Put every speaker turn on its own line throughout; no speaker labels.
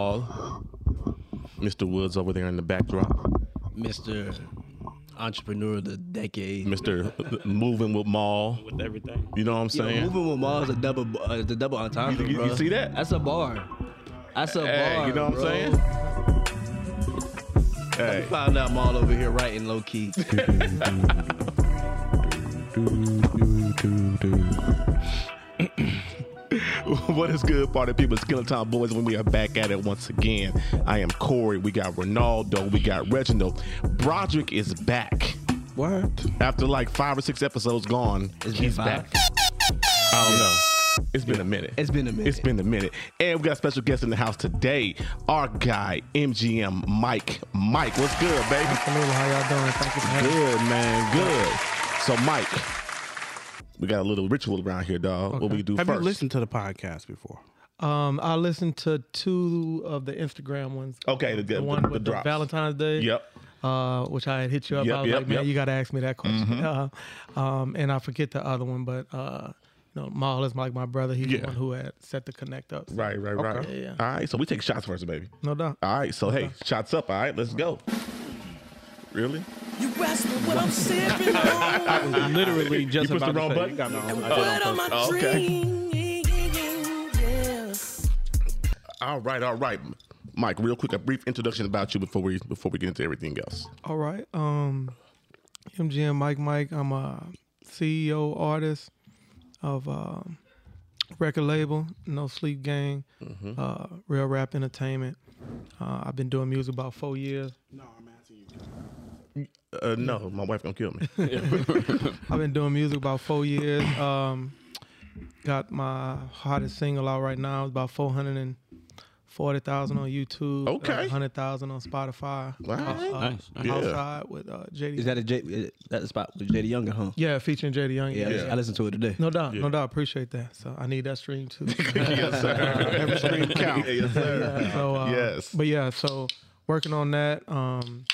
Jamal, Mr. Woods over there in the backdrop,
Mr. Entrepreneur of the Decade.
Mr. Moving with Maul.
with everything.
You know what I'm
Yo,
saying?
moving with Maul is a double, uh, the double entendre,
You- you- you
bruh.
see that?
That's a bar. That's a
Hey,
bar.
you know what
bro.
I'm saying?
We
Hey,
found out Maul over here writing low key.
what is good, party people? Skeleton Town Boys, when we are back at it once again. I am Corey. We got Ronaldo. We got Reginald. Broderick is back.
Word.
After like five or six episodes gone,
It's been
he's
five.
back. I don't know. It's been a minute.
It's been a minute.
It's been a minute. And we got a special guest in the house today. Our guy, MGM Mike. Mike, what's good, baby?
Hello, how y'all doing? Thank you for having me.
Good, man. Good. So, Mike, we got a little ritual around here, dog. What we do
Have
first?
you listened to the podcast before?
Um, I listened to two of the Instagram ones.
Okay, Oh, the, the,
the one
the,
with the,
drops.
Valentine's Day.
Yep.
Uh, which I had hit you up.
Yep,
I was
yep,
like, man,
yep. Mm-hmm.
you gotta ask me that question. Uh, um, and I forget the other one, but uh, you know, Maul is like my brother. He's
Yeah.
the one who had set the connect up. so-
Right, Uh, right, right.
Yeah, yeah.
All right, so we take shots first, baby.
No doubt.
All right, so hey, shots up. All right, let's go. Really?
You asked me what I'm sipping on,
Literally just
pushed the
about to
wrong
say,
button?
you got me on- I did
what
on
am I
Oh, okay.
drinking? Yes.
All right, all right. Mike, real quick, a brief introduction about you before we before we get into everything else.
All right. Um, MGM Mike Mike. I'm a CEO artist of um record label No Sleep Gang,
Mm-hmm.
uh, Real Rap Entertainment. Uh, I've been doing music about four years.
Uh, no, my wife gonna kill me.
I've been doing music about four years. Um, got my hottest single out right now. It's about four hundred and forty thousand on YouTube.
Okay.
hundred thousand on Spotify.
All right.
Uh,
Nice, nice.
Yeah.
Outside with uh, JD.
Is that a J? That's spot with JD Younger, huh?
yeah, featuring JD Young.
Yeah, I listened- I listened to it today.
No doubt,
Yeah.
no doubt. Appreciate that. So I need that stream too.
yes, sir. Every stream count. yes, sir.
so, uh,
Yes.
But yeah, so working on that. Um,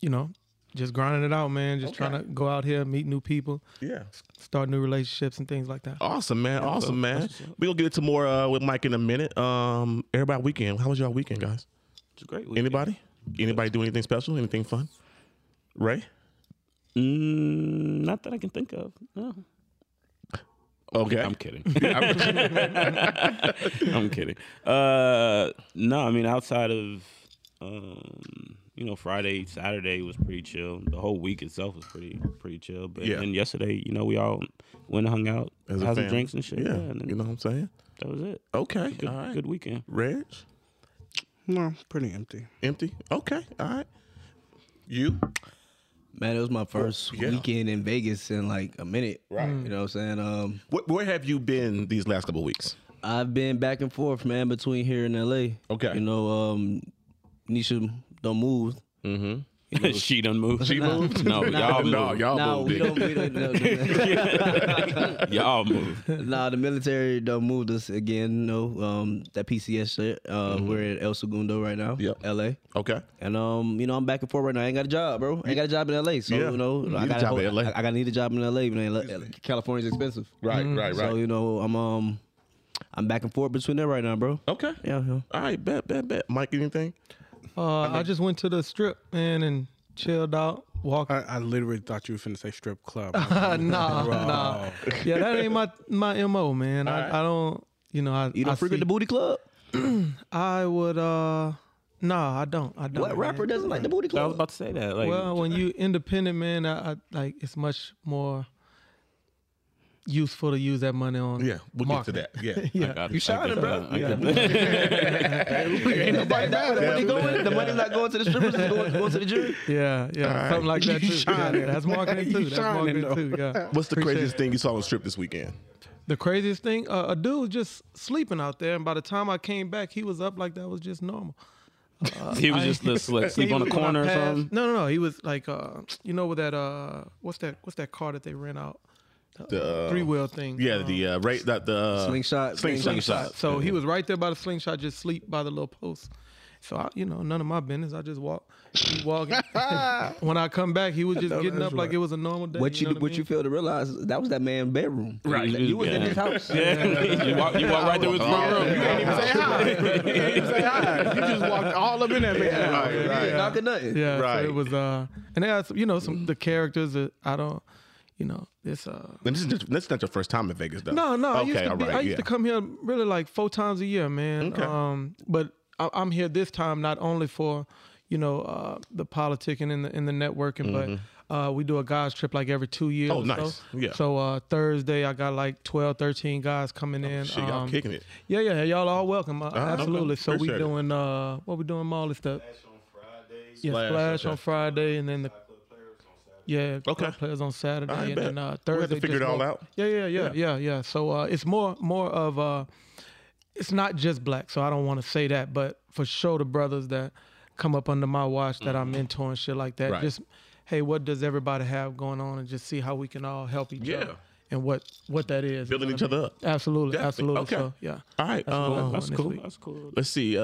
you know, just grinding it out, man. Just
Okay.
trying to go out here, meet new people,
Yeah.
start new relationships and things like that.
Awesome, man. Awesome, man. we going to get into more uh, with Mike in a minute. Um, Everybody weekend. How was y'all weekend, guys?
It's great. weekend.
Anybody? Anybody do anything special? Anything fun? Ray?
Mm, not that I can think of. No.
Okay.
I'm kidding. I'm kidding. Uh, no, I mean outside of um, you know Friday, Saturday was pretty chill. The whole week itself was pretty pretty chill. But
Yeah.
then yesterday, you know, we all went and hung out,
As a
had some
fam.
drinks and shit.
Yeah.
and then
you know what I'm saying?
that was it.
Okay.
Good,
all right.
good weekend.
Reg?
No, pretty empty.
Empty? Okay. All right. You?
Man, it was my first
yeah.
weekend in Vegas in like a minute.
Right.
You know what I'm saying? Um,
Where, where have you been these last couple weeks?
I've been back and forth, man, between here and LA.
Okay.
You know, um, Nisha don't move.
she done moved. She
moved?
No, y'all
no,
moved.
y'all
no,
moved
we
it.
don't. We don't no, no,
Y'all moved.
no. nah, the military done moved us again. No, um, that PCS shit. Uh, We're in El Segundo right now.
Mm-hmm. Yep.
LA.
Okay.
And um, you know, I'm back and forth right now. I ain't got a job, bro. I ain't got a job in LA. So
Yeah.
you know,
You need
I
a
got
job in LA.
I, I gotta need a job in LA. You know, L- California's expensive.
Right, right, right.
So you know, I'm um, I'm back and forth between there right now, bro.
okay.
Yeah, yeah.
All right. Bet, bet, bet. Mike, anything?
Uh, I, just went to the strip, man, and chilled out, walked.
I, I literally thought you were finna say strip club.
nah, nah. Yeah, that ain't my my mo, man. I, I don't. You know, I
You don't
I
frequent the
see-
booty club?
I would. uh Nah, I don't. I don't.
What rapper
man.
doesn't like the booty
I
club?
was about to say that. Like,
Well, when you independent, man, I, I like it's much more useful to use that money on.
Yeah. We'll
marketing.
get to that. Yeah.
Yeah.
got
You shining, bro.
I got
Ain't nobody mad
the
at
money
you.
going, the money's not going to the strippers, it's going, going to the jury.
Yeah, yeah, something like that
You
too. Yeah,
shining.
that's marketing too.
You
That's
shining,
marketing too. Yeah.
What's the
Appreciate
craziest
it.
thing you saw on the strip this weekend?
The craziest thing, uh, a dude was just sleeping out there, and by the time I came back, he was up like that was just normal.
He was
I-
just let's let
Yeah,
sleep
he
on a
was- when I
corner or
passed-
something.
No, no, no. He was like, uh, you know, with that, uh, what's that? What's that car that they rent out?
The, uh,
Three wheel thing.
Yeah,
Um,
the uh, right that the uh,
Slingshot.
slingshot.
Slingshot.
So he was right there by the slingshot, just sleep by the little post. So I, you know, none of my business. I just walk, keep walking. when I come back, he was just getting up like it was a normal day.
What you,
know
what you fail to realize that was that man's bedroom.
Right.
You, was in his house.
Yeah. you, walk, you walk right through his front room.
You ain't even say hi. You ain't even say hi. You just walked all up in that man. Right,
He
right.
ain't knocking nothing.
Yeah,
Right.
So it was uh, and they had some, you know some the characters that I don't, you know, it's uh.
And this is just, that's not your first time in Vegas, though.
No, no. I used
Okay,
to,
all
be, I
right,
used
yeah.
to come here really like four times a year, man.
Okay.
Um, but I, I'm here this time not only for, you know, uh, the politicking and the, and the networking, but uh, we do a guys trip like every two years.
Mm-hmm. Oh,
or
nice.
So.
Yeah.
So uh, Thursday I got like 12, 13 guys coming in.
Oh, Shit, y'all
Um,
kicking it.
Yeah, yeah. Y'all all welcome. Uh, absolutely. So
Uh-huh.
we
Appreciate it.
doing uh, what we doing, Molly stuff. Yeah,
Splash,
Splash,
okay.
on Friday, and then the yeah, club
Okay.
players on Saturday,
I
and
bet.
then uh,
We'll
Thursday.
have to figure
just
it all
more-
out.
Yeah, yeah, yeah, yeah, yeah. So uh, it's more more of uh, it's not just black. So I don't want to say that, but for sure the brothers that come up under my watch that I mentor and shit like that.
Mm-hmm. Right.
Just hey, what does everybody have going on, and just see how we can all help each
Yeah.
other. And what what that is
Building
You know
each
what I
other up.
mean? Absolutely,
Definitely.
absolutely.
Okay.
So yeah,
All right.
Um,
cool.
That's
next
cool.
week.
That's cool.
Let's see. Uh,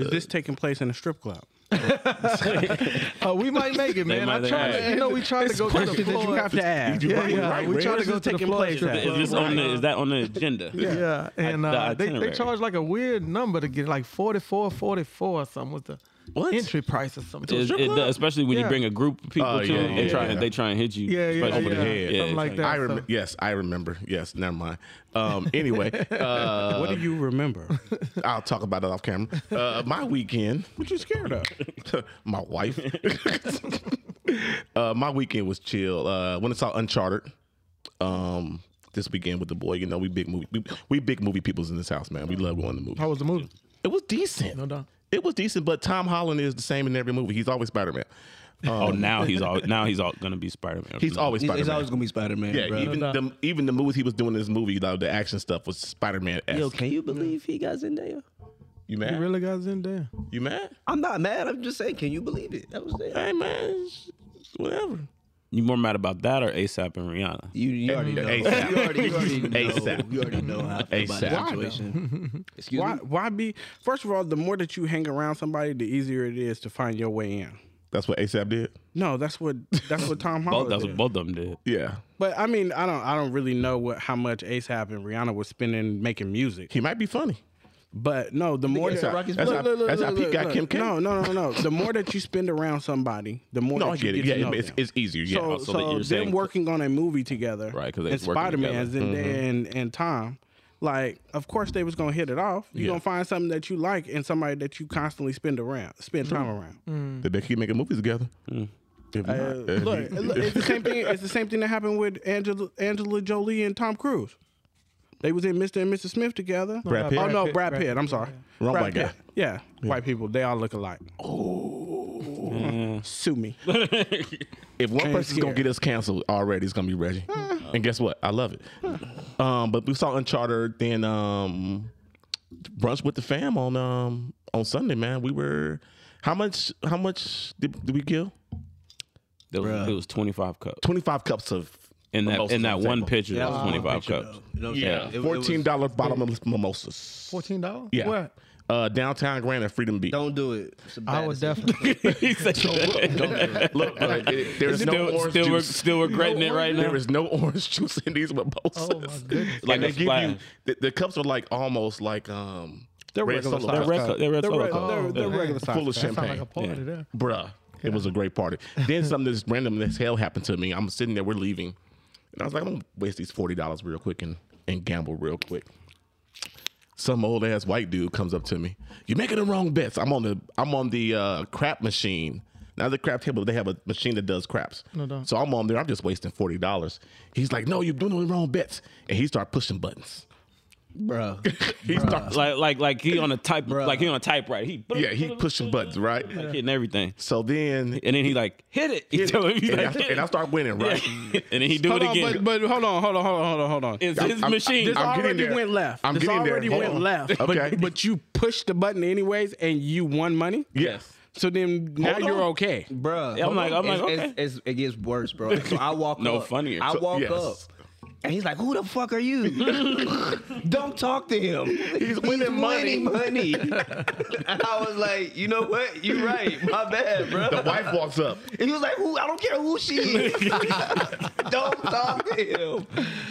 Is this taking place in a strip club?
uh, we might make it, man.
might
I
think
tried,
I-
to, you know, we tried to go to the
Questions that you
floor.
have to ask.
Yeah, yeah. we tried to
Where's
go
this
to the
taking
Florida
place
strip
at?
club.
Is this on the, is that on the agenda?
Yeah, and
the
uh, they, they
itinerary.
charge like a weird number to get like 44 44 or something with the
What?
entry price or something.
It, it, does, especially when
Yeah.
you bring a group of people
Oh,
to
yeah,
it, they
yeah,
try
yeah.
they try and hit you.
Yeah, yeah,
especially-
Over the yeah. head.
Something like
it's
that.
I rem-
so-
yes, I remember. Yes, never mind. Um, anyway, uh,
What do you remember?
I'll talk about it off camera. Uh, my weekend.
What you scared of?
my wife. uh, my weekend was chill. Uh, when I saw Uncharted, um, this weekend with the boy, you know, we big movie, we, we big movie peoples in this house, man. We love going to movies.
How was the movie?
It was decent.
No doubt.
It was decent, but Tom Holland is the same in every movie. He's always Spider Man.
Oh, now he's all now he's all gonna be Spider Man.
He's always
He's,
Spider
he's always
Man.
gonna be Spider Man,
Yeah,
bro.
even
No doubt.
the even the movies he was doing in this movie, like the action stuff was Spider Man
Yo,
esque.
can you believe he got Zendaya?
You mad?
You really got Zendaya.
You mad?
I'm not mad. I'm just saying, can you believe it? That was it.
Hey man, it's- whatever.
you more mad about that or ASAP and Rihanna?
You, you already know.
ASAP.
You already, you already know.
ASAP.
You already know how I feel
ASAP.
about that
Why, though?
situation. Excuse
Why?
me.
Why be? First of all, the more that you hang around somebody, the easier it is to find your way in.
That's what ASAP did.
No, that's what that's what Tom
Both
Holland.
that's what
did.
both of them did.
Yeah,
But I mean, I don't I don't really know what how much ASAP and Rihanna was spending making music.
he might be funny.
But no, the more
ASAP
that
Rocky's
That's
blood.
how, that's how Pete got Kim K.
No, no, no, no. The more that you spend around somebody, the more
No,
that
I
you
get it.
to
Yeah,
know
it's,
them.
it's easier. Yeah.
so,
Oh, so that
so
you're
them
saying-
working on a movie together,
Right, 'cause they
and
was working
Spider Man
together.
and,
Mm-hmm.
and and Tom, like of course they was gonna hit it off. You are
Yeah.
gonna find something that you like and somebody that you constantly spend around, spend time
Mm-hmm.
around.
Did they keep making movies together? If not,
Uh,
uh,
look,
he-
look, it's the same thing. It's the same thing that happened with Angela Angela Jolie and Tom Cruise. They was in Mr. and Mrs. Smith together.
Brad Pitt. Oh
Oh no,
Pitt,
Brad
Brad
Pitt. I'm sorry.
Wrong
Brad
white guy.
Pitt. Yeah, white people. They all look alike. Oh, sue me.
if one
Can't
person's gonna
scare.
get us canceled already, it's gonna be Reggie. and guess what? I love it. Um, but we saw Uncharted, then um, brunch with the fam on um on Sunday. Man, we were how much? How much did, did we give?
There was, it was twenty five cups
Twenty five cups of
in that
mimosas
in that
on
one
table.
picture.
That
That was
was
twenty
one
five
picture,
cups.
though. You know what I'm
Yeah.
saying? It- it was-
Fourteen dollar bottomless mimosas.
$14?
Yeah.
What?
Uh, downtown Grand and Freedom Beach.
Don't do it. It's a bad
I would
decision.
definitely.
He said-
Look, but it- there's no
Still
orange
still re-
juice.
still regretting it right now.
There is no orange juice in these mimosas.
Oh, my goodness.
Like
Like
they
a
give you
splash.
the, the cups are like almost like um
They're
red
regular
Solo
size.
They're
That's
cups,
red. They're red.
They're,
solo
re-
cups.
they're, they're
man.
regular size.
full of
Sound like
champagne.
a party there.
Bruh, it was a great party. Then something that's random as hell happened to me. I'm sitting there, we're leaving, and I was like, I'm gonna waste these forty dollars real quick and and gamble real quick. Some old ass white dude comes up to me. You're making the wrong bets. I'm on the I'm on the uh, crap machine. Now the crap table, they have a machine that does craps.
doubt.
so I'm on there. I'm just wasting forty dollars. He's like, No, you're doing the wrong bets, and he started pushing buttons.
bro.
He started
Like like like he on a type like he on a typewriter. He
Yeah, he pushing buttons, right?
like hitting everything.
So then,
And then he like hit it. He tell him, he's
and I,
like, hit
and I
it.
start winning, right?
and then he do
Hold
it
on,
again.
but, but hold on, hold on, hold on, hold on, hold on.
it's his
I'm-
machine.
this
I'm getting
already
there.
went left.
I'm
this
getting there.
already
Hold
went
on.
left.
Okay.
But, but you pushed the button anyways, and you won money.
Yes.
So then now
Hold
you're
on.
okay.
Bruh.
Yeah, I'm like- I'm like,
it's, it's- it's- it gets worse, bro. So I walk
No,
up.
funnier.
I
So-
walk
yes.
up And he's like, "Who the fuck are you? Don't talk to him. He's
winning money.
money." and I was like, "You know what? You're right. My bad, bro."
The wife walks up.
And he was like, "Who? I don't care who she is. Don't talk to him."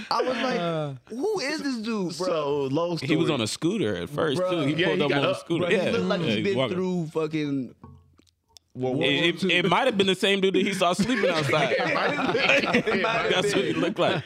I was like, "Who is this dude, bro?"
So long story.
He was on a scooter at first
Bruh.
too. He
Yeah,
pulled
he
up
got
on a
up.
scooter.
Bruh,
yeah,
he looked like
Yeah,
he's
he
been
walking.
through fucking World War
It, it,
II.
it might have been the same dude that he saw sleeping outside. That's what he looked like.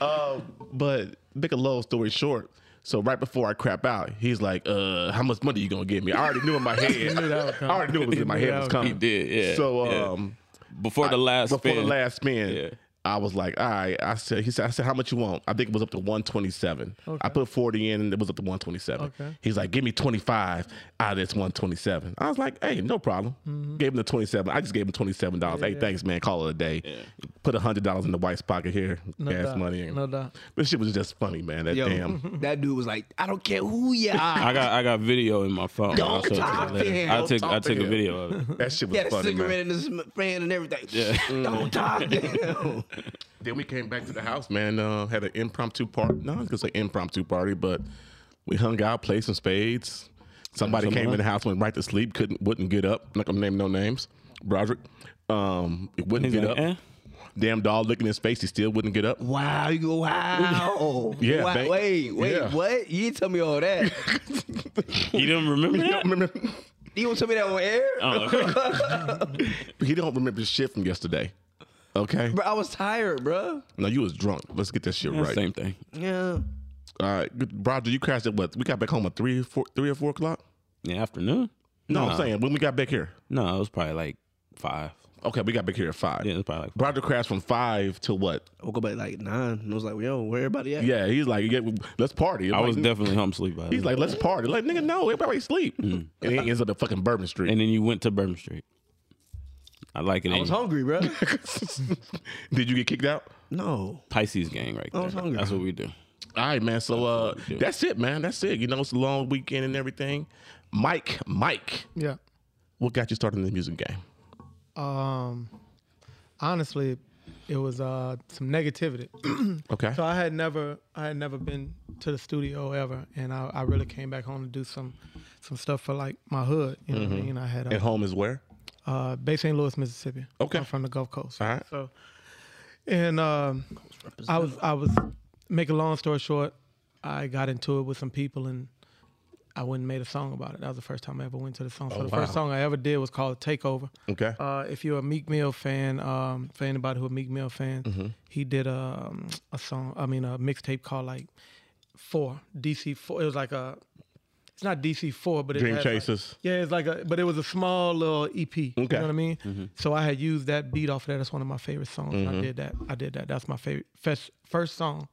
Uh, but make a long story short. So right before I crap out, he's like, uh, how much money you gonna give me? I already knew in my head. I already knew it was in my head was coming.
He did, yeah,
So
yeah.
um
Before the last
before
spin.
the last spin,
Yeah.
I was like, all right. I said, he said, I said, how much you want? I think it was up to 127. I put 40 in and it was up to 127.
Okay.
He's like, give me 25 out of this 127. I was like, hey, no problem.
Mm-hmm.
Gave him the 27. I just gave him $27. hey, thanks, man. Call it a day. Put $100 in the wife's pocket here. gas
doubt.
money. And,
No doubt.
But shit was just funny, man. That
Yo,
damn.
that dude was like, "I don't care who you are."
I got I got video in my phone.
Don't
I'll show it to you
talk to
later.
him.
I
Don't
took I
talk to
took a
him.
video of it.
That shit was
Yeah, the
funny, man.
cigarette
Mm.
in his fan and everything. Don't talk to him.
Then we came back to the house, man. Uh, had an impromptu party. No, I was gonna say impromptu party, but we hung out, played some spades. Somebody
Some
came in
what?
the house, went right to sleep, couldn't, wouldn't get up. I'm not gonna name no names. Broderick, um, it wouldn't
He's
get
like,
up.
eh?
Damn dog looking in his face, he still wouldn't get up.
Wow, you go, wow.
Yeah,
Wow,
bank-
wait, wait,
yeah.
what? You didn't tell me all that.
You don't remember
He
that?
don't remember.
you gonna tell me that on air?
Uh-uh.
Oh, okay.
He don't remember shit from yesterday. Okay.
Bro, I was tired, bro.
No, you was drunk. Let's get this shit right.
Same thing.
Yeah.
All right, good- Broderick, you crashed at what? We got back home at three, four, three or four o'clock.
In the afternoon?
No, I'm saying when we got back here.
No, it was probably like five.
Okay, we got back here at five.
Yeah, it was probably like
Broderick crashed from five to what?
I woke up at like nine and I was like, yo, where everybody at?
Yeah, he's like, yeah, let's party. I'm
I
like,
was definitely home sleep by
He's
then.
like, let's party. Like, nigga, no, everybody sleep.
Mm-hmm.
And he ends up at fucking Bourbon Street.
And then you went to Bourbon Street. I like it.
I was hungry, bro.
Did you get kicked out?
no.
Pisces gang right there.
was hungry.
That's what we do.
All right, man. So uh, that's it, man. That's it. You know, it's a long weekend and everything. Mike, Mike,
Yeah.
what got you started in the music game?
Um, honestly, it was uh some negativity.
Okay.
So I had never, I had never been to the studio ever, and I, I really came back home to do some, some stuff for like my hood. You know what I mean? I had
Mm-hmm. At
a,
home is where?
uh, Bay St. Louis, Mississippi.
Okay.
I'm from the Gulf Coast.
All right.
So, and um, I was, I was, make a long story short, I got into it with some people and. I went and made a song about it. That was the first time I ever went to the song. So
Oh,
the first song I ever did was called Takeover.
Okay.
Uh, if you're a Meek Mill fan, um, for anybody who a Meek Mill fan,
Mm-hmm.
he did a, um, a song. I mean, a mixtape called like Four DC Four. It was like a. It's not DC Four, but it
Dream
has, like-
Chasers.
yeah, it's like a. But it was a small little EP.
Okay.
You
Mm-hmm.
know what I mean? So I had used that beat off of that. That's one of my favorite songs. I did that. I did that. That's my favorite first, first song.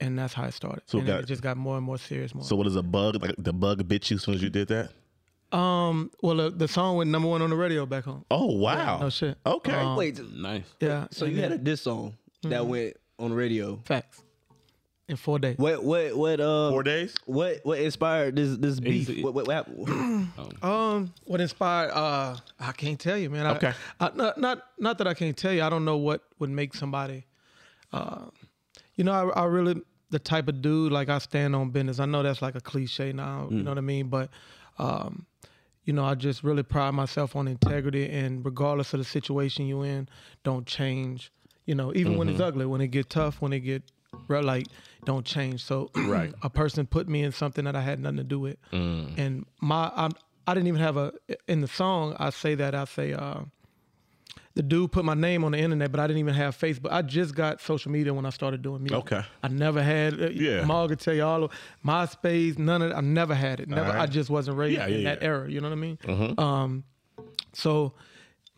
And that's how it started.
So
and
got-
it just got more and more serious. More.
So what is a bug? Like the bug bit you as soon as you did that?
um, well, uh, the song went number one on the radio back home.
Oh wow.
No shit. Um,
Okay.
Wait,
Nice.
Yeah.
so
and
you had a
then-
diss song that went on the radio.
Facts. In four days.
What, what, what, uh,
Four days.
what, what inspired this, this beef?
Easy.
What, what, what happened?
Um, what inspired? Uh, I can't tell you, man. I,
Okay.
I, not, not not that I can't tell you. I don't know what would make somebody. Uh, you know, I, I really the type of dude like I stand on business. I know that's like a cliche now. You know what I mean? But, um, you know, I just really pride myself on integrity and regardless of the situation you in, don't change. You know, even when it's ugly, when it get tough, when it get re- like don't change. So right. Mm. a person put me in something that I had nothing to do with, and my I, I didn't even have a in the song. I say that I say uh, the dude put my name on the internet, but I didn't even have Facebook. I just got social media when I started doing music.
Okay.
I never had uh,
Yeah.
yeah. Mog could tell you all of MySpace, none of I never had it. Never. I just wasn't raised
Yeah,
in
yeah, Uh-huh.
that
yeah.
era. You know what I mean? Um, so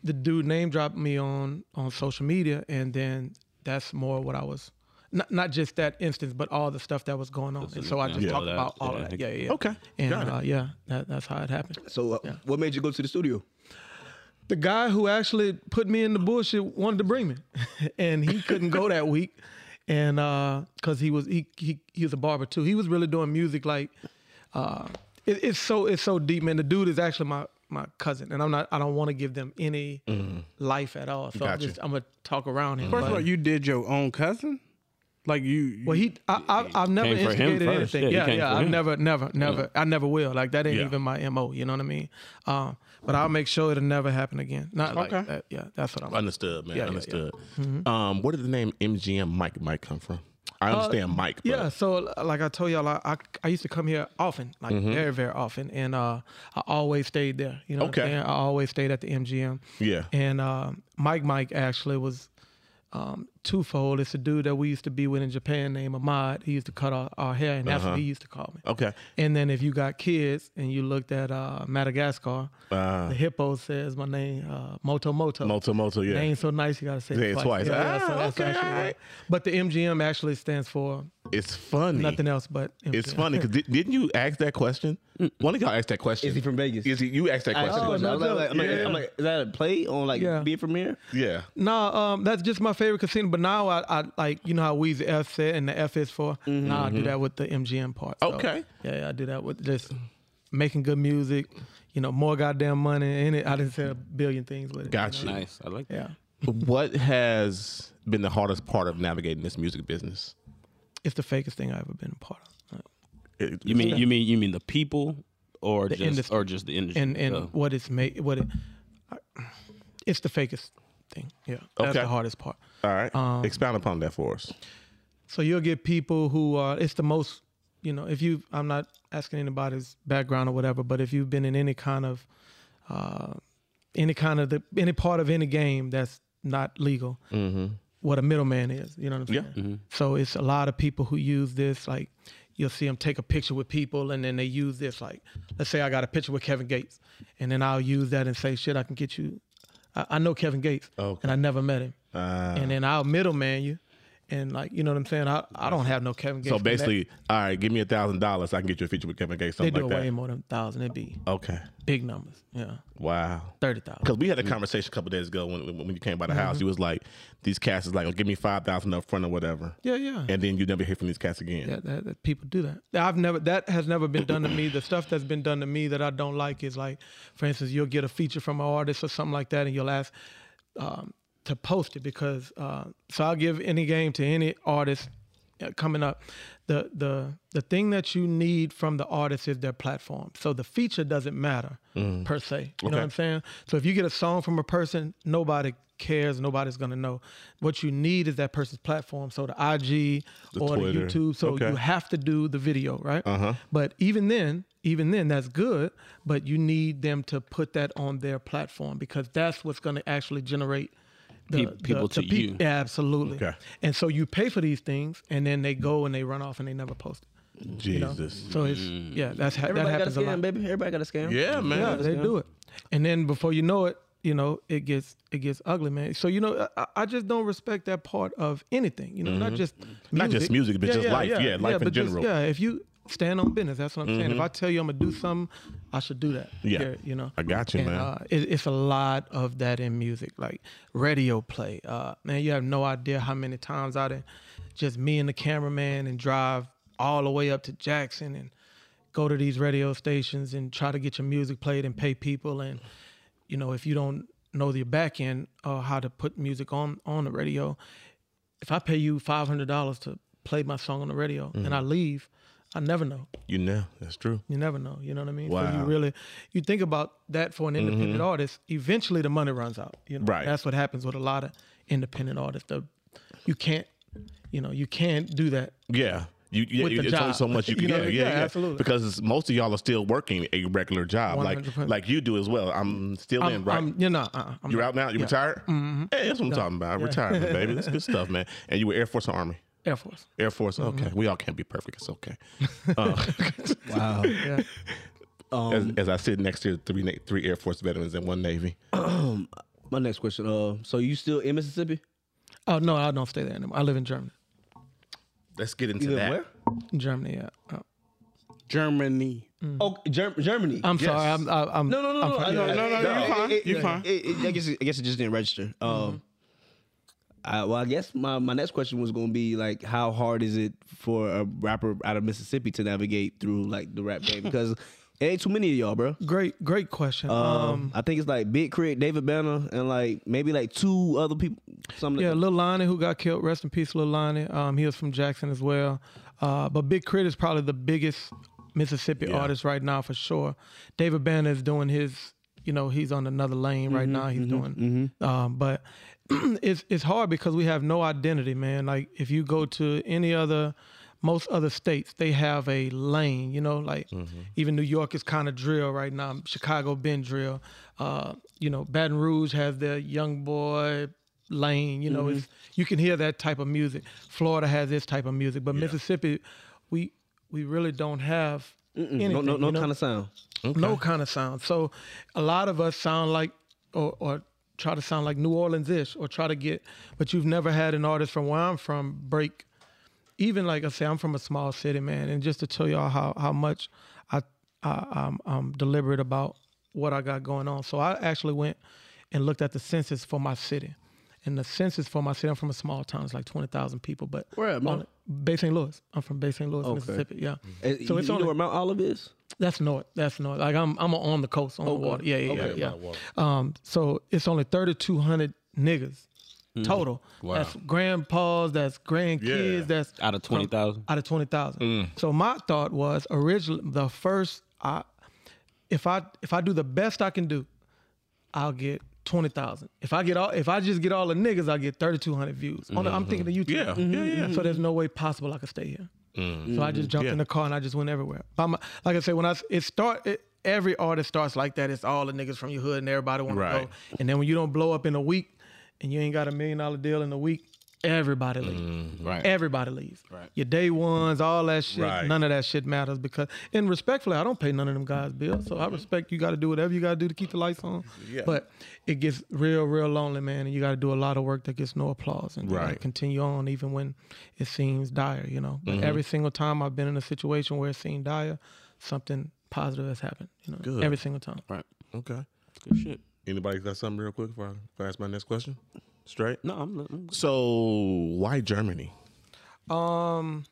the dude name dropped me on on social media, and then that's more what I was. Not, not just that instance, but all the stuff that was going on, and so I just
yeah.
talked
All that,
about all
yeah.
of that. Yeah, yeah. yeah.
Okay,
and
got it.
uh, yeah, that, that's how it happened.
so, uh, what made you go to the studio?
The guy who actually put me in the bullshit wanted to bring me, and he couldn't go that week, and uh, cause he was he he he was a barber too. He was really doing music like, uh, it, it's so it's so deep, man. The dude is actually my my cousin, and I'm not I don't want to give them any
Mm.
life at all. So I'm
Gotcha.
just I'm gonna talk around him.
First of
but-
all, you did your own cousin. Like you,
Well, he, I, I, I've never
Came for him
instigated
first.
anything.
Yeah,
Yeah,
he
yeah,
came for
I've
him. Mm.
never, never, never. I never will. Like that ain't
Yeah.
even my mo. You know what I mean? Um, but I'll make sure it'll never happen again. Not
Okay.
like that. Yeah, that's what I'm.
Understood, man.
Yeah, Mm-hmm. yeah, yeah.
Understood. Um, where did the name MGM Mike Mike come from?
Uh,
I understand Mike. But
Yeah, so l- like I told y'all, I, I, I used to come here often, like
Mm-hmm.
very very often, and uh, I always stayed there. You know, what I'm
Okay.
saying? I always stayed at the MGM.
Yeah.
and uh, Mike Mike actually was um, twofold. It's a dude that we used to be with in Japan named Ahmad. He used to cut our, our hair, and that's what he used to call me.
Uh-huh. Okay.
And then if you got kids and you looked at uh, Madagascar, the hippo says my name uh, Moto Moto.
Ah. Moto Moto, yeah.
Name so nice you gotta say
Say it
it
twice.
twice.
Ah, okay,
actually
alright.
But the MGM actually stands for
It's funny.
nothing else but MGM.
It's funny because didn't you ask that question? One of y'all asked that question.
Mm. Is he from Vegas?
Is he? You asked that
I asked a
question.
question. I was
no
like, I'm, like,
joke.
I'm like, is that a play on like
Yeah.
being from here?
yeah.
Nah, um, that's just my favorite casino. But now I, I like you know how Weezy F said and the F is for. Nah, I do that with the MGM part. so,
Mm-hmm. Okay.
Yeah, yeah, I do that with just making good music. You know, more goddamn money in it. I didn't say a billion things with it. you
Got you.
Nice. I like that.
know? Yeah.
what has been the hardest part of navigating this music business?
It's the fakest thing I've ever been a part of.
It-
You mean you mean you mean the people or just
industry.
or just the industry?
and and
itself?
what it's made what it it's the fakest thing yeah that's
Okay.
the hardest part
all right.
Um,
Expound upon that for us.
so you'll get people who are it's the most you know if you i'm not asking anybody's background or whatever but if you've been in any kind of uh any kind of the any part of any game that's not legal what a middleman is you know what i'm
Mm-hmm. Yeah. Mm-hmm.
saying so it's a lot of people who use this like you'll see them take a picture with people and then they use this like let's say i got a picture with kevin gates and then i'll use that and say shit i can get you i, I know kevin gates
Okay.
and i never met him
Uh-huh.
and then i'll middleman you and like you know what i'm saying i, I don't have no kevin gates
So
connect-
basically, all right, give me a thousand dollars, I can get you a feature with Kevin Gates,
they
something
do
like
way
that.
more than thousand it'd be
Okay.
big numbers yeah
Wow.
30000
Because we had a conversation a couple days ago when when you came by the
Mm-hmm.
house, you was like, "These cats is like, oh, give me five thousand up front or whatever,"
yeah yeah
and then you never hear from these cats again.
that, that, that people do that. That I've never that has never been done to me. The stuff that's been done to me that I don't like is like, for instance, you'll get a feature from an artist or something like that, and you'll ask um, to post it because. Uh, so I'll give any game to any artist uh, coming up. The the the thing that you need from the artist is their platform. So the feature doesn't matter per se. You know what I'm saying? So if you get a song from a person, nobody cares nobody's gonna know what you need is that person's platform so the ig or
Twitter.
the youtube so
Okay. Uh-huh.
you have to do the video, right? But even then, even then, that's good. But you need them to put that on their platform because that's what's going to actually generate the,
Peop- people to you.
Yeah, absolutely.
Okay.
And so you pay for these things, and then they go and they run off and they never post it. You know?
Jesus.
So it's yeah, that's ha- that
Everybody got a
happens a
scam,
lot.
baby. Everybody got a scam.
Yeah, man.
Yeah, they do it, and then before you know it, you know it gets it gets ugly, man. So you know, I, I just don't respect that part of anything. You know, not just music.
Mm-hmm. Not just music, but just life. Yeah, life in
but just-
general. Mm-hmm.
yeah, if you stand on business, that's what I'm saying. If I tell you I'm gonna do something, I should do that.
Yeah.
you know.
I got you,
And,
man.
Uh, it, it's a lot of that in music, like radio play. Uh, man, you have no idea how many times I did just me and the cameraman and drive all the way up to Jackson and go to these radio stations and try to get your music played and pay people and you know if you don't know the back end or how to put music on on the radio if i pay you $500 to play my song on the radio
Mm-hmm.
and i leave i never know
You know, that's true.
you never know you know what i mean so
Wow.
you really you think about that for an independent
Mm-hmm.
artist eventually the money runs out you know
Right.
that's what happens with a lot of independent artists the, you can't you know you can't do that
Yeah. You, yeah,
With
you-
the
it's only
job.
so much you can
You know,
yeah, yeah,
yeah,
yeah.
absolutely.
Because most of y'all are still working a regular job, like
100%.
like you do as well. I'm still in,
I'm,
right?
I'm, Mm-hmm. you're not uh, I'm
You're
not.
out now. You retired? Hey, that's what I'm talking about. Retirement, baby. That's good stuff, man. And you were Air Force or Army?
air force
Air Force. Okay, we all can't be perfect. It's okay. Uh,
Wow.
yeah
as, as I sit next to three na- three Air Force veterans and one Navy.
Um, My next question. Uh, so you still in Mississippi?
oh no i don't stay there anymore i live in germany
Let's get into
You live
that.
where?
In Germany, yeah. Oh.
Germany.
Oh, Ger- Germany.
I'm sorry. I'm, I, I'm
No, no, no,
I'm
no,
fine.
I know,
Yeah.
No, no, no, you fine.
It- it-
You fine.
it- it- I guess it- I guess it just didn't register. Um, I, well, I guess my, my next question was going to be like, how hard is it for a rapper out of Mississippi to navigate through like the rap game? Because It ain't too many of y'all, bro.
Great, great question.
Um,
Um,
I think it's like Big Crit, David Banner, and like maybe like two other people. Something.
yeah, Lil Lonnie who got killed. Rest in peace, Lil Lonnie. Um, he was from Jackson as well. Uh, but Big Crit is probably the biggest Mississippi artist right now for sure. David Banner is doing his, you know, he's on another lane right now. He's doing, um, but it's it's hard because we have no identity, man. Like if you go to any other most other states they have a lane you know like even new york is kind of drill right now chicago been drill uh, you know baton rouge has their young boy lane you know
Mm-hmm.
it's you can hear that type of music florida has this type of music but mississippi we we really don't have anything,
no, no, no
you know?
kind of sound.
no kind of sound. So a lot of us sound like or, or try to sound like New Orleans ish or try to get but you've never had an artist from where I'm from break even like I say I'm from a small city man and just to tell y'all how how much I, I I'm, I'm deliberate about what I got going on. So I actually went and looked at the census for my city. And the census for my city, I'm from a small town, it's like 20,000 people, but
Where at, Mark?
on- Bay St. Louis. I'm from Bay St. Louis, Mississippi. Yeah.
So you, you
only-
know where Mount Olive is?
that's north. That's north. Like I'm, I'm on the coast, on the water. Yeah, yeah, yeah. yeah. Um, so it's only 3,200 niggas total. That's grandpas. That's grandkids.
Yeah.
That's
Out of 20,000?
Out of 20,000.
Mm.
So my thought was originally the first. I, if I if I do the best I can do, I'll get. Twenty thousand. If I get all, if I just get all the niggas, I get thirty two hundred views. On the, I'm thinking of YouTube.
Mm-hmm. Yeah, yeah, yeah. Mm-hmm.
So there's no way possible I could stay here. So I just jumped in the car and I just went everywhere. By my, like I said, when I s- it start, it, every artist starts like that. It's all the niggas from your hood and everybody want to
Right.
go. And then when you don't blow up in a week, and you ain't got a million dollar deal in a week, everybody leaves.
Right.
Everybody leaves. Right. Your day ones, all that shit.
Mm, Right.
None of that shit matters because, and respectfully, I don't pay none of them guys' bills. So I respect you got to do whatever you got to do to keep the lights on.
Yeah.
But it gets real, real lonely, man. And you got to do a lot of work that gets no applause. And you gotta
Right.
continue on even when it seems dire, you know.
Mm-hmm.
But every single time I've been in a situation where it seemed dire, something positive has happened, you know. Every single time.
Okay.
Good shit.
Anybody got something real quick before I- before I ask my next question? Straight.
No, I'm, I'm
So why Germany?
Um.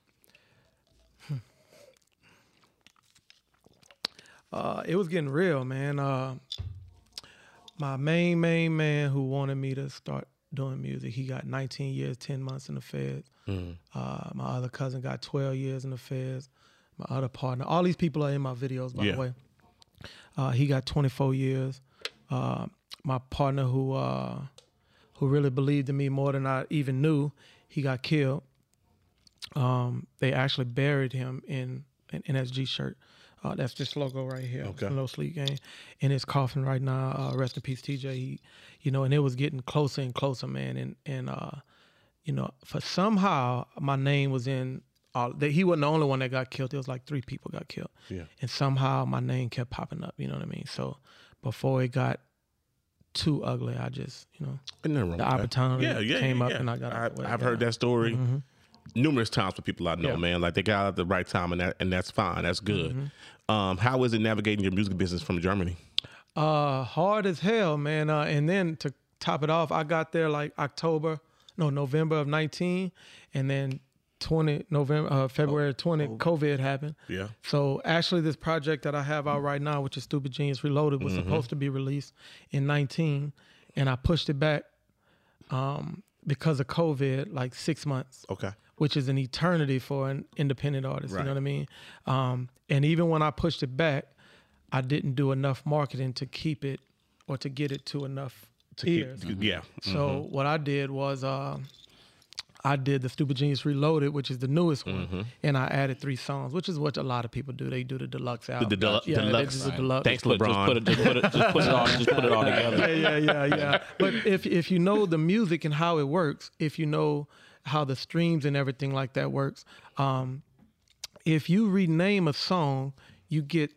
hmm. Uh, it was getting real, man. Uh, my main, main man who wanted me to start doing music, he got 19 years, 10 months in the feds. Uh, my other cousin got 12 years in the feds. My other partner, all these people are in my videos, by
Yeah.
the way. Uh, he got 24 years. Uh, my partner who uh, who really believed in me more than I even knew, he got killed um, they actually buried him in an NSG shirt. Uh, that's this logo right here. Okay. No sleep game. In his coffin right now. Uh, rest in peace, TJ. He, you know, and it was getting closer and closer, man. And and uh, you know, for somehow my name was in. All, that he wasn't the only one that got killed. It was like three people got killed.
Yeah.
And somehow my name kept popping up. You know what I mean? So before it got too ugly, I just you know
Ain't nothing wrong
the
with that.
opportunity
Yeah, yeah,
came up
yeah.
and I got. out the way.
I've
Yeah.
heard that story numerous times with people I know,
Yeah.
man. Like they got out at the right time, and that and that's fine. That's good.
Mm-hmm.
Um, how is it navigating your music business from Germany?
Uh, hard as hell, man. Uh, and then to top it off, I got there like October, no, November of 19, and then 20 November, uh, February 20, COVID happened.
Yeah.
So actually, this project that I have out right now, which is Stupid Genius Reloaded, was supposed to be released in 19, and I pushed it back um, because of COVID, like six months
Okay.
which is an eternity for an independent artist. You
Right.
know what I mean? Um, and even when I pushed it back, I didn't do enough marketing to keep it or to get it to enough ears.
Yeah.
So
Mm-hmm.
what I did was uh, I did the Stupid Genius Reloaded, which is the newest one,
Mm-hmm.
and I added three songs, which is what a lot of people do. They do the deluxe album.
The delu-
yeah, they
deluxe.
do the deluxe.
Thanks,
put, just
LeBron.
put it, just put it, just put it all, just put it all together.
yeah, yeah, yeah, yeah. But if if you know the music and how it works, if you know how the streams and everything like that works, um, if you rename a song, you get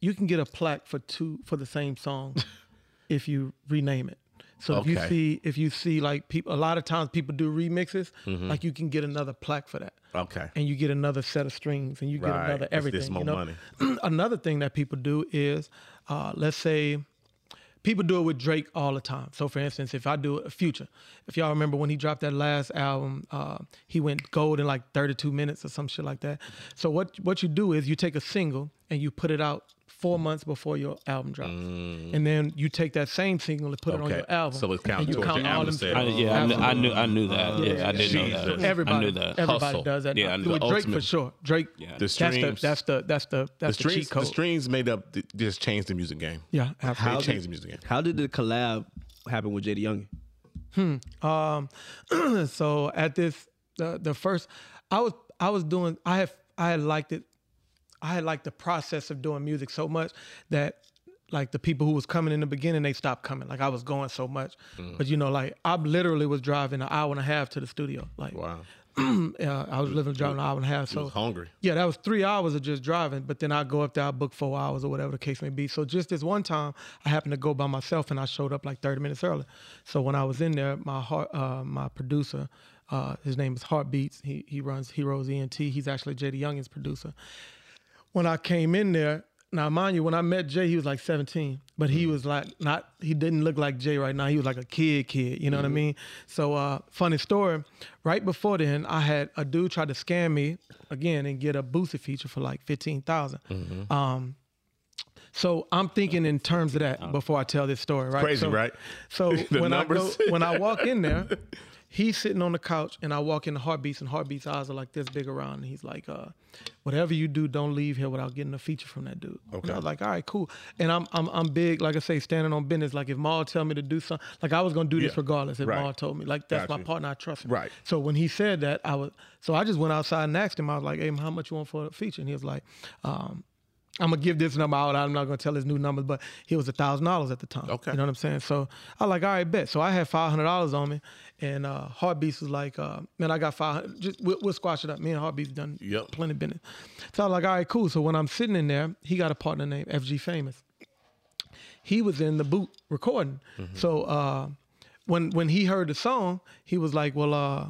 you can get a plaque for two for the same song if you rename it. So if
Okay.
you see if you see like people a lot of times people do remixes, like you can get another plaque for that.
okay.
And you get another set of strings and you get
Right.
another
It's this
everything.
more
you know?
money.
another thing that people do is uh, let's say people do it with Drake all the time. So for instance, if I do a future, if y'all remember when he dropped that last album, uh, he went gold in like 32 minutes or some shit like that. So what what you do is you take a single and you put it out four months before your album drops, and then you take that same single and put it on
Mm. Okay.
your album.
So it's
and
counting
you
towards
count
your
all
album
them
sales.
I,
sales.
yeah, I knew, I knew, I knew that. Yeah, I did
Jesus.
know that.
Everybody,
I knew that.
everybody
Hustle.
does that.
Yeah, I knew
With
that.
Drake
Ultimate.
for sure. Drake.
Yeah.
The streams-
That's the that's the that's the,
The
that's the,
streams,
cheat code.
the streams made up, th- just changed the music game.
Yeah,
They
absolutely.
changed the music game.
How did the collab happen with JD Young?
Um, so at this the the first, I was I was doing I have I had liked it, I had liked the process of doing music so much that like the people who was coming in the beginning they stopped coming. Like I was going so much,
Mm.
but you know like I literally was driving an hour and a half to the studio. Like
Wow.
uh, I was living driving an hour and a half.
I
So
was hungry.
yeah, that was three hours of just driving, but then I go up there, I book four hours or whatever the case may be. So just this one time, I happened to go by myself, and I showed up like 30 minutes early. So when I was in there, my heart, uh, my producer, uh, his name is Heartbeats. He he runs Heroes ENT. He's actually JD Youngin's producer. When I came in there, now mind you, when I met Jay, he was like 17, but
Mm-hmm.
he was like not. He didn't look like Jay right now. He was like a kid, kid. You know
Mm-hmm.
what I mean? So uh, funny story. Right before then, I had a dude try to scam me again and get a boosted feature for like 15,000.
Mm-hmm.
Um, so I'm thinking in terms of that before I tell this story, right?
Oh. Crazy,
So-
right?
So
The
when
numbers.
I go, when I walk in there, he's sitting on the couch, and I walk in the heartbeats, and heartbeats' eyes are like this big around, and he's like, uh, "Whatever you do, don't leave here without getting a feature from that dude." Okay. And I was like, "All right, cool." And I'm I'm I'm big, like I say, standing on business. Like if Maul tell me to do something, like I was gonna do this
Yeah.
regardless. If
Right.
Maul told me, like that's
Got
my
you.
partner, I trust him.
Right.
So when he said that, I was so I just went outside and asked him. I was like, "Hey, man, how much you want for a feature?" And he was like, um, I'm gonna give this number out. I'm not gonna tell his new number, but he was a thousand dollars at the time.
Okay.
you know what I'm saying. So I like, all right, bet. So I had five hundred dollars on me, and uh, Heartbeats was like, uh, man, I got five hundred. Just we'll, we'll squash it up. Me and Heartbeats done
Yep.
plenty of business. So I was like, all right, cool. So when I'm sitting in there, he got a partner named FG Famous. He was in the boot recording. So uh, when when he heard the song, he was like, well, uh,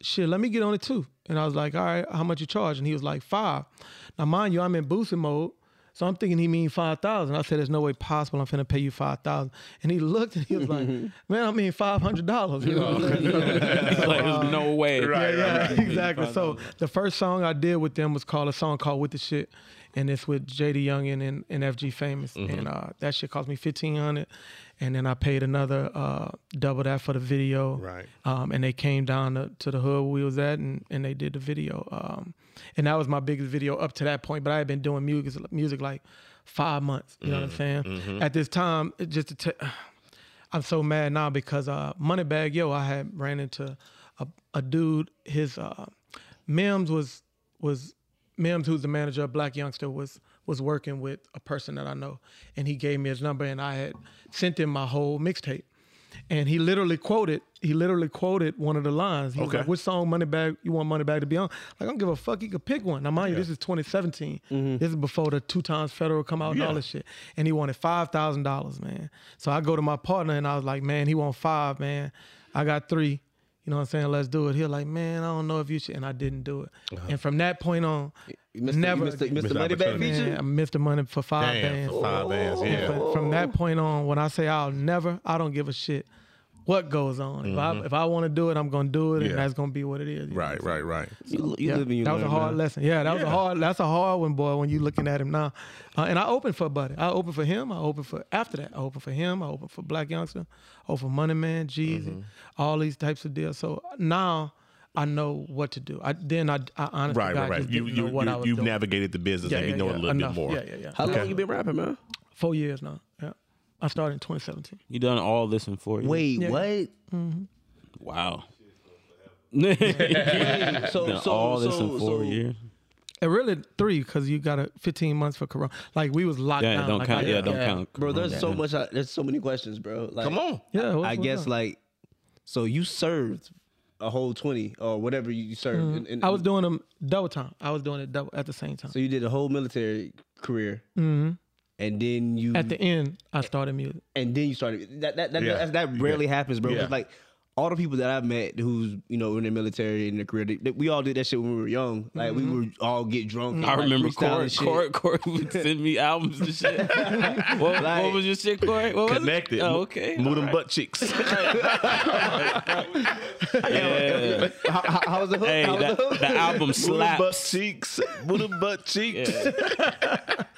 shit, let me get on it too. And I was like, all right, how much you charge? And he was like, five. Now, mind you, I'm in boosting mode. So I'm thinking he mean 5,000. I said, there's no way possible I'm finna pay you 5,000. And he looked and he was like, man, I mean $500. You know?
It's like, there's no way.
yeah, yeah, exactly. So the first song I did with them was called a song called "With the Shit," and it's with JD Youngin and, and FG Famous, and uh, that shit cost me fifteen hundred, and then I paid another uh, double that for the video.
Right.
Um, and they came down to, to the hood where we was at, and, and they did the video. Um, and that was my biggest video up to that point. But I had been doing music music like five months. You know what I'm saying? At this time, it just to t- I'm so mad now because uh, Moneybag Yo, I had ran into a, a dude. His uh, Mims was was Mims, who's the manager of Black Youngster, was was working with a person that I know, and he gave me his number, and I had sent him my whole mixtape, and he literally quoted he literally quoted one of the lines. He was
Okay.
like, "Which song Moneybag you want Moneybag to be on?" Like, I don't give a fuck. He could pick one. Now, mind you, this is 2017. This is before the two times federal come out and all this shit. And he wanted five thousand dollars, man. So I go to my partner and I was like, "Man, he want five, man. I got three. You know what I'm saying? Let's do it. He was like, man, I don't know if you should. And I didn't do it. And from that point on,
Uh-huh. You missed
Never
The, you
again.
missed
Missed
the, money Oh, back
opportunity.
feature.
man, I missed the money for five
Damn,
bands.
for five bands.
And
Yeah.
But from that point on, when I say I'll never, I don't give a shit what goes on. If
Mm-hmm.
I if I want to do it, I'm gonna do it,
Yeah.
and that's gonna be what it is. you know?
Right, right, right.
You, you
Yeah,
live and you
that was a
learn,
hard
man.
lesson. Yeah, that was a hard. That's a hard one, boy. When you looking at him now, uh, and I opened for Buddy. I opened for him. I opened for after that. I opened for him. I opened for Black Youngster. Opened for Money Man, Jeezy,
Mm-hmm.
all these types of deals. So now I know what to do. I then I, I honestly
Right,
God,
right, right.
just
You,
didn't know
you,
what I
you,
was
you've
doing.
navigated the business
yeah,
and
yeah,
you know
yeah,
a little
enough.
bit more.
Yeah, yeah, yeah.
How long you been rapping, man?
Four years now. Yeah, I started in 2017.
You done all this in four years.
Wait,
Yeah.
what?
Wow. Done
So, so,
all
so,
this in four
so,
years.
And really three because you got a 15 months for Corona. Like we was locked
Yeah,
down.
don't
like,
count.
I-
Yeah, don't count.
Bro, there's so much. I, there's so many questions, bro. Like,
Come on.
Yeah, what's-
I
what's
guess
up?
like, so you served a whole twenty or whatever you served. in- in-
Mm-hmm. I was doing them double time. I was doing it double at the same time.
So you did a whole military career, and then you
Mm-hmm. At the end, I started music.
and then you started. That that that
Yeah.
that, that rarely happens, bro. 'cause,
Yeah.
like all the people that I've met who's you know in the military in their career, they, they- we all did that shit when we were young. Like
Mm-hmm.
we would all get drunk. and,
I
like,
remember
freestyle
Corey,
and shit.
Corey, Corey would send me albums and shit. what, what
Like-
was your shit, Corey? What was it?
Connected.
Oh, okay.
Move them
Alright.
butt cheeks.
Yeah.
How, how, how was the hook?
Hey,
how was
that,
the hook?
the album
Move them butt
slaps.
cheeks. Move them butt cheeks.
Yeah.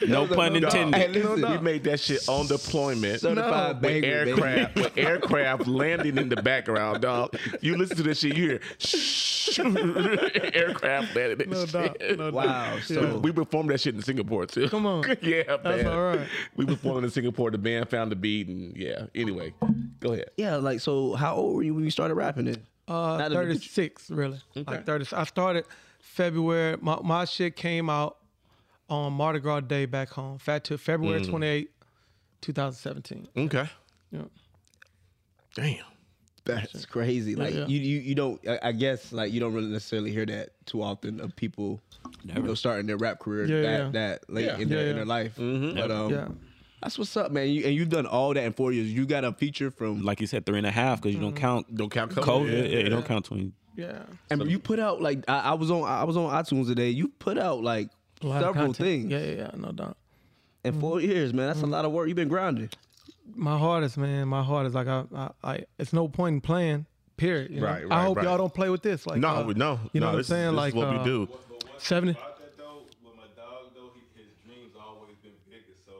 No pun
Hey,
intended.
listen,
no.
we made that shit on deployment.
Certified
with
banger, baby.
aircraft, with aircraft landing in the background, dog. You listen to this shit, you hear shh, aircraft landing. and
No doubt.
shit.
No doubt.
Wow. So
We performed that shit in Singapore too.
Come on.
yeah, man.
That's all right.
We performed in Singapore. The band found the beat, and yeah. Anyway, go ahead.
yeah, like so. How old were you when you started rapping? Then
Uh,
Not a big-
36, really. Like 30. I started February. My, my shit came out on Mardi Gras Day back home. Fat to February 28, 2017.
Mm. Okay.
Yeah.
Damn.
That's crazy. Like
yeah.
you, you, you don't. I, I guess like you don't really necessarily hear that too often of people, you know, starting their rap career
Yeah,
that
yeah.
that late
Yeah.
in, their,
Yeah,
in
yeah.
their life. But um,
Yeah.
that's what's up, man. You, and you've done all that in four years. You got a feature from,
Like you said, three and a half because you
Mm.
don't count
Don't count COVID.
COVID.
Yeah,
Yeah, you don't count twenty.
Yeah.
and you put out like I, I was on. I was on iTunes today. You put out like
A lot of
several
content.
things
Yeah, yeah, yeah. No doubt.
in
Mm-hmm.
four years, man. That's a lot of work. You've been grinding.
my heart is man my heart is like i i, I it's no point in playing period you know?
Right,
i
right,
hope
right.
y'all don't play with this like
No,
uh,
no,
you
no,
know what i'm
this is-
saying
this is
like
what
uh,
we do.
But what's
70
about that though, with my dog though, he, his dreams always been bigger, so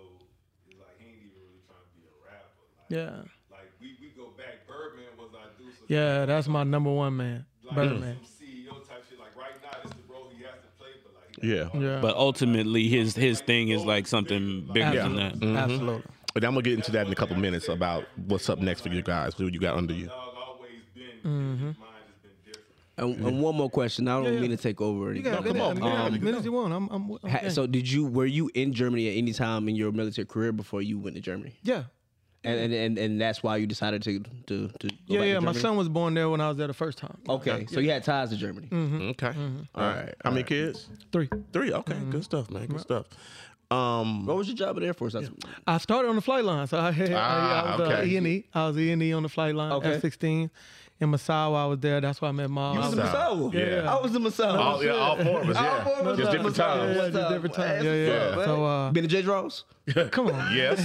it's like he ain't even really trying to be a rapper. Like,
yeah
like we, we go back, Birdman was our dude. So
yeah that's my number one man
like,
Mm.
birdman
Some CEO type shit. Like right now, it's the role he has to play, but like he
Yeah.
yeah
But ultimately, his his thing is like something bigger than
absolutely,
that.
absolutely.
And I'm gonna get into that in a couple minutes about what's up next for you guys. What you got under you?
dog always been. His mind has been different.
And, and one more question. I don't
Yeah, yeah.
mean to take over. or
you
anything.
got
come on,
minute,
man.
um, minutes you want i'm, I'm, I'm
Um, Ha-
game.
So did you were you in Germany at any time in your military career before you went to Germany?
yeah
And and and, and that's why you decided to to, to go
yeah
back
yeah
to
my
Germany?
son was born there when i was there the first time
Okay, so you had ties to Germany.
Mm-hmm.
Mm-hmm.
Okay. All right. How many kids?
three
Three. Okay.
Mm-hmm.
Good stuff, man. Good stuff. Um.
What was your job at Air Force? That's
I started on the flight line, so I, had, I, I
Ah,
was
okay.
E and E. I was E and E on the flight line.
Okay.
F sixteen in Masawa. I was there. That's why I met mom.
You was
I
in Masawa.
Yeah. Yeah.
I was in Masawa.
All, yeah, all four of us.
All
Yeah.
four of us
Just
in
different
Masawa.
times.
Yeah,
What's
just
up?
different time.
That's
Yeah,
what's
yeah.
up, man.
So uh,
Been to J. Draws.
come on.
Yes.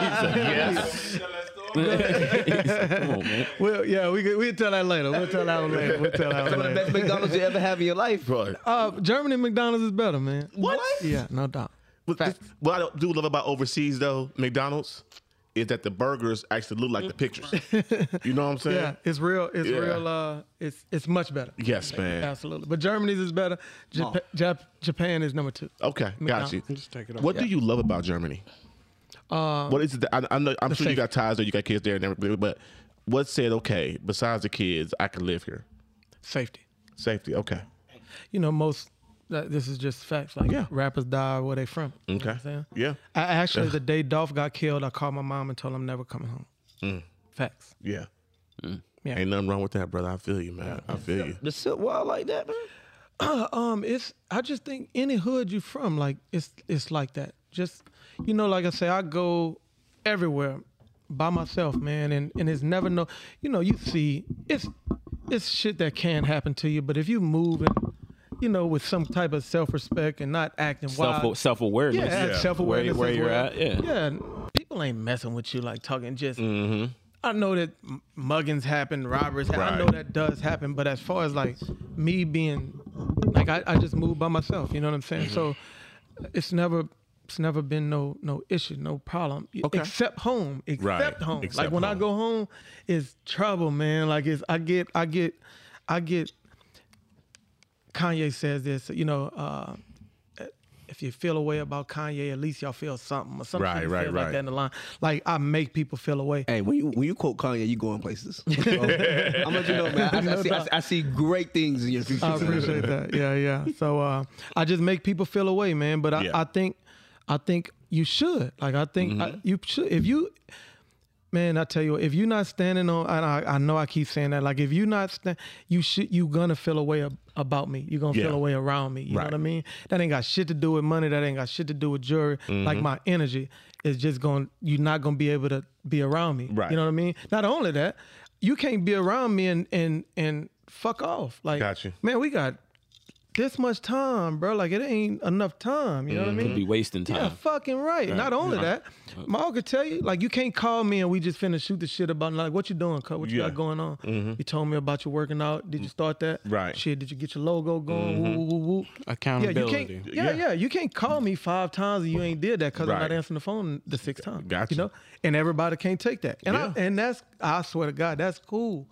yes.
You know that story?
Come on, man.
Well, yeah, we could, we'll tell that later. We'll tell that one later. We'll tell that one
The best
later.
McDonald's you ever have in your life.
But
Uh, Germany McDonald's is better, man.
What?
Yeah, no doubt.
what, this, what I do love about overseas though, McDonald's, is that the burgers actually look like the pictures. You know what I'm saying?
Mm-hmm. Yeah, it's real. It's
Yeah.
real. Uh, it's it's much better.
Yes, man.
Absolutely. But Germany's is better. Jap- Jap- Japan is number two.
Okay, got
McDonald's.
you.
take it off.
What do you love about Germany?
Uh,
what is it? That, I, I know, I'm sure you
safety.
got ties there, you got kids there, and everything. But what said okay? Besides the kids, I can live here.
Safety.
Safety. Okay.
You know, most that this is just facts. Like
Yeah.
rappers die where they from. You know
Okay.
what I'm saying?
Yeah.
I actually the day Dolph got killed, I called my mom and told him I'm never coming home.
Mm.
Facts.
Yeah.
Mm. Yeah.
Ain't nothing wrong with that, brother. I feel you, man. I feel you.
The silk wall like that, man.
Um, it's I just think any hood you from, like it's it's like that. Just you know, like I say, I go everywhere by myself, man, and and it's never no. You know, you see, it's it's shit that can happen to you, but if you move and you know with some type of self respect and not acting
Self
wild,
self awareness.
yeah, self awareness,
Where- where you're at, yeah.
yeah. People ain't messing with you like talking just. I know that m- muggings happen, robberies. happen. I know
Right.
that does happen, but as far as like me being, like I, I just moved by myself. You know what I'm saying? So it's never it's never been no no issue, no problem. E, Except home, except
Right.
home.
Except
like when I
home.
go home, it's trouble, man. Like it's I get I get I get. Kanye says this, you know. uh if you feel a way about Kanye, at least y'all feel something or something
Right, right, right.
like that in the line. Like I make people feel a way.
Hey, when you when you quote Kanye, you going places. So, I'm let you know, man. I, I, see, I, I see great things in your future.
I
son.
appreciate that. Yeah, yeah. So uh, I just make people feel away, man. But I,
Yeah.
I think, I think you should. Like I think I,
Mm-hmm.
you should. If you, man, I tell you, what, if you're not standing on, and I, I know I keep saying that. Like if you're not, sta- you should. You gonna feel away ab- about me. You're gonna
Yeah.
feel away around me. You
Right.
know what I mean? That ain't got shit to do with money. That ain't got shit to do with jewelry. Like
Mm-hmm.
my energy is just going. You're not gonna be able to be around me.
Right.
You know what I mean? Not only that, you can't be around me and and and fuck off. Like
Got you.
man, we got this much time, bro. Like it ain't enough time. You know what I
Could
mean?
be wasting time.
Yeah, fucking right. Not only that, Ma could tell you, like, you can't call me and we just finna shoot the shit about, like, what you doing, cut? What you
Yeah. Mm-hmm.
got going on? You told me about your working out. Did you start that?
Right. Mm-hmm.
Shit, did you get your logo going? Woo, woo, woo, woo. Yeah, you can't.
Accountability.
Yeah, yeah, You can't call me five times and you ain't did that because I'm
Right.
not answering the phone the sixth time.
Gotcha.
You know, and everybody can't take that. And I, and that's I swear to God, that's cool.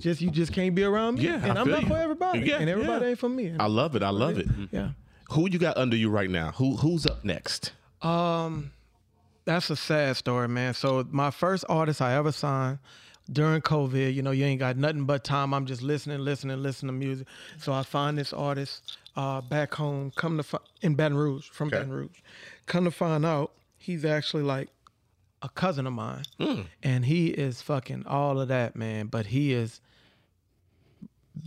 Just you just can't be around me.
Yeah,
and
I
am
feel
not
you.
for everybody.
Yeah,
and everybody
yeah.
ain't for me. And-
I love it. I love it.
yeah.
Who you got under you right now? Who who's up next?
that's a sad story, man. So my first artist I ever signed during COVID, you know, you ain't got nothing but time. I'm just listening, listening, listening to music. So I find this artist uh, back home, come to fi- in Baton Rouge, from Baton Rouge. Come to find out, he's actually like a cousin of mine,
Hmm.
and he is fucking all of that, man. But he is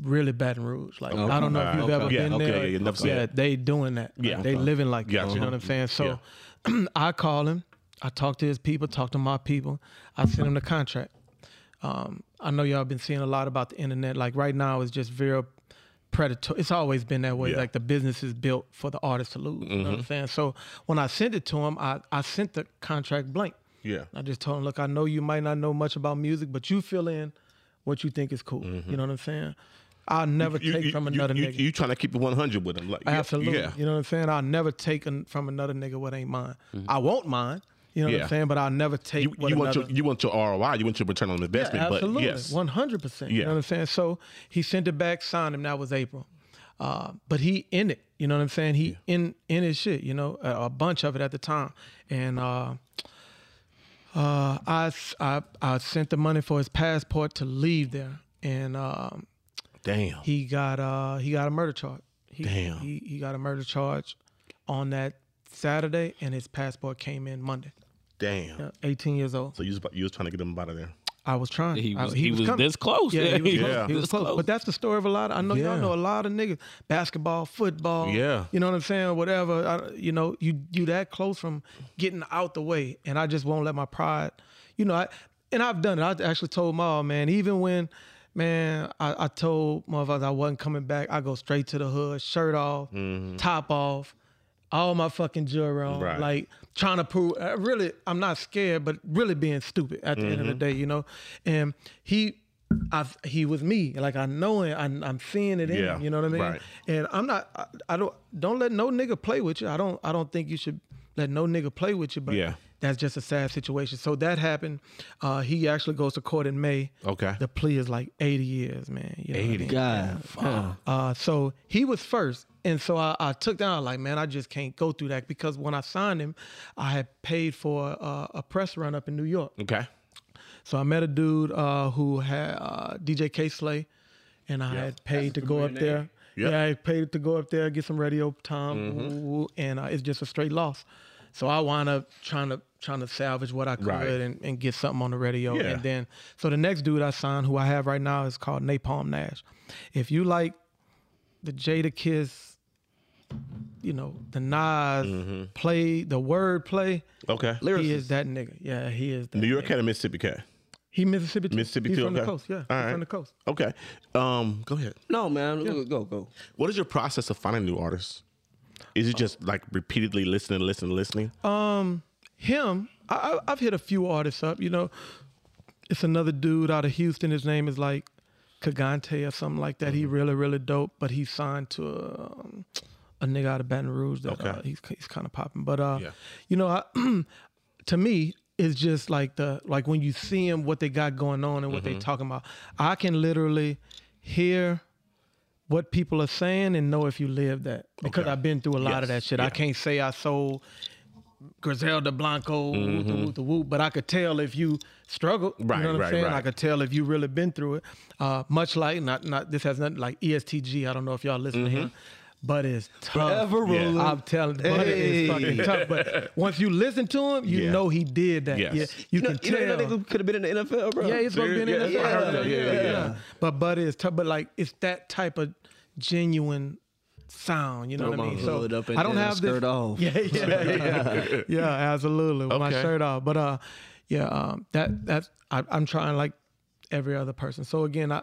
really Baton Rouge. Like I don't know if you've
Okay.
ever
Yeah,
been
okay,
there.
yeah, yeah, enough said.
Yeah, they doing that.
Yeah.
they living like that.
Gotcha.
You know what I'm saying? So I call him. I talk to his people. Talk to my people. I send him the contract. Um, I know y'all been seeing a lot about the internet. Like right now, it's just very predatory. It's always been that way.
Yeah. Mm-hmm.
Like the business is built for the artist to lose. You know what I'm saying? So when I sent it to him, I, I sent the contract blank.
Yeah.
I just told him, look, I know you might not know much about music, but you fill in what you think is cool. You know what I'm saying? I'll never
Mm-hmm. You,
take
you,
from
you-
another
you,
nigga.
you trying to keep it 100 with him. Like, yeah,
Absolutely.
Yeah.
You know what I'm saying? I'll never take an, from another nigga what ain't mine. I won't mine. You know what
Mm-hmm. Yeah.
I'm saying? But I'll never take
You,
what
you want
another.
your you want your ROI. You want your return on investment.
Yeah, absolutely.
But yes.
One hundred percent. You
Yeah.
know what I'm saying? So he sent it back, signed him, that was April. Uh, but he in it, you know what I'm saying? He in in his shit, you know, a, a bunch of it at the time. And uh uh, I, s- I I sent the money for his passport to leave there, and um,
Damn.
he got uh he got a murder charge. He,
Damn.
He, he got a murder charge on that Saturday, and his passport came in Monday.
Damn.
Uh, 18 years old.
So you was about, you was trying to get him out of there.
I was trying.
He
I-
was, he was,
coming.
this close.
Yeah, he was,
Yeah.
Close. He was
This
close.
close.
But that's the story of a lot. I know y'all know a lot of niggas. Basketball, football.
Yeah.
You know what I'm saying? Whatever. I, you know, you you that close from getting out the way, and I just won't let my pride. You know, I and I've done it. I actually told Ma, man, even when. Man, I, I told motherfuckers I wasn't coming back. I go straight to the hood, shirt off, top off, all my fucking jewelry on,
Mm-hmm. Right.
like trying to prove. uh, Really, I'm not scared, but really being stupid at the end
Mm-hmm.
of the day, you know. And he, I, he was me. Like I know it. I, I'm seeing it in
Yeah,
him. You know what I mean?
right.
And I'm not. I, I don't. Don't let no nigga play with you. I don't. I don't think you should let no nigga play with you. But
Yeah.
that's just a sad situation. So that happened. Uh, he actually goes to court in May.
Okay.
The plea is like 80 years, man. You know what I mean?
God.
Uh-huh.
Uh, so he was first, and so I, I took down. Like, man, I just can't go through that because when I signed him, I had paid for uh, a press run up in New York.
Okay.
So I met a dude uh, who had uh, DJ K Slay, and I had paid to go up there.
Yep. Mm-hmm.
Yeah, I paid to go up there get some radio time, woo, woo, woo, and uh, it's just a straight loss. So I wound up trying to trying to salvage what I could
Right.
and, and get something on the radio.
Yeah.
And then so the next dude I signed, who I have right now, is called Napalm Nash. If you like the Jada Kiss, you know the Nas
Mm-hmm.
play, the word play,
Okay.
he is that nigga. Yeah, he is. That
New York
nigga.
cat or Mississippi cat?
He Mississippi too.
Mississippi
He's
too.
from
okay.
the coast. Yeah,
All
he's
right.
from the coast.
Okay. Um. Go ahead.
No, man. Go, go.
What is your process of finding new artists? Is it just like repeatedly listening, listening, listening?
Him, I, I, I've hit a few artists up. You know, it's another dude out of Houston. His name is like Kagante or something like that. He really, really dope. But he's signed to a, um, a nigga out of Baton Rouge that uh, he's he's kind of popping. But uh,
Yeah.
you know, I, to me. It's just like the like when you see them, what they got going on and what
Mm-hmm.
they talking about. I can literally hear what people are saying and know if you live that because I've been through a lot of that shit. I can't say I sold Griselda Blanco, woo, woo, woo, woo, but I could tell if you struggle.
Mm-hmm. Right,
you know what
right,
I'm saying?
right.
I could tell if you really been through it. Uh, much like not not this has nothing like E ESTG. I don't know if y'all listen
Mm-hmm.
to him, but it's tough.
Forever Yeah. ruling.
I'm telling, but
Hey.
it's fucking tough. But once you listen to him, you
Yeah.
know he did that.
Yes.
Yeah, you, can tell.
could have been in the NFL, bro.
Yeah, it's gonna be in
Yeah,
the NFL.
yeah, I heard that.
Yeah, yeah, yeah.
But but it's tough. But like it's that type of genuine sound. You know
Throw
what I
my
mean?
hood up and
I don't
then
have
skirt
this.
off.
Yeah, yeah, yeah, yeah. Absolutely, with my
Okay.
shirt off. But uh, yeah. Um, that that I, I'm trying like every other person. So again, I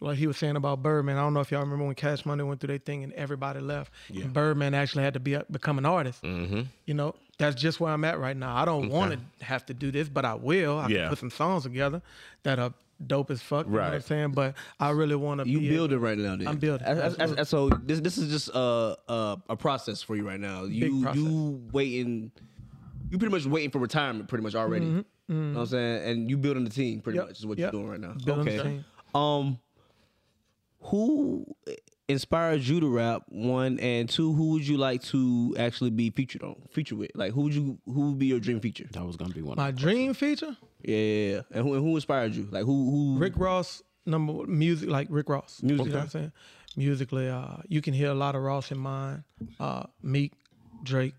like he was saying about Birdman. I don't know if y'all remember when Cash Money went through their thing and everybody left. And Birdman actually had to be a, become an artist. You know, that's just where I'm at right now. I don't want to have to do this, but I will. I
Yeah.
can put some songs together that are dope as fuck. You know what I'm
Right.
saying? But I really want to
You
be
build it right now. Then.
I'm building,
That's- that's- that's- so this this is just a a, a process for you right now. You
process.
you waiting. You pretty much waiting for retirement, pretty much already. You know what I'm saying? And you building the team, pretty
Mm-hmm. Yep,
much is what
yep.
you're doing right now.
Building the team.
Um, who inspired you to rap? One and two. Who would you like to actually be featured on? Featured with? Like who would you? Who would be your dream feature?
That was gonna be one.
my dream feature.
Yeah, yeah, yeah. And who, and who inspired you? Like who? Who?
Rick Ross number one- music like Rick Ross. Music, you know what I'm saying? Musically, uh, you can hear a lot of Ross in mine. Uh, Meek, Drake,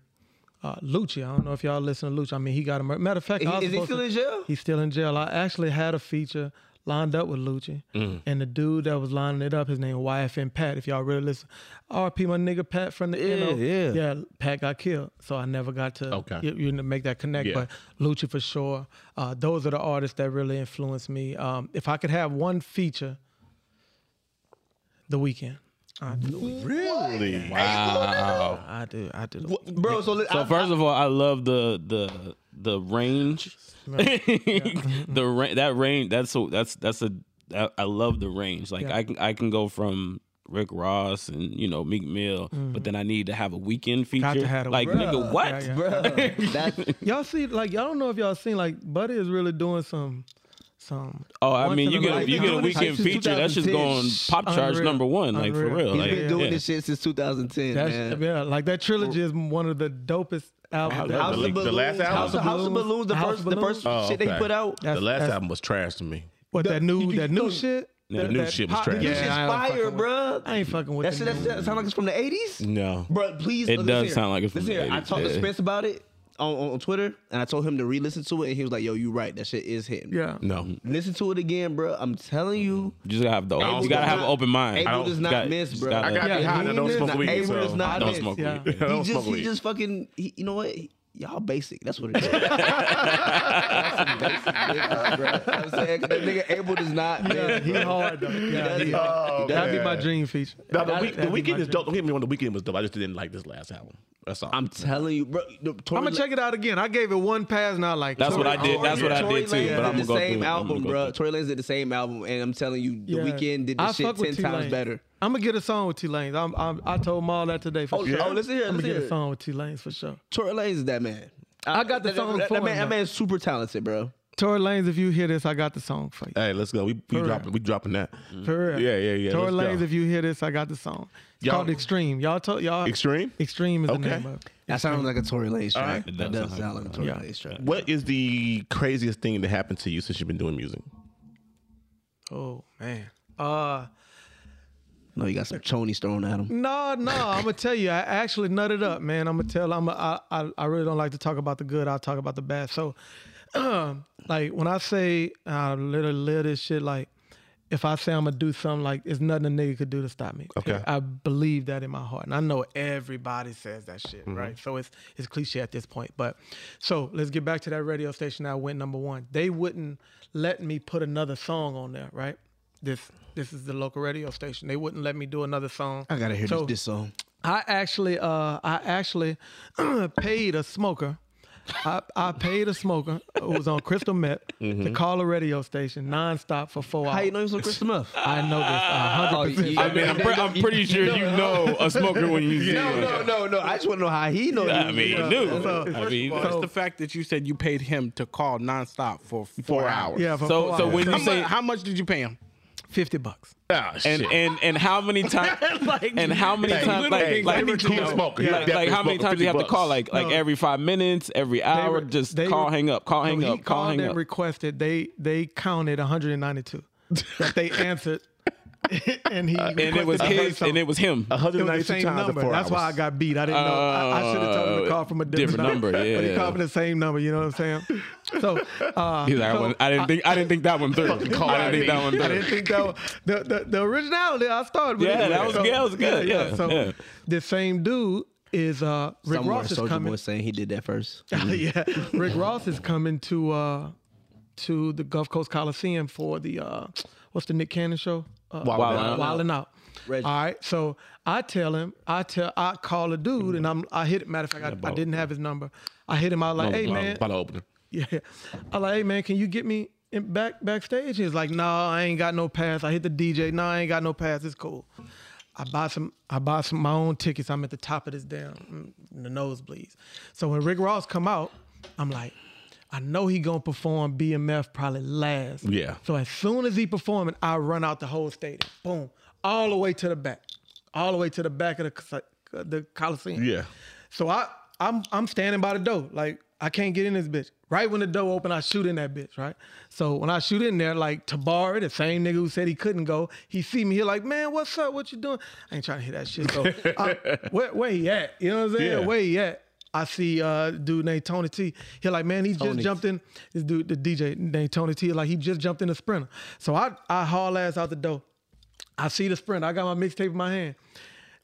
uh, Lucci. I don't know if y'all listen to Lucci. I mean, he got a mur- matter of fact. I was
Is he
supposed
still
to-
in jail?
He's still in jail. I actually had a feature lined up with Lucci,
Mm.
and the dude that was lining it up, his name YFN Pat. If y'all really listen, RP my nigga Pat from the yeah,
yeah.
yeah. Pat got killed, so I never got to
Okay.
you, you make that connect.
Yeah.
But Lucci for sure. Uh, those are the artists that really influenced me. Um, if I could have one feature, The Weekend.
Really?
I do. I do.
Wh- Bro, so, let-
So
I-
first of all, I love the the the range, the ra- that range. That's a, that's that's a I I love the range. Like I can I can go from Rick Ross and you know Meek Mill, but then I need to have a weekend feature.
to have Mm-hmm. a
like
weekend.
nigga, what?
Yeah, yeah.
that
Y'all see, like, y'all don't know if y'all seen, like, Buddy is really doing some, some.
Oh, I
Once
mean,
in
you
a
get a,
life-
you get a
Doing this shit
weekend
since
feature. That's just
2010.
going pop charge
Unreal.
number one. Like for real.
Unreal. He's
he's
Like,
been doing
yeah.
this shit since 2010,
That's,
man.
yeah, like that trilogy is one of the dopest albums.
love
That
the- the last album?
House of, House of
Balloons.
Balloons, the
House
first,
of
the first
Oh,
shit
okay.
they put out.
the
That's-
last
that's-
album was trash to me.
what that new that new shit?
Yeah, new shit was
pop-
trash.
Yeah,
That shit's
I don't fucking
Fire,
with it.
bro.
I ain't fucking with
That
the
shit.
new
That, that sound like it's from the 80s,
No.
bro. Please,
It
listen
does
here.
sound like it's from
Listen
the
here. I
80s,
talked to
yeah.
Spence about it on, on, on Twitter, and I told him to re-listen to it, and he was like, "Yo, you right. That shit is hitting."
Yeah.
No.
Listen to it again, bro. I'm telling you,
You just gotta have the.
Abel
You gotta
does
have an
not-
open mind.
Abel
I don't-
does not
gotta-
miss,
just
I
bro.
gotta-
got
Yeah,
behind. I don't
he
smoke
is-
weed.
Abel
so
does not
I don't
miss.
smoke
Yeah.
weed. I
he
don't
just
smoke
he
weed.
just fucking he, you know what He- y'all basic that's what it is Y'all some basic niggas, bro. I'm saying 'cause that nigga Abel does not
Yeah, he hard though. Yeah, he
does.
hard.
Oh,
That'd be
man.
my dream feature.
No, the,
That'd-
week, the
that'd be
weekend
my
is
dream.
dope. Don't get me wrong. The weekend was dope. I just didn't like this last album. That's all.
I'm telling you bro the
I'm gonna check it out again. I gave it one pass and I like. it.
That's what I did.
Tory-
That's what I
Tory
did too.
Lanez
But I'm
did
gonna
the
go
same
through.
album bro Tory Lanez did the same album and I'm telling you the
Yeah.
weekend did
I
this shit
fuck with
10 times
T-Lane.
better
I'm gonna get a song with T Lanes. I'm, I'm I told Maul that today for
Oh,
sure.
oh, listen here,
I'm
listen
gonna get
here.
a song with T Lanes for sure.
Tory Lanez is that man
I got the
that,
song
that,
for
that, man,
him,
that
though.
man's super talented bro
Tory Lanez, if you hear this, I got the song for you.
Hey, let's go. We we
real.
dropping we dropping that.
For real.
Mm-hmm. Yeah, yeah, yeah.
Tory
Let's
Lanez,
go.
if you hear this, I got the song. It's
Y'all-
called Extreme. Y'all told y'all
Extreme?
Extreme is
Okay.
the name of it.
that sounds like a Tory Lanez track
Alright.
that does sound like a Tory
Yeah.
Lanez track
What is the craziest thing that happened to you since you've been doing music?
Oh man. Uh
no you got some chonies thrown at him
no, no, I'm gonna tell you, I actually nutted up, man. I'm gonna tell I'm I, I I really don't like to talk about the good, I'll talk about the bad. So like when I say I literally live this shit like if I say I'm gonna do something like it's nothing a nigga could do to stop me.
Okay.
I believe that in my heart. And I know everybody says that shit, right? So it's it's cliche at this point. But so let's get back to that radio station that I went number one. They wouldn't let me put another song on there, right? This this is the local radio station. They wouldn't let me do another song.
I gotta hear
So-
this, this song
I actually, uh, I actually paid a smoker. I, I paid a smoker who was on crystal meth
Mm-hmm.
to call a radio station nonstop for four hours.
how you know he's on Chris Smith
I know this a
Oh,
hundred percent.
yeah.
I mean, I'm, pre- I'm pretty sure you know a smoker when you see
No,
one.
no, no, no. I just want to know how he knows.
I mean, you do. I mean,
Well, it's the fact that you said you paid him to call nonstop for four, hours.
Yeah, for
So-
four
so
hours.
when
How,
you-
mu- how much did you pay him?
fifty bucks.
Ah,
and
shit.
and and how many times? and how many
Hey,
times? Like
hey,
like,
let me
like,
cool smoker. He
like,
definitely
how many
smoking
times do you have
50
to call?
bucks.
Like like every five minutes, every hour,
re-
just
they
call,
re-
hang up, call,
So
hang
he
up, call,
called
hang
and
up.
requested. They they counted 192 that they answered, and he
And it was his, and it was him.
Uh, 192
same
times in
number.
four
That's why I
hours.
got beat. I didn't know. I, I should have told him to
Oh,
call from a different,
different number, yeah,
but he
yeah.
called from the same number. You know what I'm saying? So uh,
He's like, I,
so
wasn't- I didn't think, I didn't think that one through. I didn't
call
think
me.
that one
I
through.
didn't think that was, the, the the originality I started with.
Yeah,
it.
that was-
So-
yeah, that was good. Yeah,
So
yeah.
this same dude is uh Rick Ross is coming.
saying he did that first.
yeah, Rick Ross is coming to uh to the Gulf Coast Coliseum for the uh what's the Nick Cannon show? Uh,
Wild 'N Out.
Wildin' Out. All right, so I tell him, I tell, I call a dude, and I'm, I hit. Matter of fact, I, I didn't have his number. I hit him. I was like, hey man,
Bottle opener.
yeah. I like, hey man, can you get me in back backstage? He's like, nah, I ain't got no pass. I hit the DJ. Nah, I ain't got no pass. It's cool. I buy some. I buy some my own tickets. I'm at the top of this damn mm, the nosebleeds. So when Rick Ross come out, I'm like, I know he gonna perform BMF probably last.
Yeah.
So as soon as he performing, I run out the whole stadium. Boom, all the way to the back, all the way to the back of the the Coliseum.
Yeah.
So I I'm I'm standing by the door. Like I can't get in this bitch. Right when the door open, I shoot in that bitch, right? So when I shoot in there, like Tabari, the same nigga who said he couldn't go, he see me, he like, man, what's up? What you doing? I ain't trying to hear that shit. So I, where, where he at? You know what I'm saying?
Yeah.
Where he at? I see uh dude named Tony T. He like, man, he just jumped in. This dude, the DJ named Tony T, like he just jumped in the sprinter. So I I haul ass out the door. I see the sprint. I got my mixtape in my hand.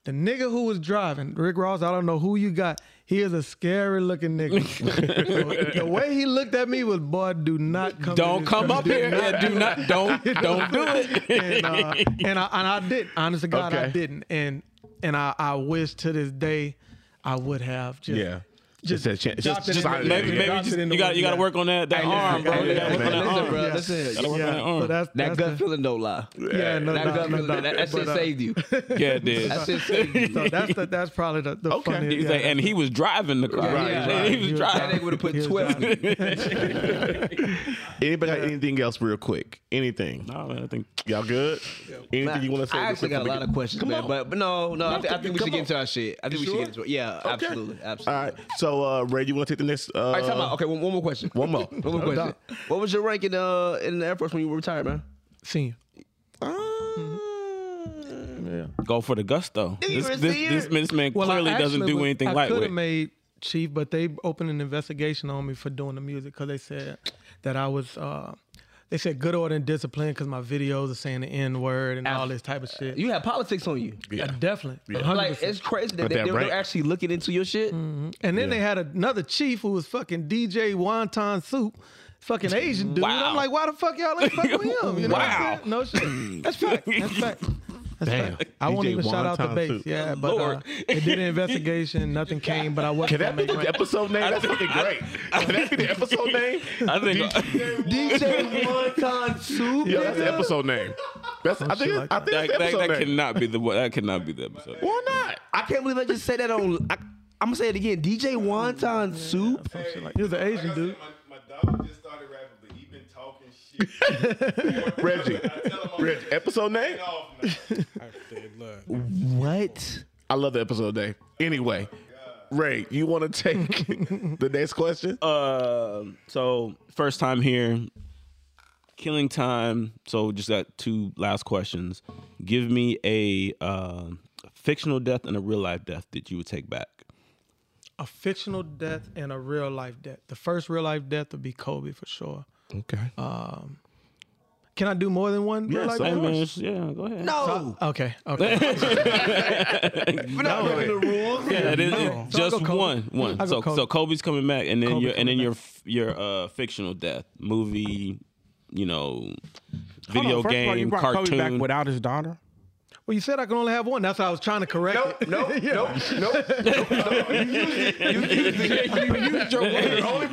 The nigga who was driving, Rick Ross, I don't know who you got. He is a scary looking nigga. the way he looked at me was, boy, do not come. in
Don't
this
come
truck.
up here. Yeah, do not. Don't. Don't do it.
and, uh, and I and I did. Honest to God, I
Okay.
didn't. And and I, I wish to this day I would have just
Yeah. Just
Just
that chance.
dropped
Just,
it
just
in
out
the-
of
Maybe,
there.
maybe
yeah.
Dropped
just,
it in the
you got you got to
window.
work on that that
Hey, listen,
arm, bro.
hey,
You got to
listen,
work on that
listen,
arm.
bro.
Yeah.
Listen,
Gotta work on that arm.
So that's
that
that's
gut
the-
feeling don't lie.
Yeah, no,
that
no,
gut
no,
feeling,
no.
that, that shit
But, uh,
saved you.
Yeah, it did.
That shit saved you.
So that's the, that's probably the, the
Okay.
funniest-
He's
yeah,
like, and he was driving the car.
Right,
Yeah,
right.
He was
That
driving.
nigga would have put
He was
twelve. in it.
Anybody got anything else real quick? Anything?
Nah, man, I think
Y'all good? Anything you want to say?
I
real
actually
quick
got a
from
lot
the-
of questions, man. But but no, no, I, thi- I think we should
come
get
on.
into our shit. I think we should
sure?
get into it. Yeah,
Okay.
absolutely, absolutely.
All right. So, uh, Ray, you want to take the next? Uh,
All right, time out. Okay, one, one more question.
One more.
One more question.
doubt.
What was your rank in uh in the Air Force when you were retired, man?
senior.
go for the gusto. This,
were
this,
seeing
this,
it.
this man
Well, I
clearly doesn't
actually
do
would-
anything
I could
lightweight.
have made chief, but they opened an investigation on me for doing the music because they said that I was. Uh, they said good order and discipline because my videos are saying the n word and all this type of shit.
You had politics on you.
yeah. definitely. a hundred
Like
percent.
it's crazy that
But
they,
that
they
rank-
were actually looking into your shit.
and then they had another chief who was fucking DJ Wonton Soup, fucking Asian dude.
Wow.
I'm like, why the fuck y'all ain't fucking with him? You know what
Wow.
I'm saying? No shit. That's fact. That's fact. That's
Damn.
fact. I won't
DJ
even shout out the
Wonton
base.
Soup. Oh,
Yeah, but uh,
Lord.
they did an investigation. Nothing came, but I
Can
wasn't.
that be
gonna make
the
money.
episode name? That's fucking great. Can that be the episode name?
I think
DJ Wonton Soup.
Yo, that's the episode name. That's
Oh,
I think I think
that,
that's the
that,
episode
that
name.
cannot be the that cannot be the episode.
Why not?
I can't believe I just said that on. I, I'm gonna say it again. DJ Wonton Soup.
He was an Asian
Like I
dude.
said, my, my dog just started rapping, but he been talking shit.
Reggie.
I tell him "Oh, I'm
Reggie. Episode name?
f***ing off now.
What?
I love the episode name. Anyway, Ray, you want to take the next question?
Um, so first time here, killing time. So just got two last questions. Give me a um fictional death and a real life death that you would take back.
a fictional death and a real life death. The first real life death would be Kobe for sure. Um,
Okay.
Can I do more than one? real
Yes,
life
of
Hey,
death? Oh,
man, it's- yeah, go ahead.
No,
Okay. Okay.
we're not breaking the rules.
Yeah, it is
No.
it's
So I'll
just
go Kobe.
one, one.
I'll
So,
go Kobe.
so Kobe's coming back, and then
Kobe
your and then
coming
your f- your uh, fictional death movie, you know, video
Hold on, first of all, you
game,
brought Kobe back
cartoon.
without his daughter.
well, you said I could only have one. That's why I was trying to correct it.
No, no, no, no,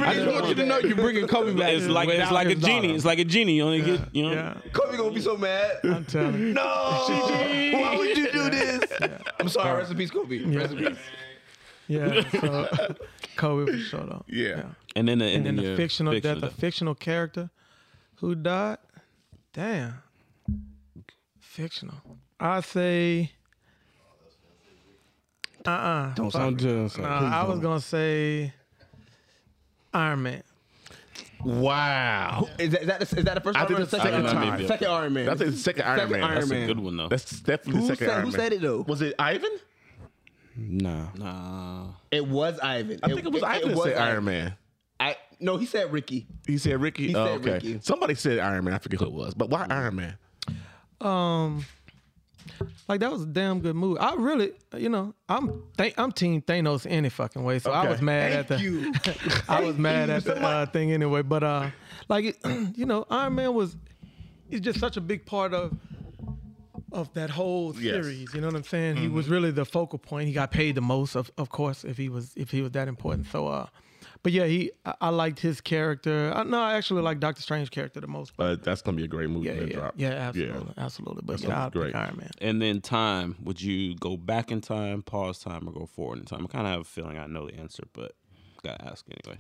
I just want you to know you're bringing Kobe back.
it's like it's
without
like a
his daughter.
genie. It's like a genie. You only get you know.
Yeah,
Kobe gonna be so mad.
I'm telling you.
No, why would you do this? I'm sorry. Rest in peace, Kobe. Rest in peace.
Yeah. So Kobe for sure though.
Yeah.
And then the, and,
And then
your
the fictional death, a
death.
fictional character who died. Damn. Fictional. I say. Uh uh
Don't sound jealous.
Nah, I was gonna say Iron Man.
Wow.
Is that, is that, the, is that the first
I
Iron
think
Man? or
that's the
Second,
second
Iron Man.
time.
second Iron Man.
That's the second Iron
Second
Man.
Iron
That's,
Man.
a good one though.
that's definitely
Who
the second
said-
Iron
who
Man.
said it, though?
Was it Ivan?
Nah.
nah.
It was Ivan.
I think it was Ivan that said Iron Man.
I, no, he said Ricky.
He said Ricky.
He
oh,
said
okay.
Ricky.
Somebody said Iron Man. I forget who it was, but why Iron Man?
Um, like that was a damn good movie. I really, you know, I'm th- I'm Team Thanos any fucking way. So I
Okay.
was mad at
Thank
the
you.
I was mad at the uh, thing anyway. But uh, like you know, Iron Man was it's just such a big part of of that whole
Yes.
series. You know what I'm saying? He was really the focal point. He got paid the most, of of course, if he was if he was that important. So, uh, but yeah, he I, I liked his character. I, no, I actually like Doctor Strange character the most. But
Uh, that's gonna be a great movie
yeah,
when it
yeah,
drop.
yeah, absolutely, absolutely. But yeah,
gonna be
I'll pick
great.
Iron Man.
And then time. Would you go back in time, pause time, or go forward in time? I kind of have a feeling I know the answer, but gotta ask anyway.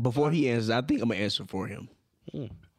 Before he answers, I think I'm gonna answer for him.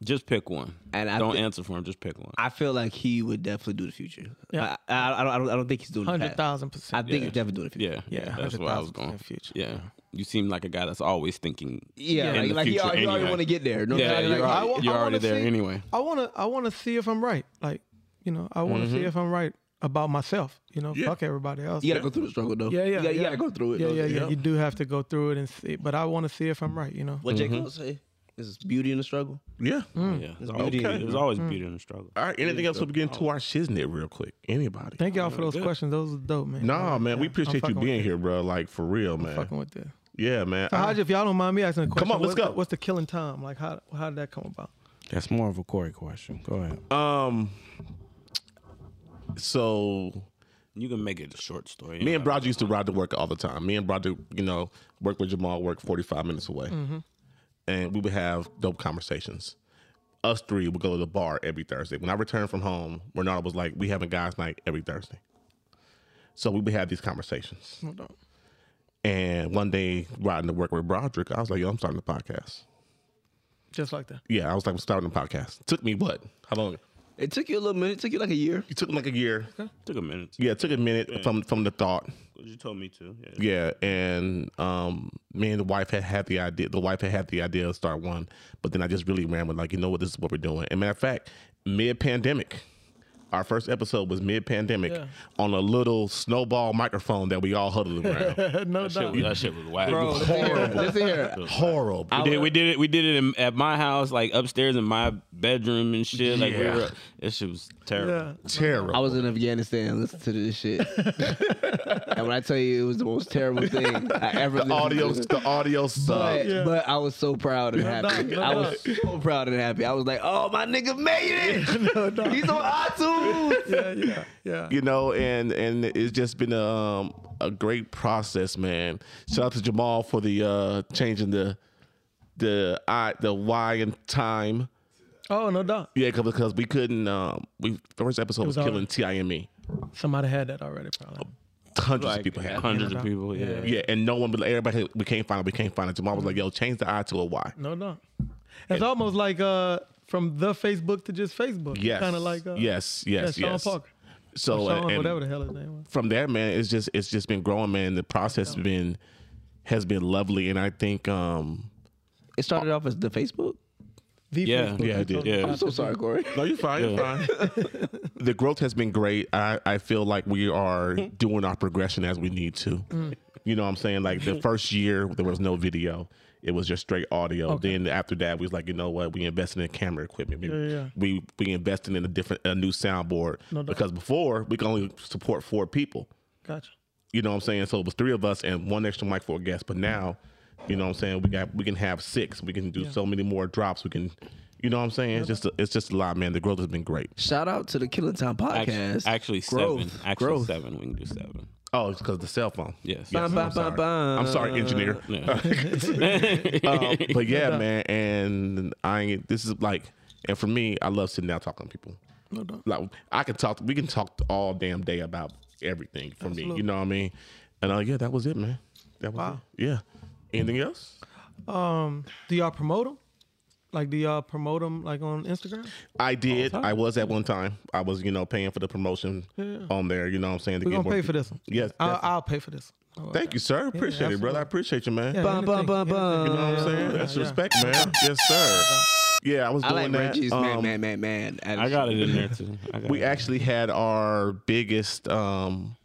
Just pick one.
And I
don't
thi-
answer for him. Just pick one.
I feel like he would definitely do the future.
Yeah.
I, I, I, don't, I don't. I don't think he's doing the
Hundred
past.
thousand
I
percent.
think he's definitely doing the future.
yeah,
Yeah,
that's where I was
100,000%
going.
future.
Yeah, you seem like a guy that's always thinking.
Yeah,
in
like,
the
like he,
future
al- he already
anyway.
want to get there. No,
Yeah,
matter,
you're,
like,
I
already,
wa-
you're
I
already
wanna
there
see-
anyway.
I wanna I wanna see if I'm right. Like you know, I wanna see if I'm right about myself. You know, fuck everybody else.
you gotta go through the struggle though.
Yeah, yeah,
you gotta, you
yeah.
gotta go through it.
yeah,
though.
yeah, yeah. You do have to go through it and see, but I want to see if I'm right. You know,
What Jake Cole say is beauty in the struggle.
Yeah.
Yeah,
It's
there's always,
beauty in it.
there's always beauty in the struggle.
All right. Anything else? We'll get into our shiznit real quick. Anybody?
thank y'all for those questions. Those are dope, man.
Nah, man. We
I'm
appreciate you
fucking
being
with
here, bro. Like for real,
it.
man.
Fucking with that.
Yeah, man.
So, how'd you- if y'all don't mind me asking a question,
on, let's
what's,
go.
The, what's the killing time? Like, how how did that come about?
That's more of a Corey question. Go ahead.
Um. So
You can make it a short story.
me and Brad used to ride to work all the time. Me and Brad, you know, work with Jamal, work forty five minutes away,
Mm-hmm.
and we would have dope conversations. Us three would go to the bar every Thursday. When I returned from home, Renata was like, "We having guys' night every Thursday." So we would have these conversations.
Hold on.
And one day, riding to work with Broderick, I was like, "Yo, I'm starting a podcast."
Just like that.
Yeah, I was like, "I'm starting a podcast." Took me what? How long?
It took you a little minute. It took you like a year.
It took like a year.
took a minute.
Yeah, it took a minute from from the thought.
You told me to. Yeah.
Yeah, and um, me and the wife had had the idea. The wife had had the idea to start one, but then I just really ran with like, you know what, this is what we're doing. And matter of fact, mid pandemic, our first episode was mid pandemic
Yeah.
on a little snowball microphone that we all huddled around.
no
That, shit,
doubt.
was- that shit was whack.
horrible,
Listen here.
horrible.
We did, we did it. We did it in, at my house, like upstairs in my bedroom and shit. Like we
Yeah.
were, this shit was terrible.
Yeah.
terrible.
I was in Afghanistan listening to this shit. and when I tell you it was the most terrible thing I ever listened
the audio,
to.
the audio
But,
sucked.
but I was so proud and happy.
no,
I
no.
was so proud and happy. I was like, oh, my nigga made it. He's on iTunes.
Yeah, yeah, yeah.
you know, and and it's just been a um, a great process, man. Shout out to Jamal for the uh changing the the I the Y in time.
Oh, no doubt.
Yeah, because because we couldn't. Um, we first episode was,
was all-
killing Time.
Somebody had that already, probably.
E. Hundreds of
Like,
people had. it.
hundreds of people. Yeah.
Yeah, and no one, but everybody, we can't find it. We can't find it. Jamal was like, "Yo, change the I to a Y."
No doubt. It's almost like uh from the Facebook to just Facebook.
Yes,
Kind of like uh,
yes,
yeah,
yes,
Sean
yes.
Parker.
So
Sean,
and-
whatever the hell his name was.
from there, man, it's just it's just been growing, man. The process has been has been lovely, and I think um
It started off as the Facebook.
The
Yeah,
Facebook.
yeah, I did.
Yeah.
I'm so sorry, Corey.
No, you're fine. You're fine. the growth has been great. I, I feel like we are
Mm-hmm.
doing our progression as we need to.
Mm.
You know what I'm saying? Like
Mm-hmm.
the first year, there was no video. It was just straight audio. Then after that, we was like, you know what? We invested in camera equipment. We,
Yeah, yeah.
we we invested in a different a new soundboard
No doubt.
because before we could only support four people.
Gotcha.
You know what I'm saying? So it was three of us and one extra mic for a guest. But now, you know what I'm saying? We got we can have six. We can do so many more drops. We can, you know what I'm saying? It's just a, it's just a lot, man. The growth has been great.
Shout out to the Killing Time podcast.
Actually, actually
Growth,
seven. Actually
growth.
seven. We can do seven.
Oh, it's because the cell phone.
Yes.
Bum, bum,
I'm, sorry.
bum, bum.
I'm sorry, engineer. Um, but yeah, man, and I ain't, this is like, and for me, I love sitting down talking to people. Like I can talk, we can talk all damn day about everything for me. You know what I mean? And uh, yeah, that was it, man. That was it. Yeah. Anything else?
Um, do y'all promote them? Like, do y'all promote them like on Instagram?
I did. I was at one time. I was, you know, paying for the promotion on there. You know what I'm saying? to
We're
get
gonna
more
pay
pe-
for this one. Uh,
Yes.
I'll,
definitely.
I'll pay for this. one.
Thank you, sir. Appreciate it, brother. I appreciate you, man.
Yeah,
Bum, bum,
anything.
bum,
Yeah.
bum.
You know what I'm saying? That's
yeah.
respect, man. Yes, sir. Yeah, I was
I
doing
like
that.
Reggie's
Um,
man, man, man, man.
I got it in there too. I got
We
it.
actually had our biggest. um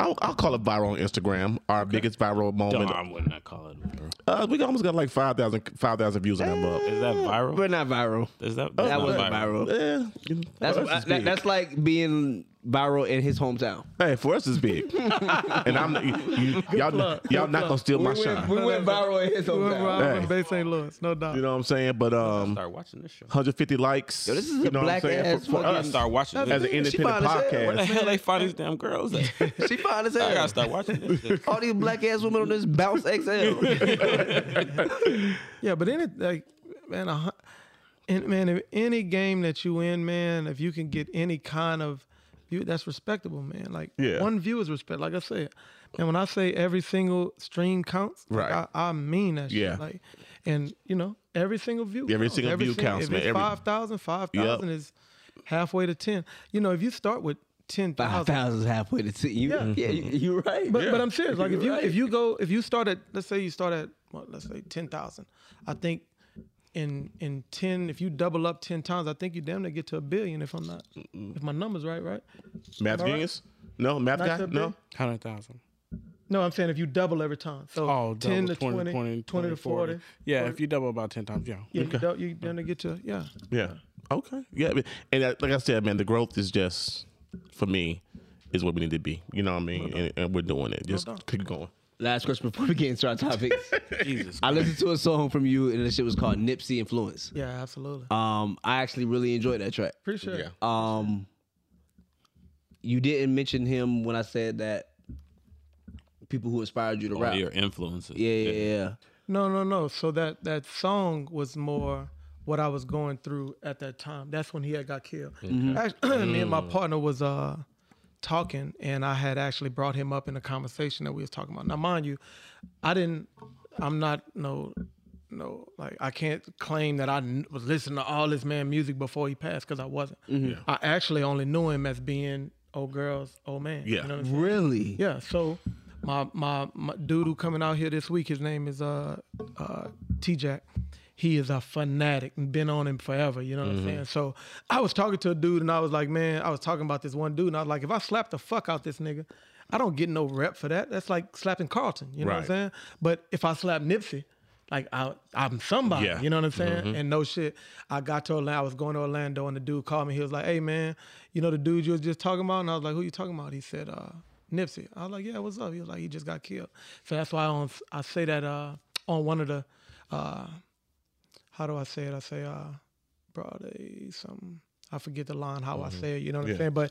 I'll, I'll call it viral on Instagram. Our biggest viral
No,
moment.
I wouldn't I call it. viral.
Uh, we almost got like 5,000 5,000 views on that
Eh.
mug.
Is that viral?
We're not viral.
Is that
That
not
wasn't viral.
Yeah, you know,
That's
that's just
that,
big.
that's like being viral in his hometown.
Hey, for us it's big, and I'm you, y'all y'all not gonna steal my shine.
We went viral in his hometown.
Hey.
Hey. Bay St. Louis, no doubt.
You know what I'm saying? But um,
Start watching this show.
150 likes.
Yo, this is
you
a
know what I'm
black
saying? for,
ass
for
fucking-
I
us,
start watching
as
this.
an
She
independent
fine as hell.
podcast,
Where the hell they find these damn girls at? I
She fine as hell.
gotta start watching this. Shit.
All these black ass women on this bounce XL.
Yeah, but then it like man, a, hun- and man, if any game that you in, man, if you can get any kind of view, that's respectable, man. Like
Yeah.
one view is respect. Like I said, and when I say every single stream counts, like,
Right.
I, I mean that.
Yeah.
shit. Like, and you know, every single view.
Every
counts.
single view
sing-
counts,
if
man.
It's
Every-
5,000, 5,000 is halfway to ten. You know, if you start with ten
Five
thousand.
thousand is halfway to see you. Yeah, you, you're right.
But, but I'm serious. Like if you
Right.
if you go if you start at let's say you start at well, let's say ten thousand, I think in in ten if you double up ten times, I think you damn near get to a billion if I'm not if my numbers right right.
math
right?
genius. No, math
Not
guy.
so big.
No,
Hundred thousand.
No, I'm saying if you double every time, so
Oh,
ten
double,
to 20, 20, to forty.
Yeah, if you double about ten times, yeah.
Yeah, you, dou- you damn near get to yeah.
Yeah. Okay. Yeah. but- And uh, like I said, man, the growth is just for me is what we need to be. You know what I mean? And, and we're doing it. Just keep going.
Last question before we get into our topics. I listened to a song from you, and the shit was called Nipsey Influence.
Yeah, absolutely.
Um, I actually really enjoyed that track.
Appreciate it.
Um, you didn't mention him when I said that people who inspired you to
All
rap.
your influences.
Oh, Yeah, yeah, yeah.
No, no, no. So that that song was more what I was going through at that time. That's when he had got killed. Actually, me and my partner was uh talking, and I had actually brought him up in a conversation that we was talking about. Now, mind you, I didn't. I'm not no no like I can't claim that I kn- was listening to all this man music before he passed because I wasn't. I actually only knew him as being old girl's old man.
Yeah.
You know what I'm saying?
Really?
Yeah. So my my, my dude who coming out here this week, his name is uh uh T Jack. He is a fanatic and been on him forever. You know what I'm saying? So I was talking to a dude and I was like, man, I was talking about this one dude and I was like, if I slap the fuck out this nigga, I don't get no rep for that. That's like slapping Carlton. You know what I'm
Right.
saying? But if I slap Nipsey, like I, I'm somebody.
Yeah.
You know what I'm saying? And no shit, I got to Orlando. I was going to Orlando and the dude called me. He was like, hey man, you know the dude you was just talking about? And I was like, who you talking about? He said, uh, Nipsey. I was like, yeah, what's up? He was like, he just got killed. So that's why on I say that uh on one of the uh how do I say it? I say uh broad day something. I forget the line how
Mm-hmm.
I say it, you know what I'm saying? But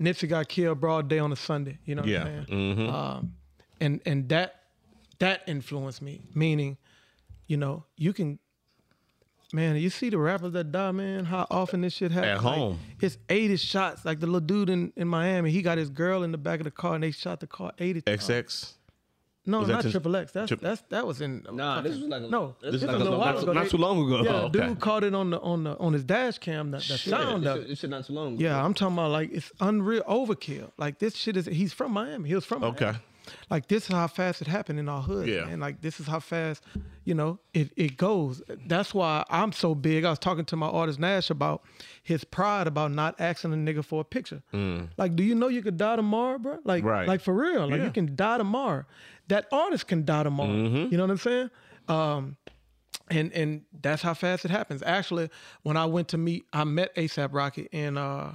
Nipsey got killed broad day on a Sunday, you know what
Yeah. Mm-hmm.
I'm saying? Um, and and that that influenced me, meaning, you know, you can man, you see the rappers that die, man, how often this shit happens.
At
Like,
home.
it's 80 shots. Like the little dude in, in Miami, he got his girl in the back of the car and they shot the car 80 times.
XX.
No,
Was that
not
just-
Triple X. That's
Trip-
that's that was in
Nah, this was like a-
no.
this was
it's
like
a
a
little
long-
while
not
ago. They-
long ago.
Yeah,
Oh, okay.
dude caught it on the on the on his dash cam. The, the sound of it.
This shit not too long. ago.
Yeah, I'm talking about like it's unreal overkill. Like this shit is. He's from Miami. He was from Miami.
Okay.
Like this is how fast it happened in our hood.
Yeah.
And like this is how fast, you know, it it goes. That's why I'm so big. I was talking to my artist Nash about his pride about not asking a nigga for a picture. Like, do you know you could die tomorrow, bro? Like,
Mm. Right.
like for real. Like
Yeah.
you can die tomorrow. That artist can die tomorrow.
Mm-hmm.
You know what I'm saying? Um, and and that's how fast it happens. Actually, when I went to meet, I met ASAP Rocky, and uh,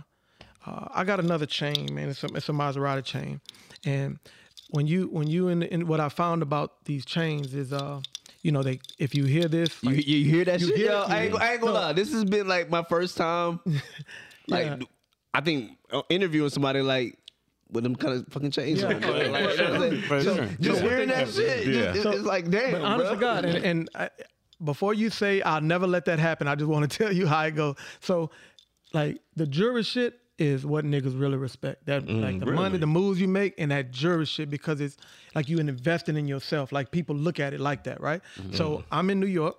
uh, I got another chain, man. It's a, it's a Maserati chain, and when you when you in, in what I found about these chains is uh, you know they if you hear this,
You,
like,
you hear that
You
shit?
hear
Yo,
it?
I ain't, I ain't gonna
No.
lie. This has been like my first time, like
Yeah.
I think uh, interviewing somebody like with them kind of fucking chains.
Yeah.
on. Like, like, you know what I'm saying?
For
just
sure.
just
So-
hearing that shit,
Yeah.
just, it's,
So-
it's like damn,
but honest
bro.
to God, and, and I, before you say I'll never let that happen, I just want to tell you how it goes. So, like the jury shit is what niggas really respect. That like the money, the moves you make, and that jury shit because it's like you investing in yourself. Like people look at it like that, right? So I'm in New York.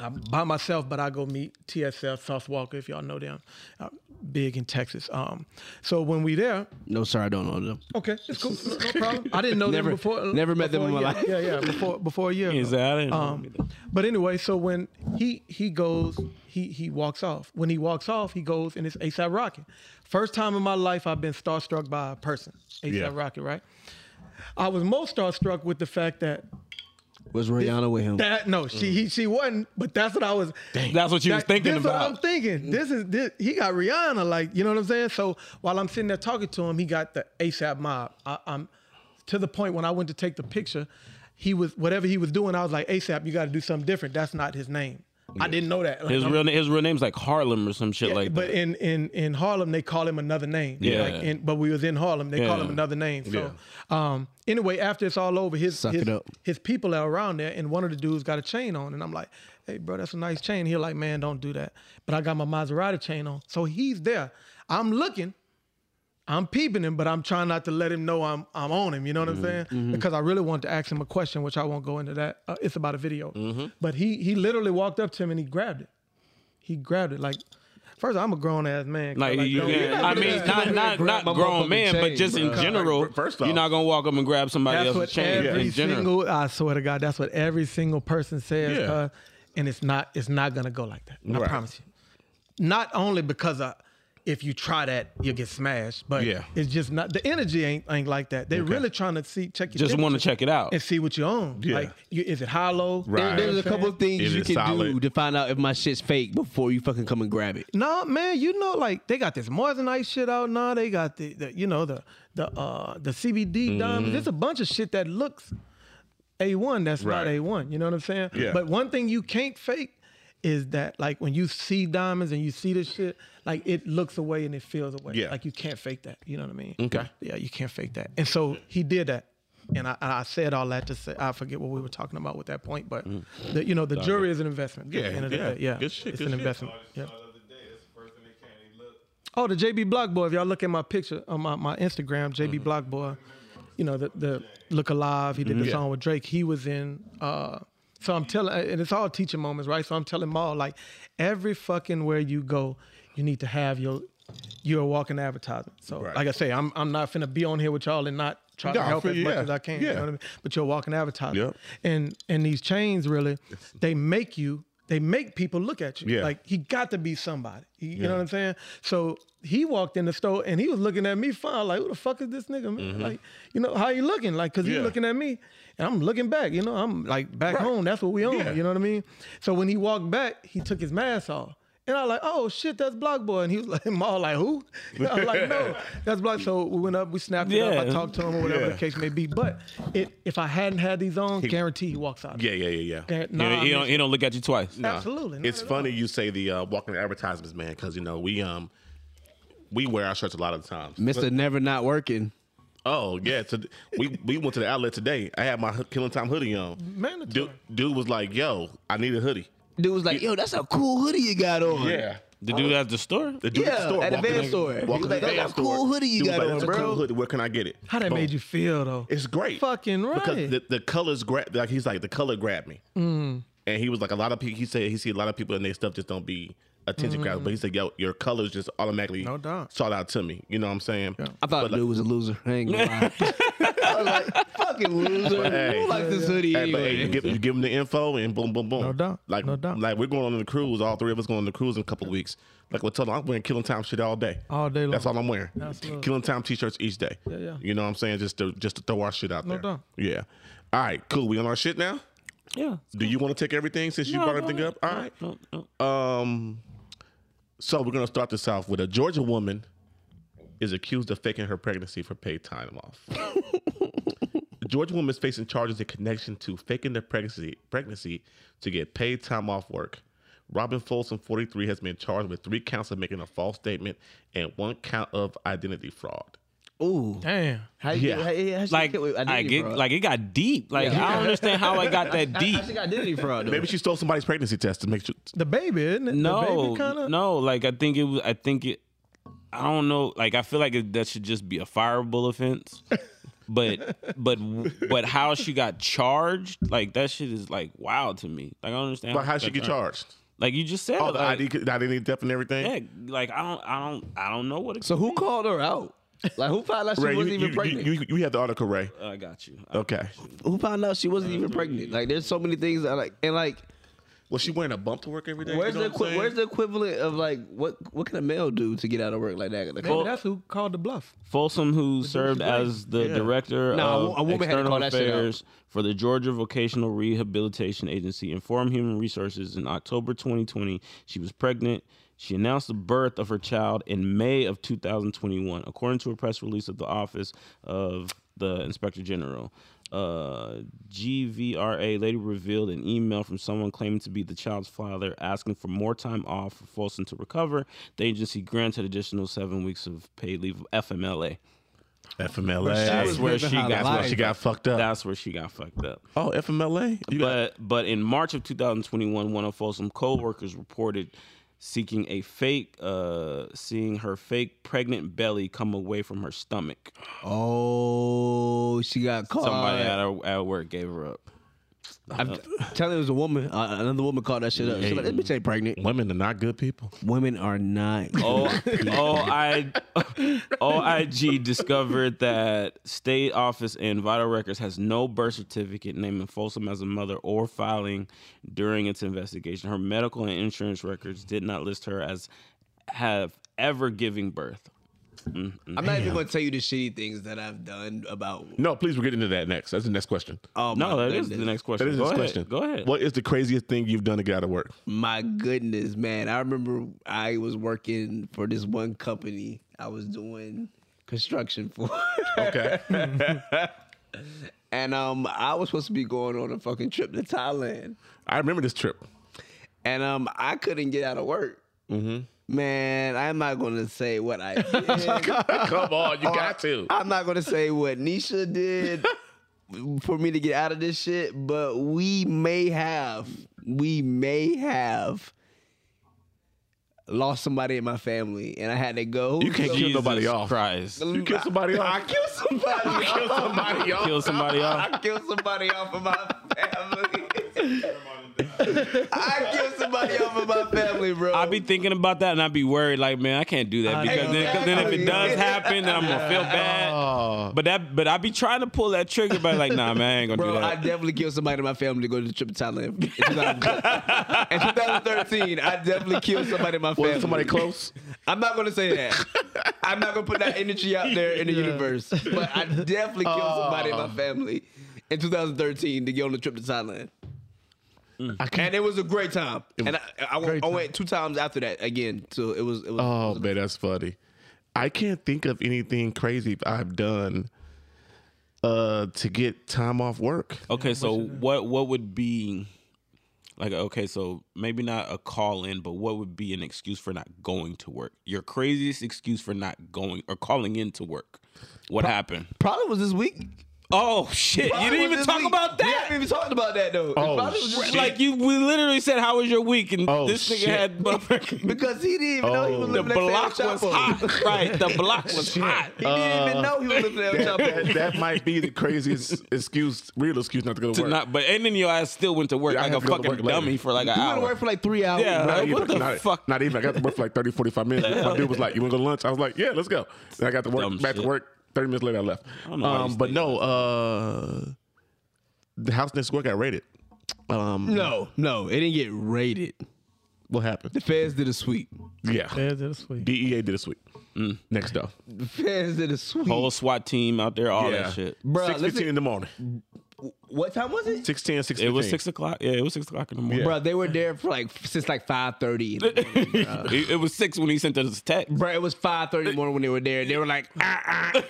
I'm by myself, but I go meet TSF Sauce Walker if y'all know them, uh, big in Texas. Um, so when we there,
No, sir, I don't know them.
okay, it's cool, no, no problem. I didn't know
Never-
them before. uh,
never met them in
before a
my
year. Yeah, yeah, before before a year. ago.
Is that it?
Um, but anyway, so when he he goes, he he walks off. When he walks off, he goes and it's ASAP Rocky. First time in my life I've been starstruck by a person, ASAP
Yeah.
Rocky, right? I was most starstruck with the fact that
Was Rihanna with him?
That no, she he, she wasn't. But that's what I was.
That's what you was
that-
thinking
this What I'm
about.
thinking. This is this, he got Rihanna. Like you know what I'm saying. So while I'm sitting there talking to him, he got the ASAP mob. I, I'm to the point when I went to take the picture, he was whatever he was doing. I was like ASAP, you got to do something different. That's not his name. I didn't know that. Like,
His
I'm-
real na- his real name's like Harlem or some shit like
but
that.
in in in Harlem they call him another name.
Yeah.
Like in, but we was in Harlem, they call
Yeah.
him another name. So um anyway, after it's all over, his
Suck
his,
it up.
his people are around there and one of the dudes got a chain on and I'm like, "Hey bro, that's a nice chain." He like, "Man, don't do that." But I got my Maserati chain on. So he's there. I'm looking I'm peeping him, but I'm trying not to let him know I'm I'm on him. You know what
Mm-hmm.
I'm saying? Because I really want to ask him a question, which I won't go into that. Uh, it's about a video.
Mm-hmm.
But he he literally walked up to him and he grabbed it. He grabbed it like. First, I'm a grown ass man.
Like, you,
don't- you're not
I
gonna
mean,
just come
not
in
not
and
not
grab my
grown
motherfucking
man, but
chain,
just in
bruh.
general,
Like, first
you're
off-
not gonna walk up and grab somebody
That's
else's
what
chain.
every
In general,
single. I swear to God, that's what every single person says.
Yeah.
uh, and it's not it's not gonna go like that. I
Right.
promise you. Not only because uh if you try that, you'll get smashed. But
Yeah.
it's just not the energy ain't ain't like that. They really trying to see check your
just want to
temperature
check it out.
and see what you own.
Yeah.
Like, you, is it hollow?
Right.
You know
There's a
what I'm
couple of
saying?
things
Is
you
it
can do
solid?
to find out if my shit's fake before you fucking come and grab it.
No, man, you know, like they got this moissanite shit out now. They got the, the you know, the the uh the CBD
Mm-hmm.
diamonds. There's a bunch of shit that looks A1 that's not
Right.
A1. You know what I'm saying?
Yeah.
But one thing you can't fake is that like when you see diamonds and you see this shit, like it looks away and it feels away.
Yeah.
Like you can't fake that. You know what I mean?
Okay.
Yeah, you can't fake that. And so he did that. And I, I said all that to say I forget what we were talking about with that point, but the, you know the jury is an investment. at the
Mm. Yeah,
end of the
yeah.
day. yeah.
Good shit,
It's
good
an
shit.
investment. Yeah.
The other day, that's the first thing they came. They looked.
Oh, the JB Block Boy. If y'all look at my picture on my, my Instagram, JB
Mm-hmm.
Block Boy, you know, the, the Look Alive, he did
Mm-hmm.
the song with Drake. He was in, uh, so I'm telling, and it's all teaching moments, right? So I'm telling Maul, like, every fucking where you go, you need to have your, you're a walking advertisement. So,
Right.
like I say, I'm, I'm not finna be on here with y'all and not try
Nah,
to
I
help
feel
as
you,
much
yeah.
as I can. You
Yeah.
know what I mean? But you're a walking
Yep.
advertisement. And, and these chains really, they make you, they make people look at you.
Yeah.
Like, he got to be somebody. He- you know what I'm saying? So he walked in the store and he was looking at me fine, like, who the fuck is this nigga, man?
Mm-hmm.
Like, you know, how you looking? Like, cause he
Yeah.
looking at me and I'm looking back, you know, I'm like back home. That's what we own.
Yeah.
You know what I mean? So when he walked back, he took his mask off. And I like, oh shit, that's Block Boy. And he was like, Maul, like, who? And I'm like, no, that's Block. So we went up, we snapped it up, I
Yeah.
talked to him or whatever
Yeah.
the case may be. But it, if I hadn't had these on, guarantee he walks out.
Yeah, yeah, yeah, yeah.
Gar-
You know,
nah,
he
I
don't
mean,
he don't look at you twice.
absolutely. not
It's
at all.
funny you say the uh, walking advertisements, man, because you know we um we wear our shirts a lot of the times.
Mister Never Not Working.
Oh yeah, to, we we went to the outlet today. I had my Ho- Killing Time hoodie on.
Mandatory.
Dude, dude was like, "Yo, I need a hoodie."
Dude was like, "Yo, that's a cool hoodie you got on."
The dude at the store.
the dude at
Yeah,
the store
at the
walked in
van store. He was
Walked in
like,
the
"That's
van
a
store.
cool hoodie you
Dude was
got
like,
on,
"That's a cool
bro."
hoodie. Where can I get it?
How that
Boom.
made you feel though?
It's great.
Fucking right. Mm.
Because the, the colors grab like he's like the color grabbed me. And he was like a lot of people he said he see a lot of people and their stuff just don't be attention grabbers. But he said, Yo, your colors just automatically
Mm. No doubt.
sought out to me. You know what I'm saying?
I thought
But
the dude was a loser. I ain't gonna lie. I was like, fucking loser.
But hey.
Who likes this hoodie
Hey, but hey, you,
anyway?
give, you give them the info and boom, boom, boom.
No doubt.
Like,
No doubt.
Like we're going on the cruise. All three of us going on the cruise in a couple of weeks. Like we're telling, I'm wearing killing time shit all day.
All day long.
That's all I'm wearing.
Absolutely.
Killing time t-shirts each day. Yeah,
yeah.
You know what I'm saying? Just to just to throw our shit out there.
doubt.
Yeah. All right, cool. We on our shit now.
Yeah.
Do you want to take everything since you
No,
brought
go
everything
ahead.
up? All right.
No, no.
Um, so we're gonna start this off with a Georgia woman is accused of faking her pregnancy for paid time off. the Georgia woman is facing charges in connection to faking the pregnancy pregnancy to get paid time off work. Robin Folsom, 43, has been charged with three counts of making a false statement and one count of identity fraud.
Ooh,
Damn.
how you
Yeah.
how, you- how you
Like
get with
I
identity
get
fraud?
like it got deep. Like I don't understand how I got that deep.
I think identity fraud. Though.
Maybe she stole somebody's pregnancy test to make sure.
The baby, isn't it? the
No,
baby kinda?
no. Like I think it was. I think it. I don't know. Like I feel like it, that should just be a fireable offense. But but but how she got charged? Like that shit is like wild to me. Like I don't understand.
But how
she
she
got
get charged?
Like you just said.
Oh, the
like,
ID, the identity theft and everything.
yeah, like I don't I don't I don't know what. It
So who called her out? Like who found out she
Ray, you,
wasn't even
you,
pregnant?
you, you, you have the article, Ray.
I got you.
Okay. Uh,
who found out she wasn't even pregnant? Like there's so many things that like and like
Was she wearing a bump to work every day?
Where's
you know
the
what I'm
equi-
saying?
Where's the equivalent of like what what can a male do to get out of work like that? Like,
Well,
that's who called the bluff.
Folsom, who served as the director
Nah, a wo- a
of
woman had to
external
call that shit out.
affairs for the Georgia Vocational Rehabilitation Agency, informed Human Resources in October 2020 she was pregnant. She announced the birth of her child in May of 2021, according to a press release of the office of the Inspector General. Uh, GVRA later revealed an email from someone claiming to be the child's father asking for more time off for Folsom to recover. The agency granted additional seven weeks of paid leave of FMLA.
FMLA?
That's where she got.
That's where she got fucked up.
That's where she got fucked up.
oh, FMLA? You got,
but but in March of 2021, one of Folsom co-workers reported seeking a fake, uh, seeing her fake pregnant belly come away from her stomach.
oh, she got caught.
Somebody at, her, at work gave her up.
I'm telling you, it was a woman. Uh, another woman called that shit up. She's like, "This bitch ain't pregnant.
women are not good people.
Women are not."
Oh,
O- OI OIG discovered that state office and vital records has no birth certificate naming Folsom as a mother or filing during its investigation. Her medical and insurance records did not list her as have ever giving birth.
I'm not even gonna tell you the shitty things that I've done about.
No, please, we're getting into that next. That's the next question.
Oh
No,
my
that is
goodness.
the next question.
That is
Go
the
ahead.
question.
Go ahead.
What is the craziest thing you've done to get out of work?
My goodness, man! I remember I was working for this one company. I was doing construction for.
Okay.
And um, I was supposed to be going on a fucking trip to Thailand,
I remember this trip.
and um, I couldn't get out of work. Mm-hmm. Man, I'm not gonna say what I did.
Come on, you got to.
I'm not gonna say what Nisha did for me to get out of this shit. But we may have, we may have lost somebody in my family, and I had to go.
You can't kill
Jesus
nobody off.
Christ.
You kill somebody
I
off.
killed somebody.
Kill somebody off.
Kill somebody off.
I killed somebody off of my family. I killed somebody off of my family, bro.
I be thinking about that and I be worried, like, man, I can't do that because then, 'cause then if it does happen, then I'm gonna feel bad. But that, but I be trying to pull that trigger, but like, nah, man, I ain't gonna
Bro,
do
I
that.
definitely killed somebody in my family to go to the trip to Thailand. In 2013. In 2013, I definitely killed somebody in my family.
Was it somebody close?
I'm not gonna say that. I'm not gonna put that energy out there in the universe. But I definitely killed somebody in
Oh.
my family in 2013 to get on the trip to Thailand. And it was a great time. And I, I, went, I went two times after that again. So it was. It was
Oh man, that's funny. I can't think of anything crazy I've done uh to get time off work.
Okay, so what what would be like? Okay, so maybe not a call in, but what would be an excuse for not going to work? Your craziest excuse for not going or calling in to work? What happened?
Probably was this week.
Oh shit! You
Probably
didn't even
was this
talk
week.
about
We
that.
haven't even talked about that though. It
Oh,
probably was this
shit.
week.
Like you, we literally said, "How was your week?" And
Oh,
this nigga
shit.
had motherfucking-
because he didn't even know he
Oh.
was
the
living next to El
block was
Chapo.
hot. Right, the block was hot.
He didn't even know he was living in El
That,
Chapo.
that, that might be the craziest excuse, real excuse not to go to
To
work.
not, but and then your ass still went to work
Yeah, I
like
had
a
to go to
fucking
work later.
dummy for like an
You went to
hour.
work for like three hours.
Yeah,
bro.
like,
even-
Uh, what the
not,
fuck?
Not even. I got to work for like 30, 45 minutes. My dude was like, "You want to go to lunch?" I was like, "Yeah, let's go." And I got to work
Dumb
back
shit.
to work. Thirty minutes later, I left.
don't know why
um,
you
but
stay
no, uh, the house next door got raided. Um,
No, no, it didn't get raided.
what happened?
The feds did a sweep.
Yeah,
That's this week.
DEA did a sweep.
Mm.
Next up,
The feds did a sweep.
Whole SWAT team out there, all
yeah,
that shit.
Bruh,
Six
listen-
fifteen in the morning.
What time was it?
610, 615.
It was six o'clock. Yeah, it was six o'clock in the morning.
Bro, they were there for like since like five thirty. Bro,
It, it was six when he sent us his text.
Bruh, it was five thirty in the morning when they were there. They were like, ah, ah.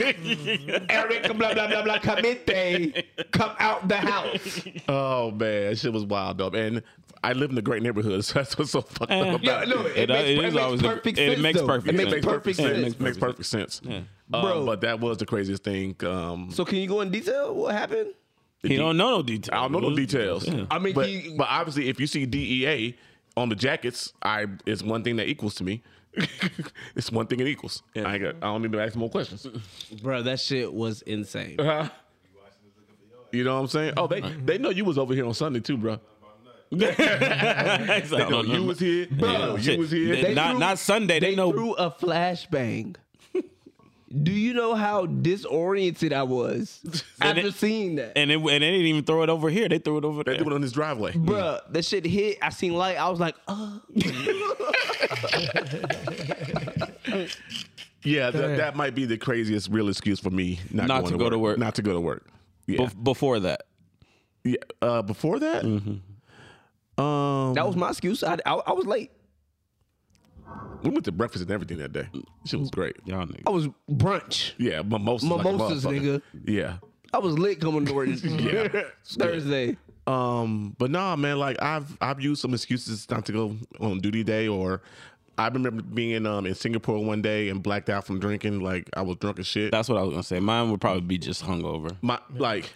Eric, blah blah blah blah, come in, they come out the house.
Oh man, that shit was wild up. And I live in a great neighborhood, so that's what's so fucked up.
Yeah,
about
no,
it.
it, makes,
It- it
it
is
makes
always a-
perfect
it
sense.
makes
though.
perfect
It
sense.
makes perfect
Yeah, it
sense.
makes, makes perfect sense. Um,
Bro.
but that was the craziest thing. Um,
So can you go in detail what happened?
He don't know no details.
I don't know no details.
I mean,
but,
can you-
but obviously, if you see DEA on the jackets, I it's one thing that equals to me. it's one thing it equals. I ain't got, I don't need to ask more questions.
Bro, that shit was insane.
You know what I'm saying? Oh, they they know you was over here on Sunday too, bro.
He's like, I
They know
don't know.
you was here. They know you
Shit.
was here.
They- not
threw-
not Sunday. They, know
threw a flashbang. Do you know how disoriented I was after
it-
seeing that?
And, it, and they didn't even throw it over here. They threw it over
They
there.
do it on his driveway.
Bruh, that shit hit. I seen light. I was like, uh.
Yeah, that,
Damn.
that might be the craziest real excuse for me not,
Not
going
to go to work.
Not to go to work. Yeah.
Bef- Mm-hmm. before that.
yeah. Uh, before that, um,
That was my excuse. I, I, I was late.
we went to breakfast and everything that day. Shit was great.
Y'all
I
niggas.
was brunch.
Yeah, mimosas. like a
Mimosas,
motherfucker.
nigga.
Yeah.
I was lit coming to work this
Yeah.
Thursday.
Um, but nah, man, like I've I've used some excuses not to go on duty day or I remember being um in Singapore one day and blacked out from drinking, like I was drunk as shit.
That's what I was gonna say. Mine would probably be just hungover.
My like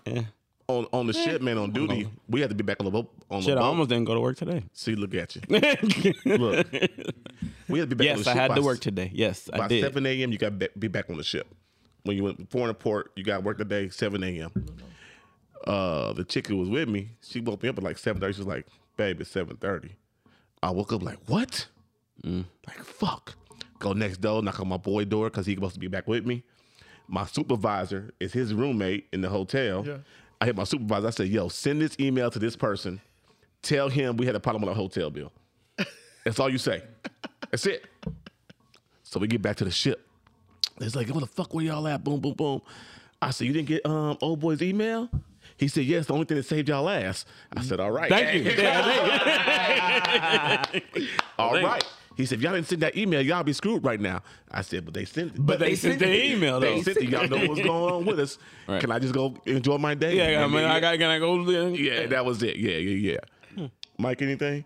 on on the ship, man, on duty, we had to be back on the boat on
Shit,
the
I
boat.
almost didn't go to work today.
See, look at you. Look. We had to be back on the
yes,
ship
I had
by
to
s-
work today. Yes, I
by
did.
7 a.m. You got to be back on the ship. When you went foreign port, you got work today 7 a.m. Uh, the chick who was with me, she woke me up at like 7:30. She was like, "Babe, it's 7:30." I woke up like, "What?"
Mm.
Like, fuck. Go next door, knock on my boy door because he's supposed to be back with me. My supervisor is his roommate in the hotel. I hit my supervisor. I said, "Yo, send this email to this person. Tell him we had a problem with our hotel bill." That's all you say. That's it. So we get back to the ship. It's like, what the fuck where y'all at? Boom, boom, boom. I said, you didn't get um old boy's email? He said, yes, the only thing that saved y'all ass. I said, all right.
Thank you.
All right. He said, if y'all didn't send that email, y'all be screwed right now. I said, but they sent it.
But they sent the email
They
though.
sent it. Y'all know what's going on with us.
Right.
Can I just go enjoy my day?
Yeah, I
And
mean,
then-
I gotta, gotta go. then?
Yeah, that was it. Yeah, yeah, yeah. Mike, anything?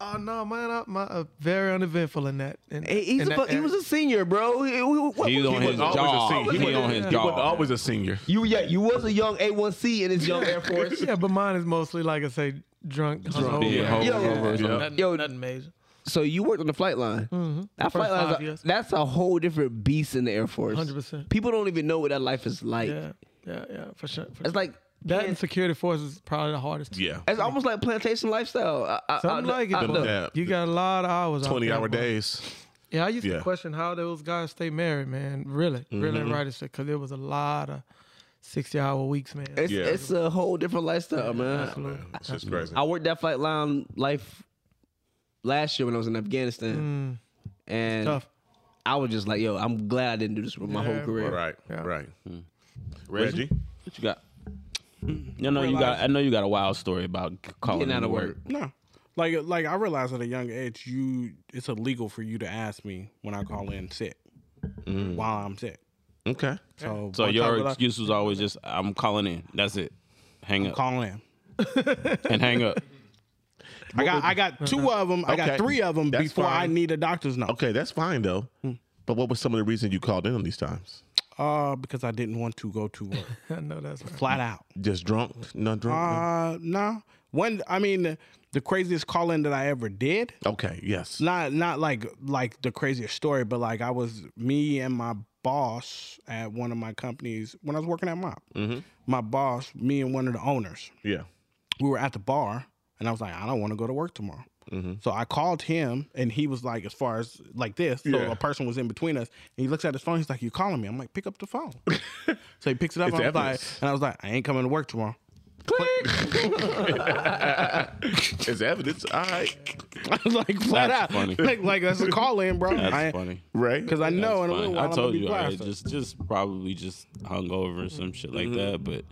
Oh no, man! I, my uh, very uneventful in that. In,
Hey, he's
in
a,
that
fu- he
area.
was a senior, bro. He- he- what-
He was on
He
his
wasn't always a
job.
senior.
He, on his
He wasn't
job.
always a senior.
you yeah, you was a young A1C in his young Air Force.
yeah, but mine is mostly like I say, drunk, hungover.
Yeah,
Yeah.
hungover.
Yeah.
Yo,
nothing major.
so you worked on the flight line. That flight
Mm-hmm. First
line's
five
a-
years.
that's a whole different beast in the Air Force.
100%.
People don't even know what that life is like.
Yeah, yeah, yeah, for sure. for
It's
sure.
like
that
being-
and security force is probably the hardest.
Yeah.
It's almost like plantation lifestyle. I, I,
Something
I-
like it,
Uh, I-
but
look,
Yeah.
you got a lot of hours. out
20
there,
hour
boy.
days.
Yeah, I used
Yeah. Mm-hmm.
to question how those guys stay married, man. Really, really, right? Because it was a lot of sixty-hour weeks, man.
it's,
Yeah.
it's a whole different lifestyle, man.
Absolutely.
It's just crazy.
I worked that flight line life last year when I was in Afghanistan, and
Mm. Tough.
I was just like, "Yo, I'm glad I didn't do this for my whole
Yeah,
career."
Right,
Yeah.
right.
Mm.
Reggie?
What you got? You know, you got. I know you got a wild story about c- calling
Getting out
in
of
to
work.
No. Like like I realized at a young age you it's illegal for you to ask me when I call in sick. While I'm sick.
Okay.
So,
Mm. So
one time
your
I-
excuse was always just, "I'm calling in." That's it. Hang up
call in.
and hang up.
I got I got two
Uh-huh.
of them. I
Okay.
got three of them
That's
before I
fine.
need a doctor's note.
Okay, that's fine though.
Mm.
But what was some of the reason you called in on these times?
Uh, because I didn't want to go to work.
I know that's right.
Flat out.
Just drunk, not drunk.
Uh, no. When I mean the, the craziest call in that I ever did.
Uh,
no? okay, yes.
Not not like like the craziest story, but like I was me and my boss at one of my companies when I was working at Mop.
Mm-hmm.
My boss, me and one of the owners,
yeah.
we were at the bar, and I was like, I don't want to go to work tomorrow.
Mm-hmm.
So I called him, and he was like, as far as like this. So
Yeah.
a person was in between us, and he looks at his phone. He's like, "You calling me?" I'm like, "Pick up the phone." so he picks it up,
It's
and I was like,
evidence.
and I was like, "I ain't coming to work tomorrow."
It's evidence. All right.
I was like, flat
That's
out,
funny.
like, like that's a call in, bro.
That's
I,
funny.
Right.
Because I know in a
Fine.
little while
I
am
told
gonna be
you, I
blasted.
just just probably just hungover or some shit like that. But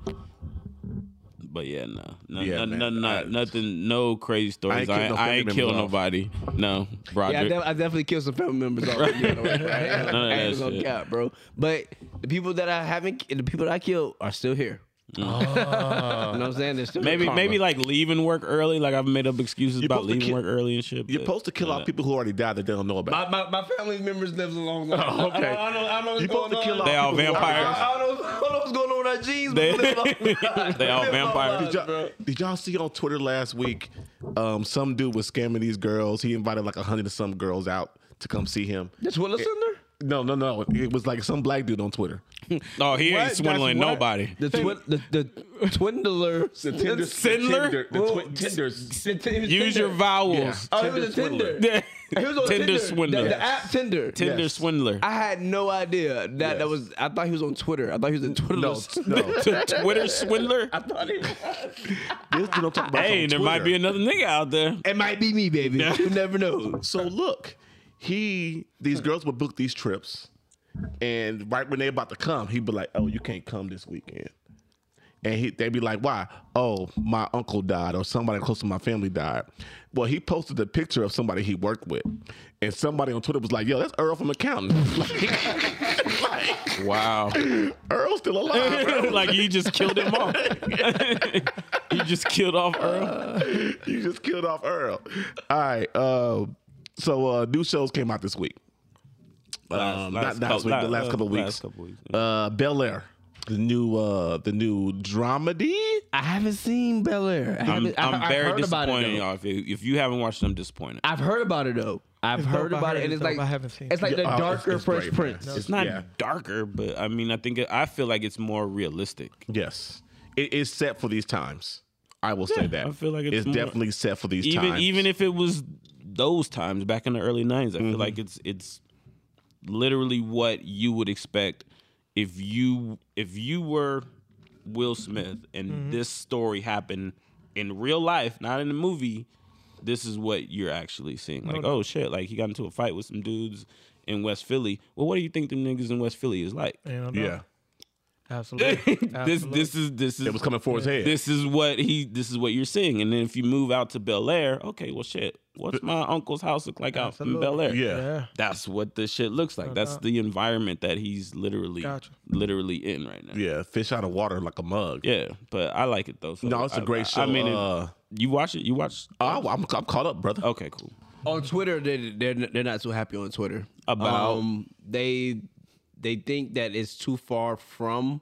but yeah, no, no,
Yeah,
no,
man,
no, no
I-
nothing, no crazy stories.
killed
I,
no
I
family
ain't kill
members off.
nobody. No,
Yeah, I,
Broderick.
def- I definitely killed some family members off. I ain't
None of
I ain't
that
gonna
shit.
cap, bro. But the people that I haven't, the people that I killed are still here. you know what
Ah.
I'm saying? They're still
Mm. maybe
here.
maybe like leaving work early. Like I've made up excuses about
supposed to
leaving
ki-
work early and shit.
You're
but-
supposed to kill off people who already died that they don't know about.
my, my, my family members lives a long life.
Oh, okay.
I don't, I don't, I don't know what's
You're supposed to
going
kill
on.
off
They all
people who already died.
vampires.
I don't know, I don't know what's going on with our jeans, but
They-
we live long-
They all
we live long
vampires.
lives,
Did y'all,
bro.
did y'all see on Twitter last week? Um, some dude was scamming these girls. He invited like a hundred and some girls out to come see him.
That's Willis in there?
No, no, no. It was like some black dude on Twitter.
Oh, he
What?
ain't
That's
swindling
what?
nobody.
The, twin, the, the twindler.
The Tinder,
Sindler?
The Tinder, the twi- Tinders.
Tinder.
Use your vowels.
Oh, it was a Tinder.
swindler.
Yeah.
He was on
Tinder
Tinder,
swindler.
The, the app Tinder.
Tinder
Yes.
swindler.
I had no idea that
Yes.
that was. I thought he was on Twitter. I thought he was a Twitter.
No, no.
The Twitter swindler.
This dude I'm talking about.
Hey,
on
there might
Twitter.
be another nigga out there.
It might be me, baby. You never know.
So look, he these girls would book these trips, and right when they about to come, he'd be like, "Oh, you can't come this weekend," and he, they'd be like, "Why? Oh, my uncle died, or somebody close to my family died." Well, he posted a picture of somebody he worked with, and somebody on Twitter was like, "Yo, that's Earl from accounting." like, like,
Wow.
Earl's still alive. Earl.
like you just killed him off. you just killed off Earl.
you just killed off Earl. All right. Uh, so uh, new shows came out this week. Um, not
Last-
last
last
week,
cou-
the last
la-
couple of
last
weeks.
couple of weeks,
Uh, Bel Air, the new uh, the new dramedy.
I haven't seen Bel Air. I
I'm,
haven't- I-
I'm
I've
very
heard about it,
disappointed, in
though.
y'all. If you, if you haven't watched, it, I'm disappointed.
I've heard about it though. I've
It's
heard
dope. I
about
heard
it, and
it's
it's
dope.
like
I haven't seen
it's
it.
like the
Yeah, oh,
darker
it's- it's
Fresh
great, man.
Prince.
It's-
It's not
yeah.
darker, but I mean, I think it, I feel like it's more realistic.
Yes, it is set for these times. I will say that.
I feel like it's more-
definitely set for these
Even
times.
even if it was those times back in the early '90s, I
Mm-hmm.
feel like it's it's literally what you would expect if you if you were Will Smith and
Mm-hmm.
this story happened in real life, not in a movie. This is what you're actually seeing. Like, oh shit! Like he got into a fight with some dudes in West Philly. Well, what do you think them niggas in West Philly is like?
You know,
yeah,
absolutely.
this this is this is
it was coming for his head.
this is what he this is what you're seeing and then if you move out to bel air okay well shit what's my uncle's house look like out in
Absolutely.
bel air
yeah.
yeah.
that's what this shit looks like that's the environment that he's literally
Gotcha.
literally in right now
yeah, fish out of water like a mug.
yeah but i like it though so
No, it's
a
a great show.
i mean if-
Uh,
you watch it you watch
I, am Oh, I'm caught up, brother.
okay cool
on Twitter, they they're they're not so happy on Twitter
About?
um, they they think that it's too far from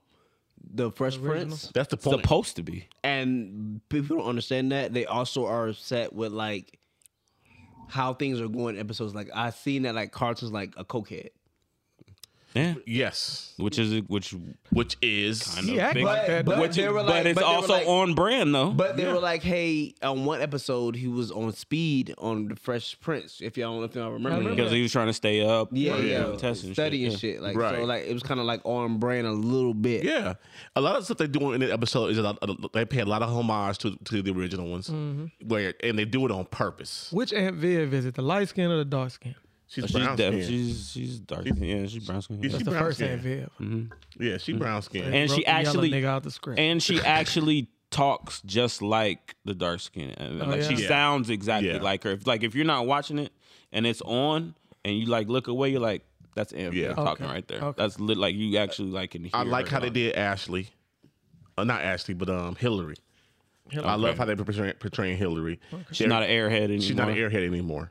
the Fresh Prince,
That's the point.
supposed to be
and people don't understand that. They also are upset with like how things are going. in Episodes like I seen that like Carlton's like a cokehead.
yeah
yes,
which is which
which is
He act
big-
But, but,
which
they were like,
but it's
but they were
also
like-
on brand though
But they were like, "Hey, on one episode, he was on speed on the Fresh Prince. If y'all, if y'all remember, that.
because he was trying to stay up
yeah,
you
yeah,
know, testing shit,
studying
yeah.
shit. Like
Right.
so, like it was kind of like on brand a little bit.
Yeah, a lot of stuff they do in the episode is a lot, they pay a lot of homage to, to the original ones,
Mm-hmm.
where and they do it on purpose.
Which Aunt Viv is it? The light skin or the dark skin?
She's,
Oh, She's
brown
def-
skin.
she's she's dark. yeah, she's brown skin.
Yeah,
yeah.
she
That's the
brown
first
skin.
Aunt Viv.
Yeah, she brown skin.
Mm. And she
Broke the yellow
actually-
nigga out the screen.
And she actually talks just like the dark skin. Uh, like
yeah?
she
Oh, Yeah.
sounds exactly
Yeah.
like her. If like if you're not watching it and it's on and you like look away, you're like, that's Amber
Yeah.
talking
Okay.
right there.
Okay.
That's lit, like you actually like can hear.
I like
her
how they
talk.
did Ashley, uh, not Ashley, but um Hillary. I love how they portraying, portraying Hillary.
She's not an airhead anymore.
She's not an airhead anymore.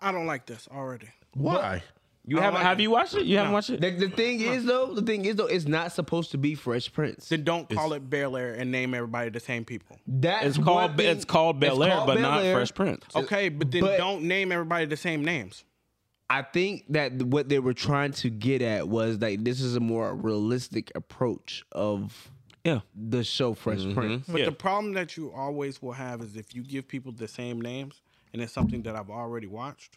I don't like this already.
Why?
You haven't have you watched it? You haven't watched it?
The, the thing is though, the thing is though, it's not supposed to be Fresh Prince.
Then don't call it Bel Air and name everybody the same people.
That's
it's
one
called
thing-
it's called Bel Air,
called
but
Bel
not
Air.
Fresh Prince.
Okay, but then
But-
don't name everybody the same names.
I think that what they were trying to get at was like this is a more realistic approach of
Yeah.
the show Fresh
Mm-hmm.
Prince.
But
Yeah.
the problem that you always will have is if you give people the same names and it's something that I've already watched,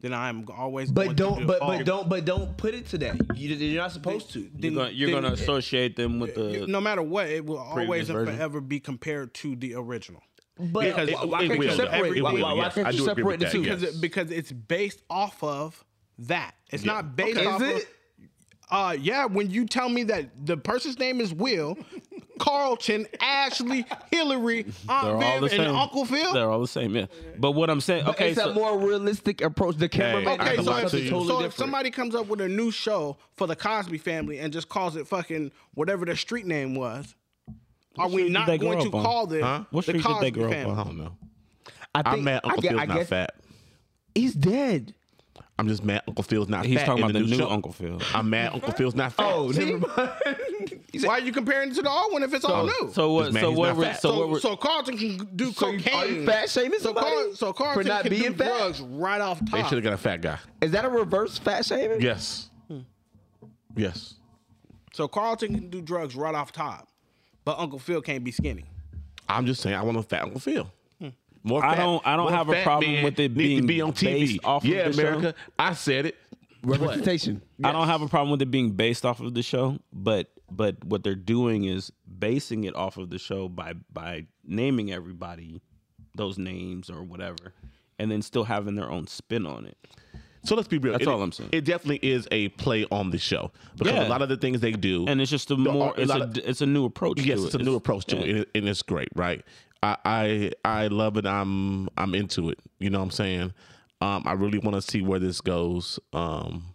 then I'm always.
But
going
don't,
to
but
default.
but don't, but don't put it to that. You, you're not supposed to.
You're gonna, you're gonna associate them with the
No matter what, it will always
Previous
and
version.
forever be compared to the original
But
Because
why,
it-
why
it
can't
will,
you
though.
separate?
It
Why,
will,
why, why
yes.
can't
I
you
do agree
separate
with
the
that,
two?
yes.
because it, because it's based off of that. It's not based
Okay.
off.
Is
of,
it?
Uh, yeah. When you tell me that the person's name is Will, Carlton, Ashley, Hillary,
They're
Aunt
all the
Viv,
same.
and Uncle Phil.
They're all the same, yeah. But what I'm saying, okay,
it's
so,
a more realistic approach. The cameraman
I
Okay,
can
so,
lie
if,
to you.
so
totally
if
different.
somebody comes up with a new show for the Cosby family and just calls it fucking whatever the street name was, are
street
we
did
not
they
going
grow
to
up on?
call this
Huh?
What
the
street did they
Cosby
grow up
family?
I don't know.
I think,
I'm mad Uncle
I, gue-
Phil's
I
not
guess
fat.
he's dead.
I'm just mad Uncle Phil's not
he's
fat.
talking
in
about the new
show.
Uncle Phil.
I'm mad Uncle Phil's not fat.
Oh, never mind.
Why are you comparing it to the old one if it's all new?
So what?
This man
So
is
what?
not
We're,
fat.
so, what?
so,
We're,
so Carlton can do
So you-
cocaine.
are you fat shaming
so,
somebody
so
for
Carlton
not
can
being
do
fat?
drugs right off top.
They should have got a fat guy.
Is that a reverse fat shaming?
Yes.
Hmm.
Yes.
So Carlton can do drugs right off top, but Uncle Phil can't be skinny.
I'm just saying I want a fat Uncle Phil. More
Hmm. I don't- I don't
more
have a
fat
problem
men
with it
need to
being
be on TV.
based off of
yeah,
the show.
America, I said it.
Representation.
I don't have a problem with it being based off of the show, but but what they're doing is basing it off of the show by by naming everybody those names or whatever, and then still having their own spin on it.
So let's be real.
That's
It-
all I'm saying.
It definitely is a play on the show because
Yeah.
a lot of the things they do,
And it's just a
No,
more
a
it's a,
lot of-
it's a new approach.
yes,
to
it's
it.
a new approach to
yeah.
it, and, and it's great, right? I, I I love it. I'm I'm into it. You know what I'm saying? Um, I really want to see where this goes um,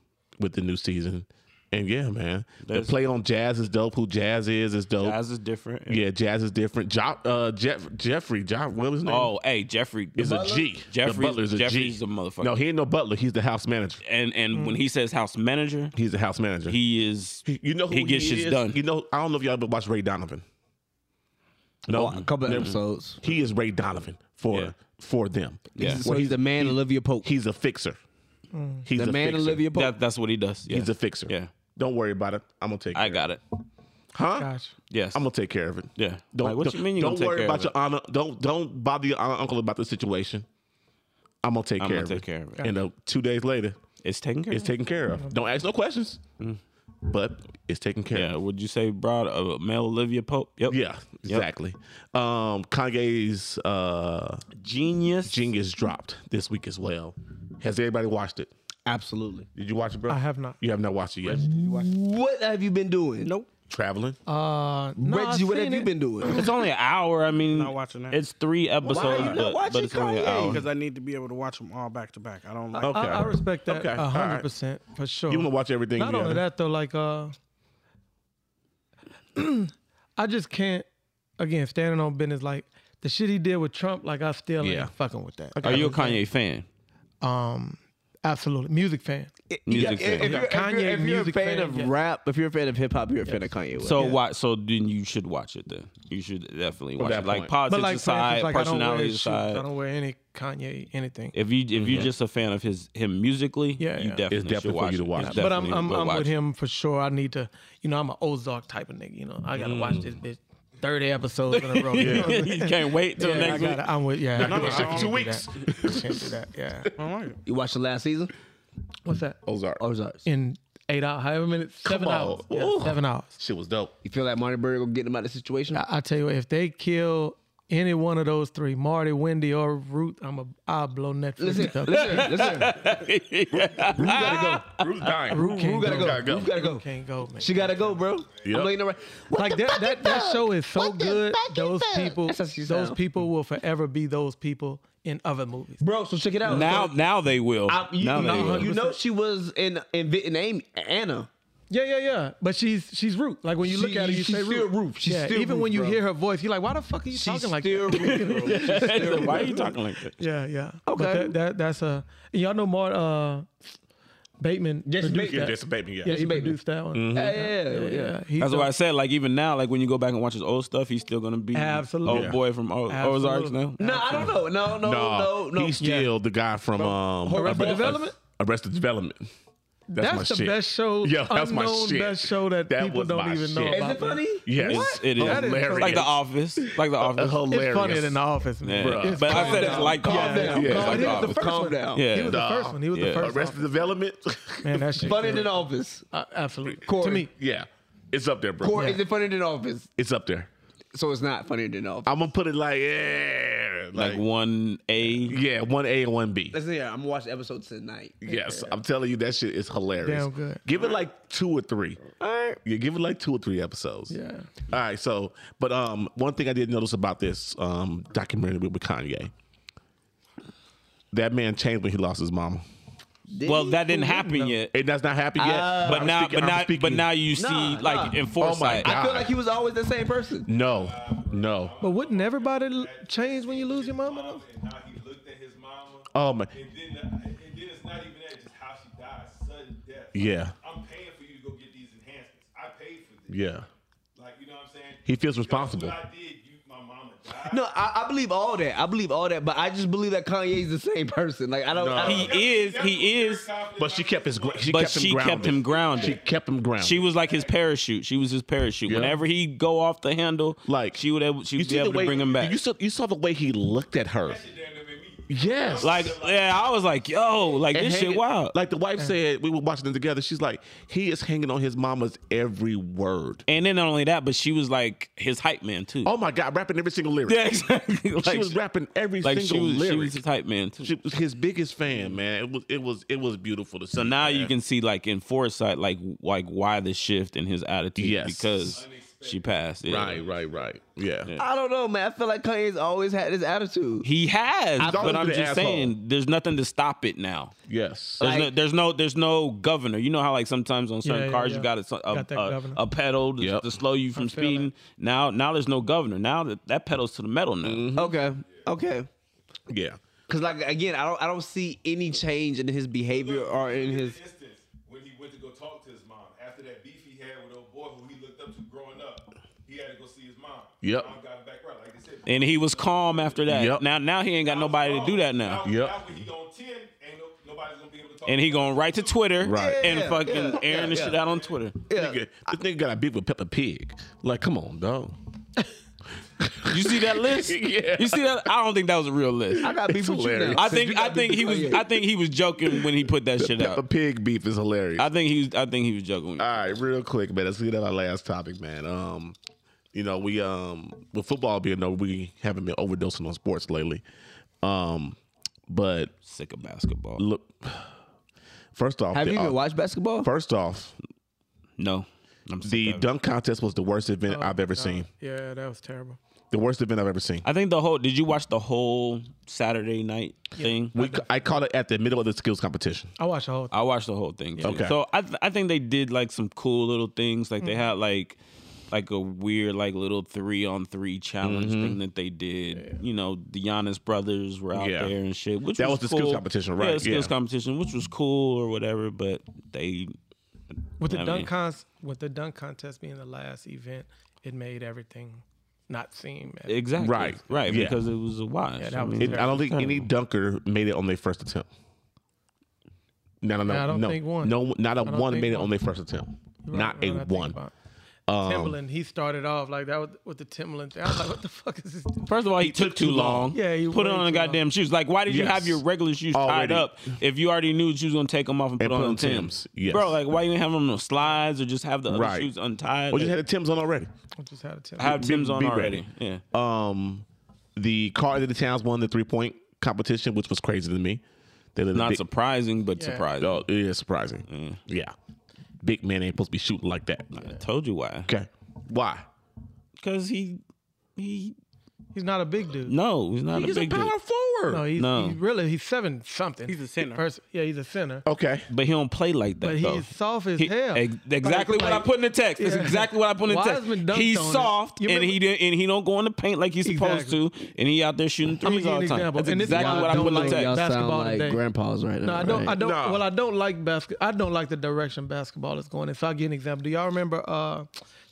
with the new season. And yeah, man,
There's-
the play on jazz is dope. Who jazz is is dope.
Jazz is different.
Yeah, jazz is different. Jo- uh, Jeff Jeffrey, jo- what was his name?
Oh, hey, Jeffrey
is a G.
Jeffrey's-
the butler's a
Jeffrey's
G.
a motherfucker.
No, Mm. he ain't no butler. He's the house manager.
and and when he says house manager,
He's the house manager.
he is
You know who
he gets shit
is?
done.
You know, I don't know if y'all ever watched Ray Donovan. No,
Oh, a couple episodes.
he is Ray Donovan for
Yeah.
for them.
yeah,
So he's Mm. the man Olivia Pope.
He's a fixer. He's
the
a
man
fixer.
Olivia Pope.
that, that's what he does. Yeah.
He's a fixer.
Yeah.
Don't worry about it. I'm gonna take. Care
I got it.
Huh?
Gosh.
Yes,
I'm gonna take care of it.
Yeah.
Don't
Like, what
don't,
you mean you
don't
gonna take
worry
care
about
of
your honor. Don't don't bother your honor uncle about the situation. I'm gonna take
I'm
care
gonna
of
take
it.
care of it.
And uh, two days later,
it's taken care.
it's
of.
taken care of. Don't ask no questions. But it's taken care of.
Mm. Yeah, would you say broad uh, male Olivia Pope? Yep.
Yeah, exactly. Um, Kanye's uh,
Genius.
Genius dropped this week as well. Has everybody watched it?
Absolutely.
Did you watch it, bro?
I have not.
You have not watched it yet.
What have you been doing? Nope.
Traveling.
Uh, no,
Reggie,
I've
what
seen
have you
it.
been doing?
It's only an hour. I mean,
Not watching that.
It's three episodes,
not
but,
watching
but it's only an
Kanye?
hour.
because I need to be able to watch them all back to back. I
Uh,
don't like.
okay.
I, I respect that
Okay,
a
all right.
100% for sure.
you want to watch everything?
Not only
together?
that though, like uh, I just can't. Again, standing on business, like the shit he did with Trump, like I still
Yeah.
ain't fucking with that.
Are you a Kanye fan?
Um, absolutely, music fan.
Music
If,
fan.
you're, if
Kanye
you're- if you're a
music
fan
fan,
of
yeah.
rap, if you're a fan of hip hop, you're a fan of Kanye West.
So why? So then you should watch it. Then you should definitely watch
that
it. Like
point.
politics
But like, for
aside,
instance, like I don't wear
personality
his shoes. I
aside.
don't wear any Kanye anything.
If you if you're just a fan of his him musically,
Yeah,
you
yeah. It's
definitely
definitely
should
for
watch.
you to
it.
watch.
It's
but I'm
definitely
I'm,
worth
I'm with
watching.
him for sure. I need to, you know, I'm an Ozark type of nigga. You know, I gotta watch
Mm.
this bitch thirty episodes in a row. You know what I'm saying?
you can't wait till
Yeah, I
next week.
gotta, I'm with yeah. I
no,
can't- I
shit,
can't
two
do
weeks.
that. um, I can't do that. Yeah.
You watched the last season?
What's that?
Ozark.
Ozarks.
in eight hours, however many, seven
on.
hours. Yeah,
Ooh.
seven hours.
Shit was dope.
You feel like Marty Berg will get him out of the situation?
I, I tell you what, if they kill any one of those three, Marty, Wendy, or Ruth, I'm a I'll blow Netflix
Listen,
up.
listen, listen.
Ruth gotta go. Ruth dying. Ruth
can't
gotta
Gotta
go.
go.
You gotta go.
Can't go, man.
She gotta go, bro.
Yep.
I'm letting her right. What
like
the
that,
fuck
that,
is
that show is so
What the
good.
fuck is
Those
that?
people,
That's how she
those
sound.
people will forever be those people in other movies.
Bro, so check it out.
Now
So,
now they will.
I, you,
now they
you-
will.
you know she was in in Vietnam, Anna.
Yeah, yeah, yeah. But she's she's Ruth. Like when you look
She-
at her, you
she's
say
still
Ruth.
Ruth. She's
yeah,
still
even
Ruth,
when you
bro.
hear her voice, you're like, why the fuck are you
She's
talking like
still
that?
Ruth, bro. She's still
Why are
Ruth.
you talking like that?
Yeah, yeah.
Okay.
But that, that that's a y'all know more uh Bateman.
Jason
produced
Yeah,
that.
just a baby. Yeah.
Yeah, he
Bateman.
produced that one.
Yeah, Mm-hmm. yeah, yeah, yeah.
He
That's
dope.
why I said, like, even now, like when you go back and watch his old stuff, he's still gonna be
Absolutely.
old boy from o-
Absolutely.
Ozarks now.
No, I don't know. No, no, no,
No,
no.
he's still the guy from um,
Arrested
Arre-
Development?
Arrested Development. That's, my
That's the
shit.
best show.
Yeah, that's my
unknown
shit.
Best show that,
That
people
was
don't
my
even know
shit.
Is
about.
it funny?
Yes,
It's, it is
That is
hilarious.
like the Office, like the Office.
hilarious.
It's funnier than the office,
Yeah.
man. It's
But I
funny.
said it's like the
Calm
Office.
down.
yeah,
It's
Calm
like
yeah.
the
down.
Office.
Calm down.
He was
Yeah,
the
Nah.
first one. He was
Yeah.
the first.
Arrested
office.
Development.
Man, that shit.
Funny
good.
than office.
Uh, absolutely.
Corey.
To me,
yeah, it's up there, bro.
Or
Yeah.
is it funnier than office?
It's up there.
So it's not funnier than office.
I'm gonna put it like yeah,
like one A.
yeah, one A and one B.
Listen here, I'm gonna watch the episode tonight.
Yes, I'm telling you that shit is hilarious.
Damn good.
Give it like two or three. All right. Yeah, give it like two or three episodes.
Yeah.
All right. So, but um, one thing I did notice about this um documentary with Kanye, that man changed when he lost his mama.
Well, that didn't happen yet.
And that's not happened yet.
But
I'm
now,
speaking-
but
I'm
now,
speaking- Oh
but now you see,
Nah,
like,
nah.
in
my
foresight.
God.
I feel like he was always the same person.
No, no.
but wouldn't everybody l- change when you lose your mama? Though?
And how he looked at his mama.
Oh my.
And then, the, and then it's not even that, just how she died, sudden death.
Yeah.
I'm paying for you to go get these enhancements. I paid for this.
Yeah.
Like, you know what I'm saying?
He feels
Because
responsible.
What I did, you, my mama died.
No, I, I believe all that. I believe all that, but I just believe that Kanye's the same person. Like I don't. I don't-
He is, he is,
But she kept his. gr- She
but
kept him
she
grounded.
kept him
She
grounded.
kept him grounded.
She was like his parachute. She was his parachute.
Yeah.
Whenever he go off the handle,
like
she would able, she
you
would
see
be able
the way,
to bring him back.
You saw, you saw the way he looked at her. Yes.
Like, yeah, I was like, yo, like
And
this shit
hanging-
wild.
Like the wife said, we were watching them together. She's like, he is hanging on his mama's every word.
and then not only that, but she was like his hype man too.
Oh my God, rapping every single lyric.
yeah, exactly. Like,
she was rapping every
like she
single
was, she
lyric.
was his hype man too.
She was his biggest fan, man. It was it was it was beautiful to see.
So now you
man.
can see like in foresight, like like why the shift in his attitude.
Yes.
because she passed. Yeah.
Right, right, right. Yeah.
I don't know, man. I feel like Kanye's always had this attitude.
He has,
always
but I'm
been
just
an asshole.
saying, there's nothing to stop it now.
Yes.
There's, no,
Like-
there's no, there's no governor. You know how like sometimes on certain
yeah,
cars
yeah.
you got a, a,
Got that
a,
governor.
a pedal to,
Yep.
to slow you from
feel that.
speeding. Now, now there's no governor. Now that, that pedal's to the metal now.
Mm-hmm.
Okay, okay.
yeah.
Cause like again, I don't I don't see any change in his behavior or in his.
instance when he went to go talk to his mom after that beef he had with old boy who he looked up to growing up. He had to go see his mom.
Yep.
Mom got him back right, like they said.
And he was calm after that.
Yep.
Now, now he ain't got nobody to do that now.
Now,
Yep.
now when he on ten, ain't no, nobody's gonna be able to talk.
And he gonna write to Twitter
Right.
and
Yeah,
fucking
yeah,
airing the
yeah.
shit out on Twitter.
Yeah.
Nigga, this nigga got a beef with Peppa Pig. Like, come on, dog.
You see that list?
Yeah.
You see that? I don't think that was a real list.
I got beef with you now.
I think I think he was I think he was joking when he put that shit
Peppa
out.
Pig beef is hilarious.
I think he was I think he was joking.
All right, real quick, man. Let's get to our last topic, man. Um, you know, we um with football being over, we haven't been overdosing on sports lately. Um, but
Sick of basketball.
look, first off,
Have
the-
you
uh,
even watched basketball?
First off,
No. I'm sick
the
of it.
dunk contest was the worst event
Oh
I've ever seen.
Yeah, that was terrible.
The worst event I've ever seen.
I think the whole did you watch the whole Saturday night thing?
We, I caught it at the middle of the skills competition.
I watched the whole thing.
I watched the whole thing. Too.
Okay.
So I th- I think they did like some cool little things. Like they
Mm-hmm.
had like like a weird like little three on three challenge
Mm-hmm.
thing that they did. You know, the Giannis brothers were out
Yeah.
there and shit. Which
That
was,
was the skills
cool.
competition,
Yeah,
right,
the skills
yeah.
competition, which was cool or whatever. But they
With the
I mean-
dunk cons, with the dunk contest being the last event, it made everything not seem. as-
exactly
Right.
right
Yeah.
because it was a watch.
Yeah, that was
It, I don't think any dunker made it on their first attempt. No, no, no.
Yeah, I don't
no.
think one.
No, not a
don't
one
think
made it
one.
on their first attempt.
Right,
not
now
a
that I think
one. Um,
about it. Timbaland, he started off like that with, with the Timbaland thing. I was like, what the fuck is this? dude?
First of all, he, took, too long.
Yeah, he
put
way
on the
too
goddamn shoes. Like, why did you
Yes.
have your regular shoes tied
Already.
up if you already knew that you was gonna take them off and, put on them Tims?
Yes.
Bro, like, why you didn't have them on slides or just have the other
Right.
shoes untied?
Well, you
Like,
had the Tim's on already.
I just had a Timbaland.
have
be-
Tims on
be
already.
ready.
Yeah.
Um, the car that the towns won the three point competition, which was crazy to me. They let a
Not
big-
surprising, but
Yeah.
surprising.
Oh, it is surprising. Yeah, big man ain't supposed to be shooting like that.
I told you why.
Okay, why?
Because he, he,
He's not a big dude.
no, he's not a big dude.
forward.
No, he's,
No.
he's really he's seven something. He's
a center.
yeah, he's a center.
Okay,
But he don't play like that.
But
though.
he's soft as
He-
hell.
ex- exactly
Like-
what I
like-
put in the text. That's
Yeah.
exactly what I put in the text.
Wiseman dunked
He's
on it.
soft
You
and he didn't, and he don't go in the paint like he's supposed
Exactly.
to, and he out there shooting
I'ma
threes
give you
all
an
the time.
example.
That's
And this is
exactly
why
what
I
I
don't
put in the
like
text.
y'all. basketball
sound
today.
like grandpas right
No,
now.
I don't.
right?
I don't.
No.
Well, I don't like basket. I don't like the direction basketball is going. If I get an example, do y'all remember uh,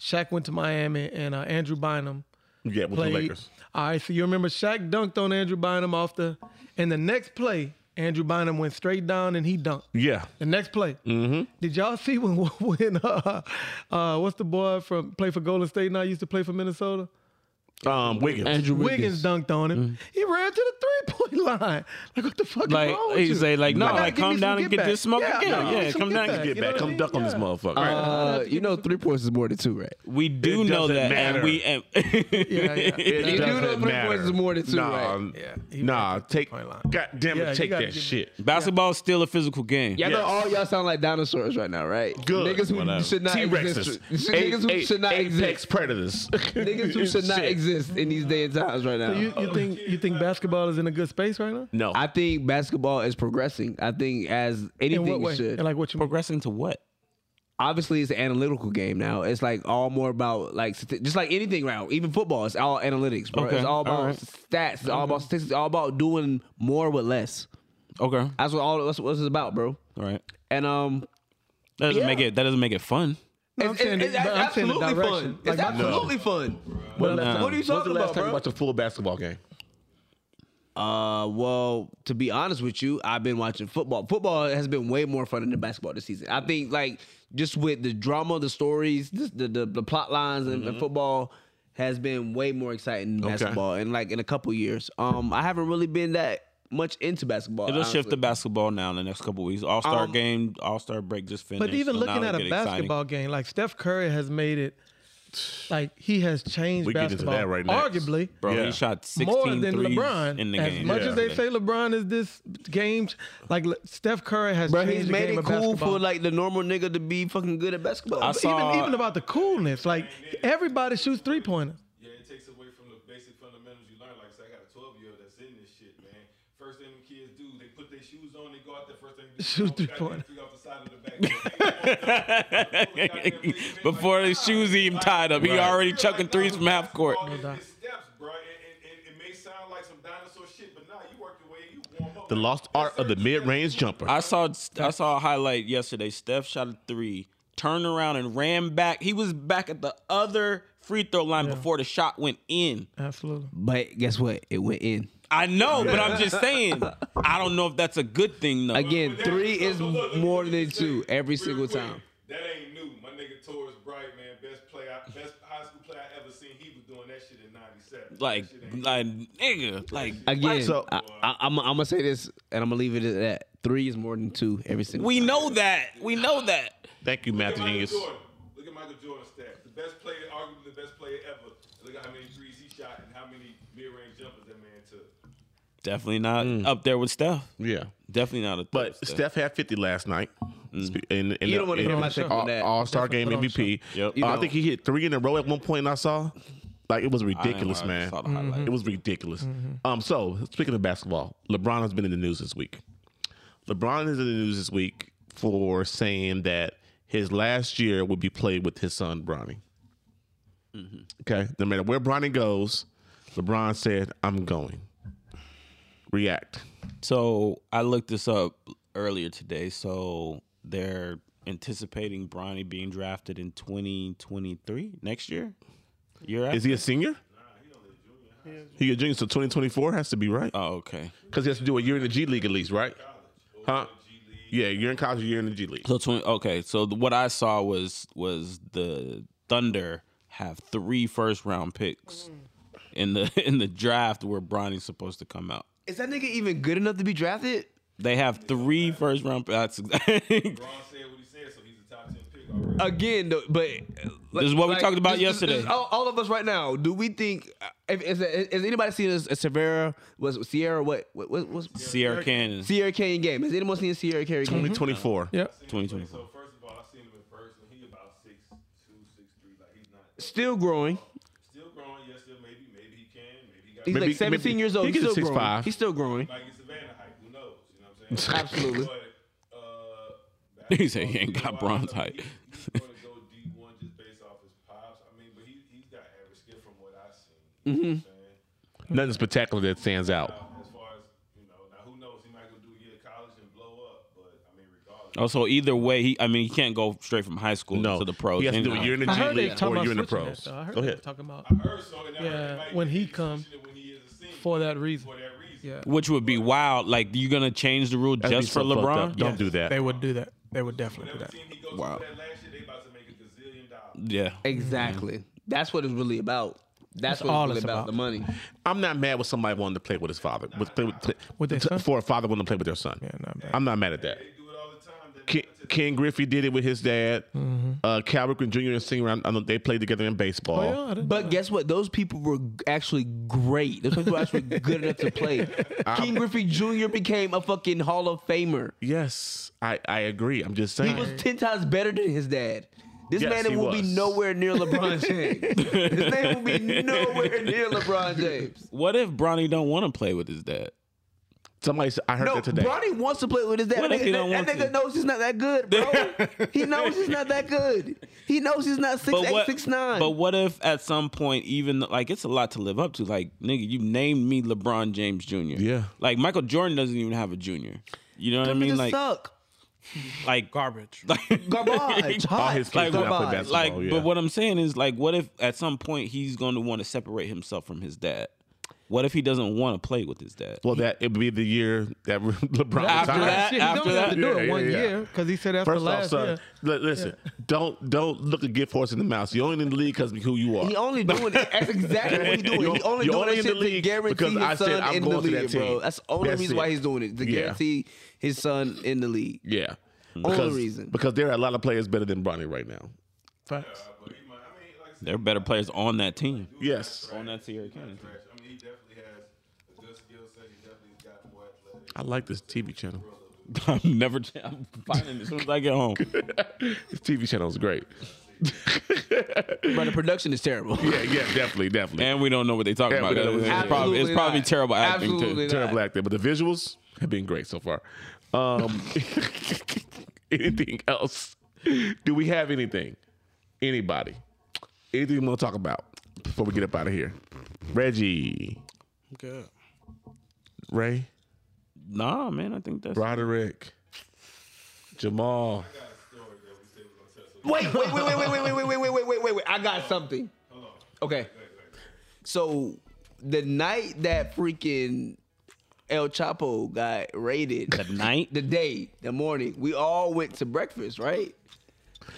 Shaq went to Miami and uh, Andrew Bynum
yeah, with
played?
the Lakers.
All right, so you remember Shaq dunked on Andrew Bynum off the, and the next play Andrew Bynum went straight down and he dunked.
Yeah,
The next play. Mm-hmm. Did y'all see when when uh, uh, what's the boy from play for Golden State now used to play for Minnesota?
um, Wiggins.
Andrew
Wiggins, dunked on him. He ran to the three point line. Like what the fuck?
Mm-hmm. Like,
is wrong with
he
you?
say, like, no,
gotta
like,
give
calm
me some
down and get
back.
this smoke again.
no,
Yeah,
give me
come
some
down and
Get
you know
back,
what I
come
mean?
duck on this
Yeah.
motherfucker.
Uh, you know, three points is more than two, right?
We do
It
know
doesn't
that,
matter.
and we and
Yeah, yeah.
It
You do know
doesn't
three
matter.
points is more than two,
nah,
right?
Yeah, he
nah,
went to the
take.
three-point line.
God damn it,
Yeah, you
take
gotta
that
give-
shit.
basketball's still a physical game.
Y'all know
Yes.
all y'all sound like dinosaurs right now, right?
Good.
Niggas who
Whatever.
should not
T-Rexes.
exist. Niggas who
A-
should not
A-
exist.
Apex predators.
Niggas who should not
Shit.
exist in these day and times right now.
You, you think you think basketball is in a good space right now?
No.
I think basketball is progressing. I think as
In what
anything
way?
should.
And like what you mean?
Progressing to what?
Obviously, it's an analytical game now. It's like all more about like stati- just like anything now. Even football, it's all analytics, bro.
Okay.
It's all about
All right.
stats. It's all about statistics. It's all about doing more with less.
Okay, all
That's what all that's what it's about, bro.
right.
And um,
That doesn't
Yeah.
make it. That doesn't make it fun.
No, I'm
it's,
saying
it's,
the-
it's
but I'm saying the
absolutely
direction.
fun. It's
Like, my-
absolutely fun.
Well,
What
Nah.
are you
When's the
talking
last
Oh,
about,
time you
bro?
watched a full basketball game?
Uh, well, to be honest with you, I've been watching football. Football has been way more fun than basketball this season. I think, like, just with the drama, the stories, this- the the, the plot lines, and
Mm-hmm.
and football has been way more exciting than basketball. And like in a couple years, um, I haven't really been that much into basketball.
It'll shift to
honestly.
basketball now in the next couple weeks. All star
Um,
game, All star break just finished.
But even
so now
looking at
it'll
a
get exciting.
basketball game, like Steph Curry has made it, like he has changed
We get into
basketball.
that right next.
Arguably,
bro,
Yeah.
he shot 16
more than
threes
LeBron.
in the
as
game.
much as they
Yeah.
say LeBron is this game, like Le- Steph Curry has
Bro,
changed
he's
the
made
game
it
of
cool
basketball.
for like the normal nigga to be fucking good at basketball.
I
But
saw-
even even about the coolness, like everybody shoots three pointers.
Yeah, it takes away from the basic fundamentals you learn. Like, say, I got a 12 year old that's in this shit, man. First thing them kids do, they put their shoes on, they go out there. First thing they do,
Shoot
they
three-pointer.
three off the side of the back.
Before his shoes even tied up, he already chucking threes from half court.
All in his steps, bro. It, it, it, it may sound like some dinosaur shit, but nah, you work your way, you warm up.
The lost art of the mid range jumper.
I saw I saw a highlight yesterday. Steph shot a three, turned around and ran back. He was back at the other free throw line before the shot went in.
Absolutely.
but guess what? It went in
I know, but I'm just saying. I don't know if that's a good thing though.
again. Three is
So, look, let me
more
just
than
say,
two every
real
single
quick,
time.
That ain't new. My nigga Torres Bright, man, best play, I- best high school player I ever seen. He was doing that shit in '97.
Like, like nigga, like
Again,
So-
I, I, I'm, I'm gonna say this, and I'm gonna leave it at that. Three is more than two every single.
we
time.
know that. We know that.
Thank you,
Look at
Matthew
Michael
Genius.
Jordan. Look at Michael Jordan's stats. The best player, arguably the best player ever. Look at how many threes he shot and how many mid-range jumpers that man took.
Definitely not up there with Steph.
Yeah.
Definitely not up there.
But
with Steph.
Steph had 50 last night.
Mm-hmm.
Spe- In, in
You don't wanna put him out there for that.
All Star Game
put on
MVP.
Yep.
Uh, I think he hit three in a row at one point. I saw, like it was
I ain't
ridiculous,
lying. I
man.
saw the highlight.
It was ridiculous.
Mm-hmm.
Um, so speaking of basketball, LeBron has been in the news this week. LeBron is in the news this week for saying that his last year would be played with his son Bronny.
Mm-hmm.
Okay, no matter where Bronny goes, LeBron said, "I'm going." React.
So I looked this up earlier today. So they're anticipating Bronny being drafted in 2023 next year. Year after?
Is he a senior? He a junior, so 2024 has to be right
oh, okay.
because he has to do a year in the G League at least, right? Huh? Yeah, you're in college, you're in the G
Mm-hmm.
League.
So 20, okay. So the- what I saw was was the Thunder have three first round picks in the in the draft where Bronny's supposed to come out.
Is that nigga even good enough to be drafted?
They have three first round. That's
Ron said what he said, so he's a top ten pick already.
Again, though, but uh, like-
This is what we talked about yesterday.
all, all of us right now. Do we think? uh, If, is, is anybody seen a, a Severa? Was Sierra what? What was
Sierra Cannon,
Sierra Canyon game? Has anyone seen a Sierra Canyon game?
2024.
Yep.
2024.
So first of all, I seen him in person. He about six two, six three. Like he's not
Still growing.
still growing. Yes, still maybe, maybe he can, maybe he got.
He's
Maybe-
like 17
maybe-
years old.
he
He's
could
still
six
growing.
five.
He's still growing.
Like it's Savannah hype. Who knows? You know what I'm saying?
Absolutely.
But, uh,
He said he ain't got bronze
basketball,
height.
He, he's going to go D1 just based off his pops. I mean, but he, he's got average skill from what I've seen. You know what I'm saying?
Nothing spectacular that stands out.
As far as, you know, now who knows? He might go do a year of college and blow up. But, I mean, regardless.
Oh, so either way, he, I mean, he can't go straight from high school
No,
to the pros.
He has to do a
anyhow.
year in the
I
G
heard they
League
talking
or a
about
year in the
switching that,
pros.
though. I heard
Go
they
ahead.
talking about
Her song, and I heard
Yeah,
they might
when
be
he
switching
come
it when he is a senior
for that reason.
for that reason.
Yeah,
Which would be wild. Like, you gonna change the rule
That'd be
just for
so fucked
LeBron?
up. Don't do that.
they would do that. They would definitely do
Whatever
that.
team he goes
Wow.
to that last year, they about to make a gazillion dollars.
Yeah.
Exactly. That's what it's really about. That's what
all
it's really
it's
about,
about.
The money.
I'm not mad with somebody wanting to play with his father, with, play with,
With their
to-
son?
for a father wanting to play with their son.
Yeah, not bad.
I'm not mad at that.
They do it all the time. That
Ken, Ken Griffey did it with his dad. Uh, Cal Ripken Jr. and Senior, I know they played together in baseball.
Mm-hmm. Oh, yeah, I didn't know
But
that.
guess what? Those people were g- actually great. Those people were actually good enough to play. King Griffey Jr. became a fucking Hall of Famer.
Yes, I, I agree. I'm just
He
saying.
was ten times better than his dad. This
Yes, he
man will be
was.
nowhere near LeBron James. His name will be nowhere near LeBron James.
What if Bronny don't want to play with his dad?
Somebody said, I heard
No,
that today.
Bronny wants to play with his dad.
What
that
if he
nigga,
don't
that
want
nigga
to?
knows he's not that good, bro. he knows he's not that good. He knows he's not six
But
eight,
what?
six nine.
But what if at some point, even like it's a lot to live up to. Like, nigga, you named me LeBron James Jr.
Yeah.
Like Michael Jordan doesn't even have a junior. You know what I mean?
Just
Like,
suck.
like
Garbage.
Garbage.
All
hot.
his kids
Like,
did not
garbage.
play basketball.
like
yeah.
but what i'm saying is like what if at some point he's going to want to separate himself from his dad What if he doesn't want to play with his dad?
Well, that it would be the year that LeBron
After
retired.
that,
Shit, he
after
don't have
that-
to do
Yeah,
it
yeah,
one
yeah.
year because he said after
First off,
last
son,
year.
li- listen, don't don't look a gift horse in the mouth. You're only in the league because of who you are.
He only doing it. That's exactly what he's doing.
You're-
He only
you're
doing
only
that
in the
shit to
league
guarantee
because
his
I said
son
I'm
in the
going to that
league, bro.
team.
That's the only
That's
reason
it.
why he's doing it to
Yeah.
guarantee his son in the league.
yeah,
Only
because,
reason.
because there are a lot of players better than Bronny right now.
Facts.
But he might, I mean, like I said,
There are better players on that team.
Yes,
On that Sierra Cannon team.
trash. I mean, he definitely has a good skill set. He definitely got more athletic.
I like this TV channel.
I'm never. I'm finding it as soon as I get home.
This TV channel is great.
But the production is terrible.
Yeah, yeah, definitely, definitely.
And we don't know what they talk
Yeah, we
about.
don't know what
It's
they talk
probably, it's
Absolutely
probably
not.
terrible acting
Absolutely
too.
not.
Terrible acting, but the visuals have been great so far. Um, anything else? Do we have anything? Anybody? Anything we want to talk about before we get up out of here? Reggie,
Good.
Ray,
Nah, man. I think that's
Roderick, Jamal.
Wait, wait, wait, wait, wait, wait, wait, wait, wait, wait, wait, wait, wait. I got something. Okay. So the night that freaking El Chapo got raided,
the night.
the day, the morning, we all went to breakfast, right?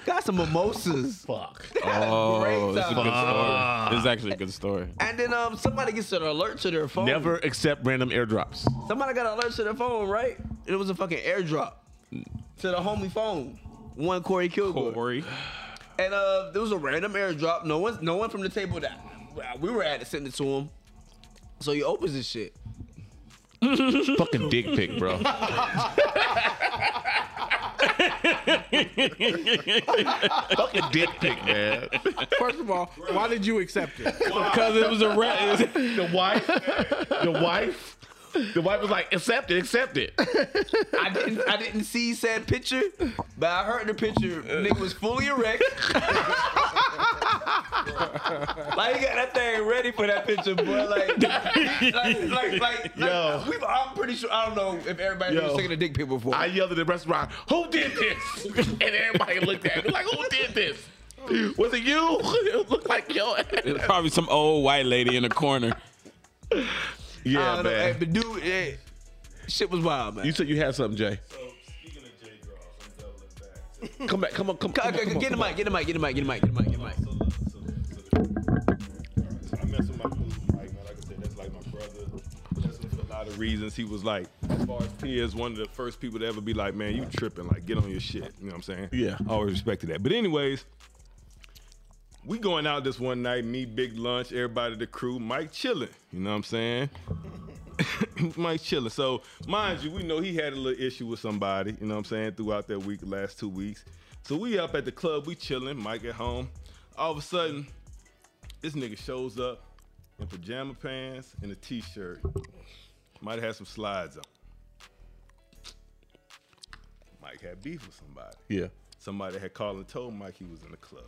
Got some mimosas.
Fuck.
Had a
Oh,
great
this is a good
time.
story.
Ah.
This is actually a good story.
And then um, somebody gets an alert to their phone.
Never accept random airdrops.
Somebody got an alert to their phone, right? It was a fucking airdrop to the homie phone. One Corey Kilgore.
Corey.
And uh, there was a random airdrop. No one, no one from the table that we were at sent it to him. So he opens this shit.
Fucking dick pic, bro. Fucking dick pic, man.
First of all, why did you accept it?
Because it was a rat.
The wife, the wife, the wife was like, accept it, accept it.
I didn't, I didn't see said picture, but I heard the picture. Nigga was fully erect. like he got that thing ready for that picture, boy. Like, like, like, like,
Yo.
like we, I'm pretty sure. I don't know if everybody
Yo.
was taking a dick pic before.
I yelled at the restaurant, who did this? And everybody looked at me like, who did this? Was it you? It looked like yo.
It's probably some old white lady in the corner.
I
Yeah,
don't know, hey,
man.
but dude, eh, shit was wild, man.
You said you had something, Jay.
So, speaking of J Draws, I'm doubling back. So,
Come back, come on, come,
Go-
come on.
go-
Come on.
get the mic, get the mic, get the mic, get the mic, get the mic, get the mic.
so, look, so, look, so, look. All right, so I mess with my dude, Mike, man. Like I said, that's like my brother. That's for a lot of reasons. He was like, as far as P is one of the first people to ever be like, man, you tripping. Like, get on your shit. You know what I'm saying?
Yeah.
I always respected that. But, anyways, we going out this one night, me, big lunch, everybody, the crew, Mike chilling. You know what I'm saying? Mike chilling. So, mind you, we know he had a little issue with somebody, you know what I'm saying, throughout that week, last two weeks. So, we up at the club, we chilling, Mike at home. All of a sudden, this nigga shows up in pajama pants and a t shirt. Might have had some slides on. Mike had beef with somebody.
Yeah.
Somebody had called and told Mike he was in the club.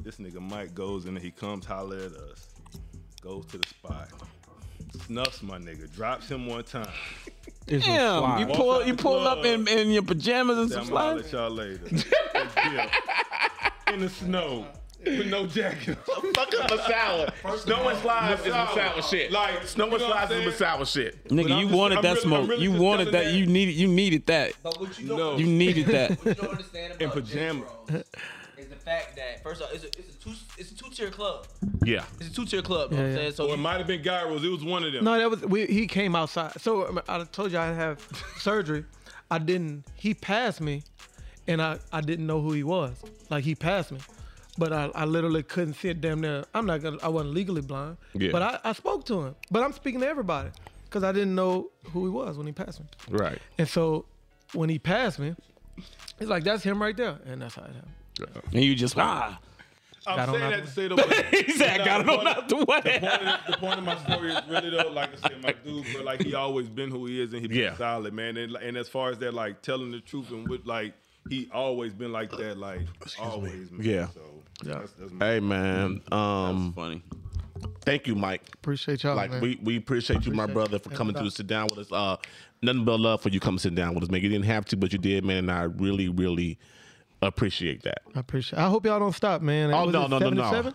This nigga Mike goes and he comes holler at us, goes to the spot, snuffs my nigga, drops him one time.
Damn, you
Walk
pull
out
you
the
pull
club.
up in, in your pajamas and
Then
some
I'm gonna holler
slides.
at y'all later. Yeah. in the snow with no jacket. on.
Fucking Masawa. Snow and slides is
Massawa.
Masawa shit.
Like,
snow
you
and
know what
slides
I'm
is
saying?
Masawa shit.
But
Nigga,
I'm
you
just-
wanted
I'm
that
really-
smoke.
I'm really
you
just
wanted
telling
that.
that-
You needed. You needed that.
But what you
No.
don't,
You needed that.
what you don't understand about
In pajama.
J-Bros is the fact that first off, it's a, it's a two it's a two tier club.
Yeah.
It's a two tier club. you know what I'm
Yeah, yeah.
saying so.
Or it might have been gyros. It was one of them.
No, that was we, he came outside. So um, I told you I have surgery. I didn't. He passed me, and I I didn't know who he was. Like he passed me, but I, I literally couldn't see it. Damn near. I'm not gonna. I wasn't legally blind.
Yeah.
But I, I spoke to him. But I'm speaking to everybody because I didn't know who he was when he passed me.
Right.
And so when he passed me, it's like that's him right there, and that's how it happened.
And you just ah.
I'm
Got on
saying
out
that
the
to say though. but-
He said,
Nah,
I got it
the
on
point-
out the
The
way.
point, of, the point of my story is really though, like I said, my dude, bro, like he always been who he is, and he been
Yeah.
solid, man. And, and as far as that, like telling the truth and what, like he always been like that, like always, man.
Yeah.
So that's, that's my
Hey man, um,
Funny.
thank you, Mike.
Appreciate y'all,
Like
man.
we, we appreciate you, my
Appreciate
brother,
you.
for
Thank
coming
you.
through to sit down with us. Uh, nothing but love for you coming sit down with us, man. You didn't have to, but you did, man, and I really, really appreciate that.
I appreciate. I hope y'all don't stop, man.
Oh
Was
no,
it
no, no, no,
77?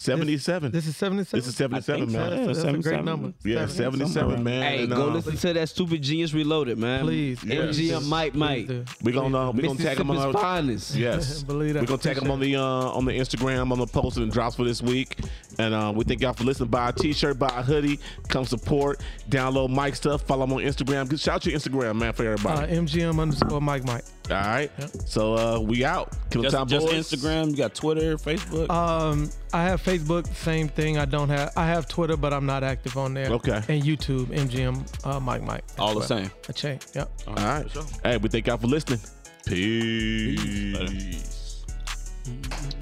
Seventy-seven.
This is 77.
This is seventy-seven,
Yeah,
man.
so.
that's a
77.
great number.
Yeah,
77.
seventy-seven, man.
Hey,
And,
go
uh,
listen to that stupid genius reloaded, man.
Please.
Yes.
MGM Mike Mike.
We gonna uh, we gonna tag him on
Mississippi's
our
finest.
yes.
Believe that.
We're gonna tag him on the uh, on the Instagram on the post and drops for this week. And uh, we thank y'all for listening. Buy a t-shirt, buy a hoodie, come support, download Mike stuff, follow him on Instagram. Good- Shout out your Instagram, man, for
Uh,
everybody.
MGM underscore Mike Mike.
All right. So uh, we out. Kill
Just,
time
just
boys.
Instagram. You got Twitter, Facebook.
Um, I have Facebook, same thing. I don't have. I have Twitter, but I'm not active on there.
Okay.
And YouTube, MGM uh, Mike Mike. as
all the
well.
same.
A chain. Yep.
All right. Hey, we thank y'all for listening. Peace.
Later.